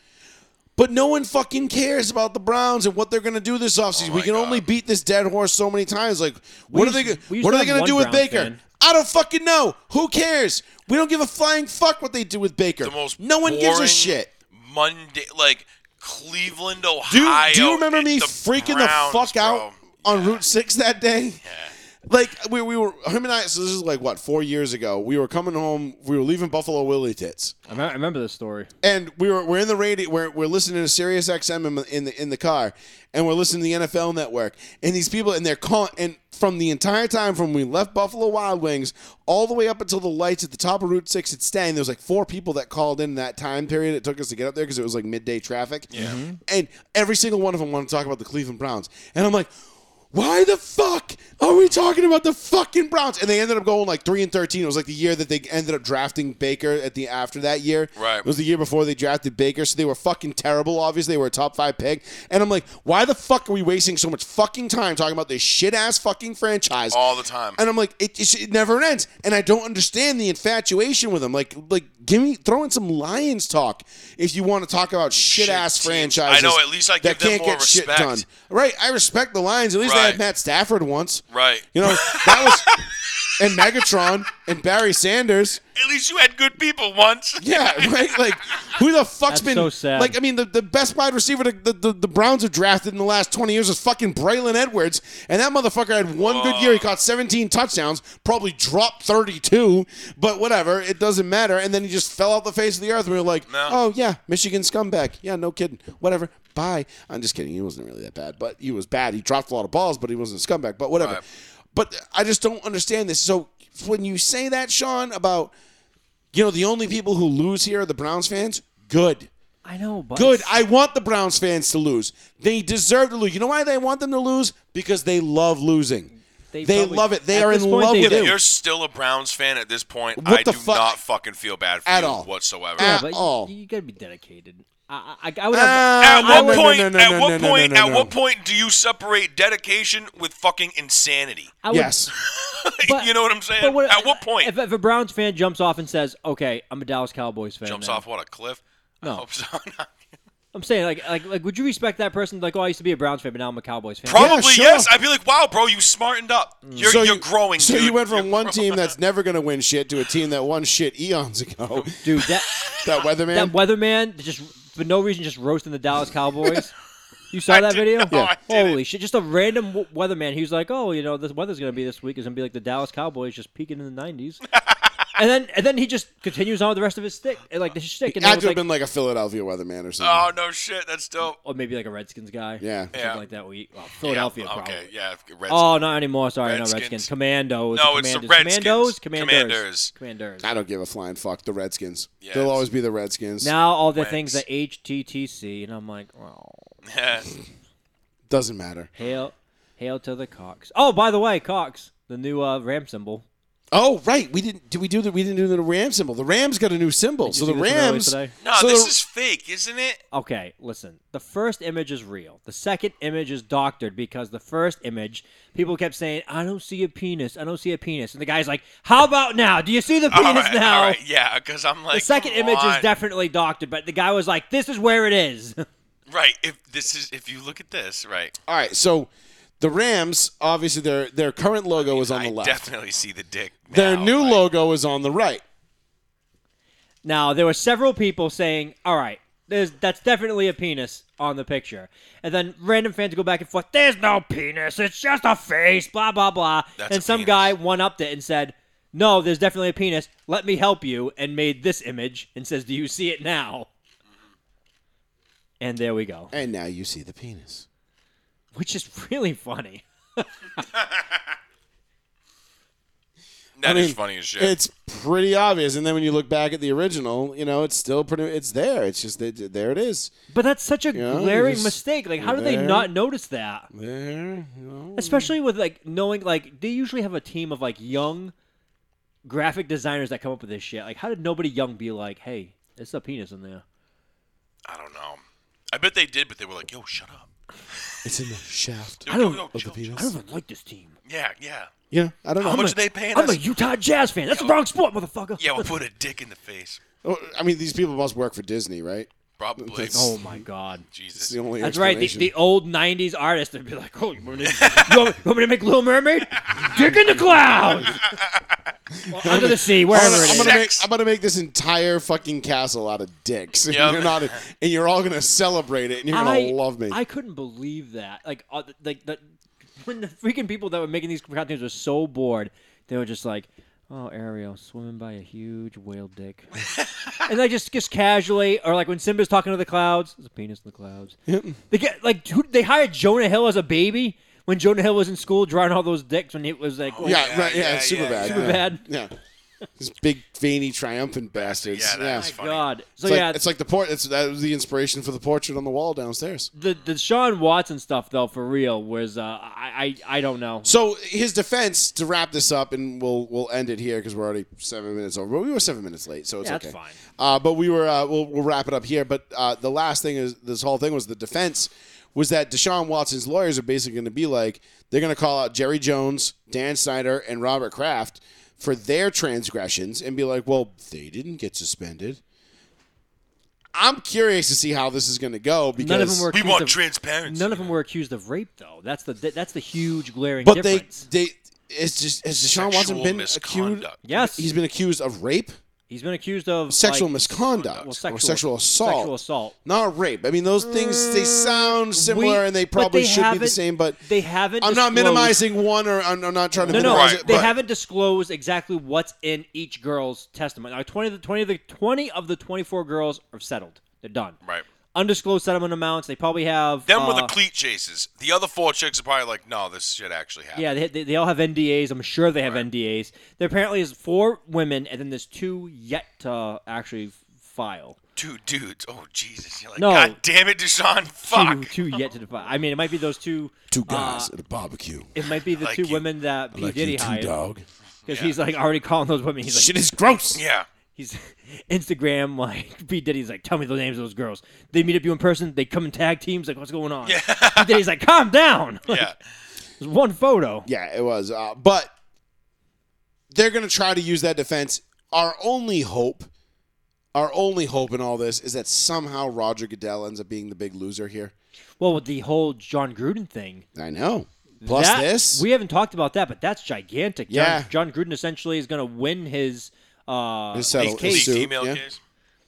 But no one fucking cares about the Browns and what they're going to do this offseason. Oh we my can God. only beat this dead horse so many times. Like, We what used- are they? we go- used What to are they have going to one do with Browns Baker? fan. I don't fucking know. Who cares? We don't give a flying fuck what they do with Baker. the most no one gives a boring shit. Monday, like Cleveland, Do you, Ohio. do you remember and me the freaking Browns, the fuck out bro. on Route Six that day? Like we, we were him and I. So this is like what four years ago. We were coming home. We were leaving Buffalo Willie Tits, I remember, I remember this story. and we were we're in the radio. We're, we're listening to Sirius XM in, the- in the in the car, and we're listening to the NFL Network. And these people and they're calling. And from the entire time from we left Buffalo Wild Wings all the way up until the lights at the top of Route Six at Stang, there was like four people that called in that time period. It took us to get up there because it was like midday traffic. Yeah, and every single one of them wanted to talk about the Cleveland Browns, and I'm like. Why the fuck are we talking about the fucking Browns? And they ended up going like three and thirteen. It was like the year that they ended up drafting Baker at the after that year. Right. It was the year before they drafted Baker, so they were fucking terrible. Obviously, they were a top five pick. And I'm like, why the fuck are we wasting so much fucking time talking about this shit ass fucking franchise? all the time. and I'm like, it, it, it never ends. And I don't understand the infatuation with them. Like, like, give me throw in some Lions talk if you want to talk about shit ass teams. franchises. I know, at least I that give them can't more get shit respect. done. Right, I respect the Lions. At least they Right. had Matt Stafford once. Right. You know that was and Megatron and Barry Sanders. At least you had good people once. Yeah, right. Like, who the fuck's That's been so sad. Like, I mean, the, the best wide receiver the, the, the, the Browns have drafted in the last twenty years is fucking Braylon Edwards, and that motherfucker had one good year. He caught seventeen touchdowns, probably dropped thirty-two, but whatever, it doesn't matter. And then he just fell off the face of the earth. We were like, No. oh yeah, Michigan scumbag. Yeah, no kidding. Whatever. Bye. I'm just kidding. He wasn't really that bad, but he was bad. He dropped a lot of balls, but he wasn't a scumbag. But whatever. Right. But I just don't understand this. So when you say that, Sean, about you know, the only people who lose here are the Browns fans. Good. I know, but Good. I want the Browns fans to lose. They deserve to lose. You know why they want them to lose? Because they love losing. They, probably- love it. They at are in this point, love they with do. it You're still a Browns fan at this point. What I the do fuck? not fucking feel bad for At you all. whatsoever. At yeah, but all. You, you gotta be dedicated. I, I, I would have. Ah, At no, what no, no, point? no, no, at no, what no, no, point? no, no, at no. what point do you separate dedication with fucking insanity? I would, Yes. But- you know what I'm saying? but what- at what point If, if a Browns fan jumps off and says, "Okay, I'm a Dallas Cowboys fan," jumps now." off what a cliff? I No. hope so. I'm saying, like, like, like, would you respect that person? Like, oh, I used to be a Browns fan, but now I'm a Cowboys fan. Probably sure. Mm. yes. I'd be like, wow, bro, you smartened up. You're, you're growing. So dude. you went from You're one growing. team that's never going to win shit to a team that won shit eons ago. Dude, that That weatherman. that weatherman just for no reason just roasting the Dallas Cowboys. You saw that did- video? no, I didn't. Holy shit! Just a random w- weatherman. He was like, "Oh, you know, this weather's gonna be this week is gonna be like the Dallas Cowboys just peaking in the '90s," and then and then he just continues on with the rest of his stick, like his stick, and had I to was have like, been like a Philadelphia weatherman or something. Oh no, shit, that's dope. or maybe like a Redskins guy, Yeah. something Yeah. like that. We well, Philadelphia, Yeah, probably. okay, yeah. Reds- Oh, not anymore. Sorry, no Redskins. Redskins. Commandos. No, it's the Commanders. Redskins. Commandos. Commanders. Commanders. Commanders. I don't give a flying fuck. The Redskins. Oh. Yeah, They'll it's- always be the Redskins. Now all the Reds. things are HTTC, and I'm like, oh, Doesn't matter. hail, hail to the Cox. Oh, by the way, Cox, the new uh, Ram symbol. Oh right, we didn't. Did we do the? We didn't do the Ram symbol. The Rams got a new symbol. So see the this one earlier Rams. today? no, so this the- is fake, isn't it? Okay, listen. The first image is real. The second image is doctored because the first image, people kept saying, "I don't see a penis. I don't see a penis," and the guy's like, "How about now? Do you see the penis all right, now?" all right, yeah, because I'm like The second come image on. is definitely doctored, but the guy was like, "This is where it is." right. If this is if you look at this, right, All right, so the Rams obviously their their current logo is on I the left. definitely see the dick. their now, new like, logo is on the right. Now, there were several people saying, all right, There's that's definitely a penis on the picture. And then random fans go back and forth. There's no penis. It's just a face. Blah blah blah. That's a and some penis. guy one upped it and said, "No, there's definitely a penis. Let me help you." And made this image and says, "Do you see it now?" And there we go, And now you see the penis. which is really funny. That is mean, funny as shit. It's pretty obvious, and then when you look back at the original, you know, it's still pretty. It's there. It's just that there it is. But that's such a Yeah, you glaring just- mistake. Like, how do they there. not notice that? There. You know. especially with like knowing like they usually have a team of like young graphic designers that come up with this shit like how did nobody young be like hey there's a penis in there I don't know. I bet they did, but they were like, "Yo, shut up." It's in the shaft. Dude, I don't- yo, yo, Of the chill, penis. chill. i don't even like this team Yeah, yeah. Yeah, I don't know. How much are they paying i'm a us? utah jazz fan that's the wrong sport motherfucker Yeah, we'll put a dick in the face. Oh, I mean, these people must work for Disney, right? Probably. oh my god It's Jesus. the only. that's right the, explanation. the old 90s artists would be like oh you want, me to, you want me- you want me to make little mermaid dick in the clouds Or under the sea I'm wherever gonna, it I'm is. gonna make, Sex. I'm gonna make this entire fucking castle out of dicks, and Yep. you're not, and you're all gonna celebrate it, and you're gonna I, love me. I couldn't believe that. Like, uh, th- like the when the freaking people that were making these cartoons were so bored, they were just like, "Oh, Ariel swimming by a huge whale dick," and they just just casually, or like when Simba's talking to the clouds, there's a penis in the clouds. They get like who, they hired Jonah Hill as a baby when Jonah Hill was in school drawing all those dicks when it was like. Oh, yeah, yeah, right, yeah, yeah, super yeah, bad, yeah. Superbad. yeah. Yeah. These big veiny triumphant bastards. Yeah, that yeah. was my funny. God! So It's, like, yeah, it's like the port. It's that was the inspiration for the portrait on the wall downstairs. the the Sean Watson stuff though, for real, was uh, I, I I don't know. So his defense to wrap this up, and we'll we'll end it here because we're already seven minutes over. But we were seven minutes late, so it's Yeah, okay. that's fine. Uh, but we were uh, we'll, we'll wrap it up here. But uh, the last thing is this whole thing was the defense was that Deshaun Watson's lawyers are basically going to be like they're going to call out Jerry Jones, Dan Snyder, and Robert Kraft for their transgressions and be like, well, they didn't get suspended. I'm curious to see how this is going to go because None of them were. We accused want of- transparency. None of them were accused of rape, though. That's the that's the huge glaring but they difference. they it's just has Deshaun Watson Sexual been accused? misconduct. yes, He's been accused of rape. he's been accused of sexual like, misconduct well, or sexual assault. Sexual assault. Not rape. I mean, those things they sound similar Mm, We- and they but probably they should be the haven't- same. But they haven't. I'm not disclosed- minimizing one, or I'm, I'm not trying to No, no, minimize Right, it. they but- haven't disclosed exactly what's in each girl's testimony. Now, twenty of the twenty of the twenty of the twenty four girls are settled. They're done. Right. Undisclosed settlement amounts. They probably have. Them uh, were the cleat chases. The other four chicks are probably like, "No, this shit actually happened." Yeah, they, they, they all have NDAs. I'm sure they have NDAs. There apparently is four women, and then there's two yet to actually file. Two dudes. Oh Jesus! You're like, No. God damn it, Deshaun! two, Fuck. two yet to define. I mean, it might be those two. uh, two guys Ah. at a barbecue. It might be the Like two you. women that P Diddy hired dog. because he's like already calling those women. He's like, Shit is gross. Yeah. he's Instagram like P Diddy's like, tell me the names of those girls. They meet up you in person. They come in tag teams. Like, what's going on? Yeah. P Diddy's like, calm down. Yeah. There's one photo. Yeah, it was. Uh, but they're going to try to use that defense. Our only hope, our only hope in all this is that somehow Roger Goodell ends up being the big loser here. Well, with the whole John Gruden thing. I know. Plus that- this. we haven't talked about that, but that's gigantic. John- Yeah. John, Gruden essentially is going to win his. Uh, His settle- case. his Leaked suit, email yeah. case.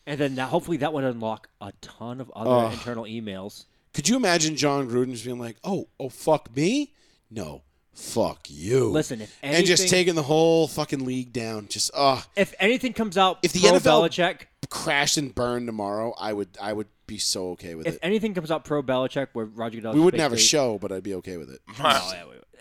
and then that, hopefully that would unlock a ton of other Ugh. internal emails. Could you imagine John Gruden just being like, "Oh, oh, fuck me? No, fuck you." Listen, if anything, and just taking the whole fucking league down. Just uh if anything comes out, If the pro NFL Belichick, crash and burn tomorrow. I would, I would be so okay with if it. anything comes out pro Belichick, where Roger Goodell, We wouldn't have a show, but I'd be okay with it.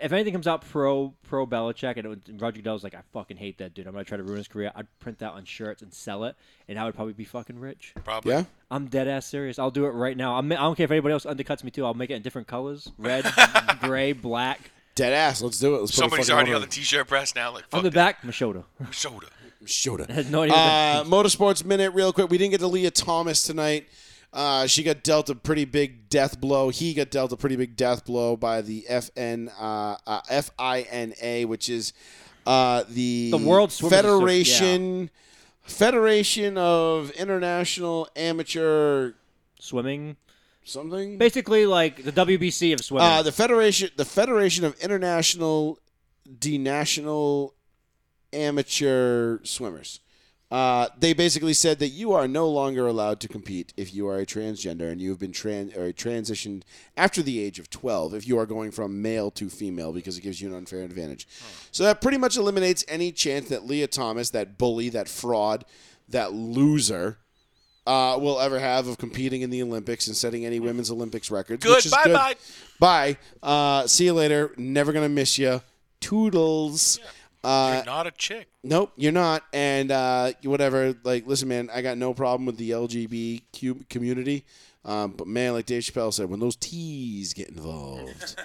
If anything comes out pro pro Belichick, and, it would- and Roger Goodell's like, I fucking hate that dude. I'm gonna try to ruin his career. I'd print that on shirts and sell it, and I would probably be fucking rich. Probably. Yeah, I'm dead ass serious. I'll do it right now. I'm, I don't care if anybody else undercuts me too. I'll make it in different colors: red, gray, black. dead ass. Let's do it. Let's put a Somebody's fucking already on one the t-shirt press now. Like, On fuck the the back, Machoda. soda. Shota. no idea. what that Uh, Motorsports Minute, real quick. We didn't get to Leah Thomas tonight. Uh, she got dealt a pretty big death blow. He got dealt a pretty big death blow by the FN, uh, uh, FINA, which is uh, the, The World Swimmers Associ- Federation Federation of International Amateur swimming, something. basically like the WBC of swimming. Uh, the Federation the Federation of International Denational Amateur Swimmers. Uh, they basically said that you are no longer allowed to compete if you are a transgender and you have been trans or transitioned after the age of 12 if you are going from male to female because it gives you an unfair advantage. So that pretty much eliminates any chance that Leah Thomas, that bully, that fraud, that loser, uh, will ever have of competing in the Olympics and setting any women's Olympics records. Good. which is Bye, good. bye. Bye. Uh, see you later. Never gonna miss you. Toodles. Uh, You're not a chick. Nope, you're not. And uh, whatever, like, listen, man, I got no problem with the LGBTQ community. Um, but man, like Dave Chappelle said, when those T's get involved,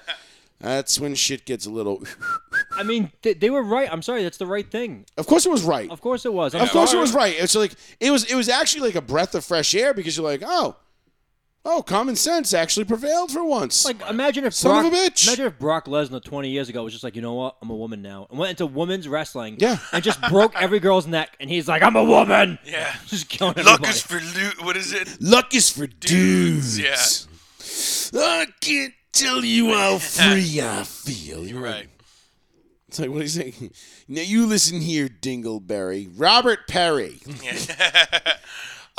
that's when shit gets a little. I mean, they, they were right. I'm sorry, that's the right thing. of course, it was right. Of course it was. I'm Of course, it sorry. was right. It's like it was. It was actually like a breath of fresh air because you're like, oh, oh, common sense actually prevailed for once. Like, imagine if Son Brock, of a bitch. imagine if Brock Lesnar 20 years ago was just like, you know what, I'm a woman now, and went into women's wrestling, Yeah. and just broke every girl's neck, and he's like, I'm a woman, Yeah. just killing everybody. Luck is for loot. What is it? Luck is for dudes. yeah. I can't tell you how free I feel. You're Right. It's like, what are you saying? Now you listen here, Dingleberry. Robert Perry.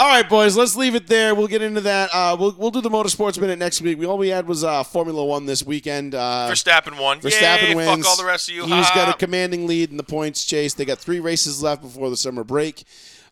All right, boys, let's leave it there. We'll get into that. Uh, we'll, we'll do the Motorsports Minute next week. We, all we had was uh, Formula One this weekend. Uh, Verstappen won. Verstappen Yay, wins. Fuck all the rest of you. He's got Ha. a commanding lead in the points chase. They got three races left before the summer break.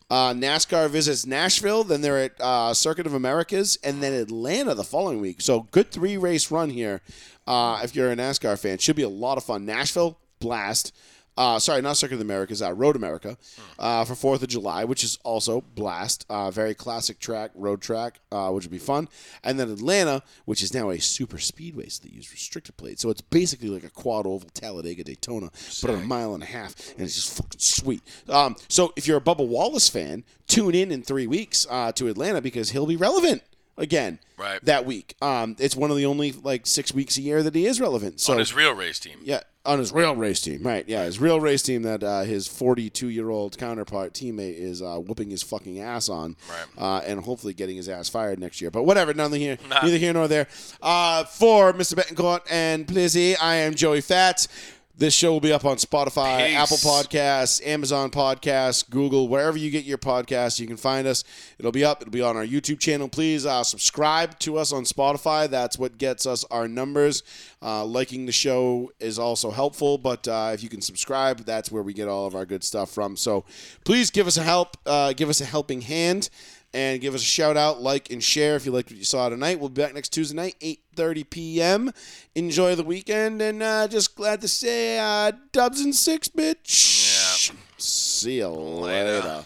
Uh, NASCAR visits Nashville, then they're at uh, Circuit of Americas, and then Atlanta the following week. So good three race run here. Uh, if you're a NASCAR fan, should be a lot of fun. Nashville blast. Uh, sorry, not Circuit of Americas, uh, Road America Hmm. uh, for Fourth of July, which is also blast. Uh, very classic track, road track, uh, which would be fun. And then Atlanta, which is now a super speedway, so they use restricted plates. So it's basically like a quad oval Talladega Daytona, but a mile and a half, and it's just fucking sweet. Um, so if you're a Bubba Wallace fan, tune in in three weeks uh, to Atlanta because he'll be relevant again Right. that week. Um, it's one of the only like six weeks a year that he is relevant. So on his real race team. yeah, on his real race team, right? Yeah, his real race team that uh, his 42-year-old counterpart teammate is uh, whooping his fucking ass on, Right. Uh, and hopefully getting his ass fired next year. But whatever, nothing here, Nah. neither here nor there. Uh, for Mr. Betancourt and Plizzy, I am Joey Fats. This show will be up on Spotify, Peace. Apple Podcasts, Amazon Podcasts, Google, wherever you get your podcasts, you can find us. It'll be up. It'll be on our YouTube channel. Please uh, subscribe to us on Spotify. That's what gets us our numbers. Uh, liking the show is also helpful, but uh, if you can subscribe, that's where we get all of our good stuff from. So please give us a help. Uh, give us a helping hand and give us a shout out, like, and share if you liked what you saw tonight. We'll be back next Tuesday night, 8.30 p.m. Enjoy the weekend, and uh, just glad to say uh, Dubs and Six, bitch. See you later.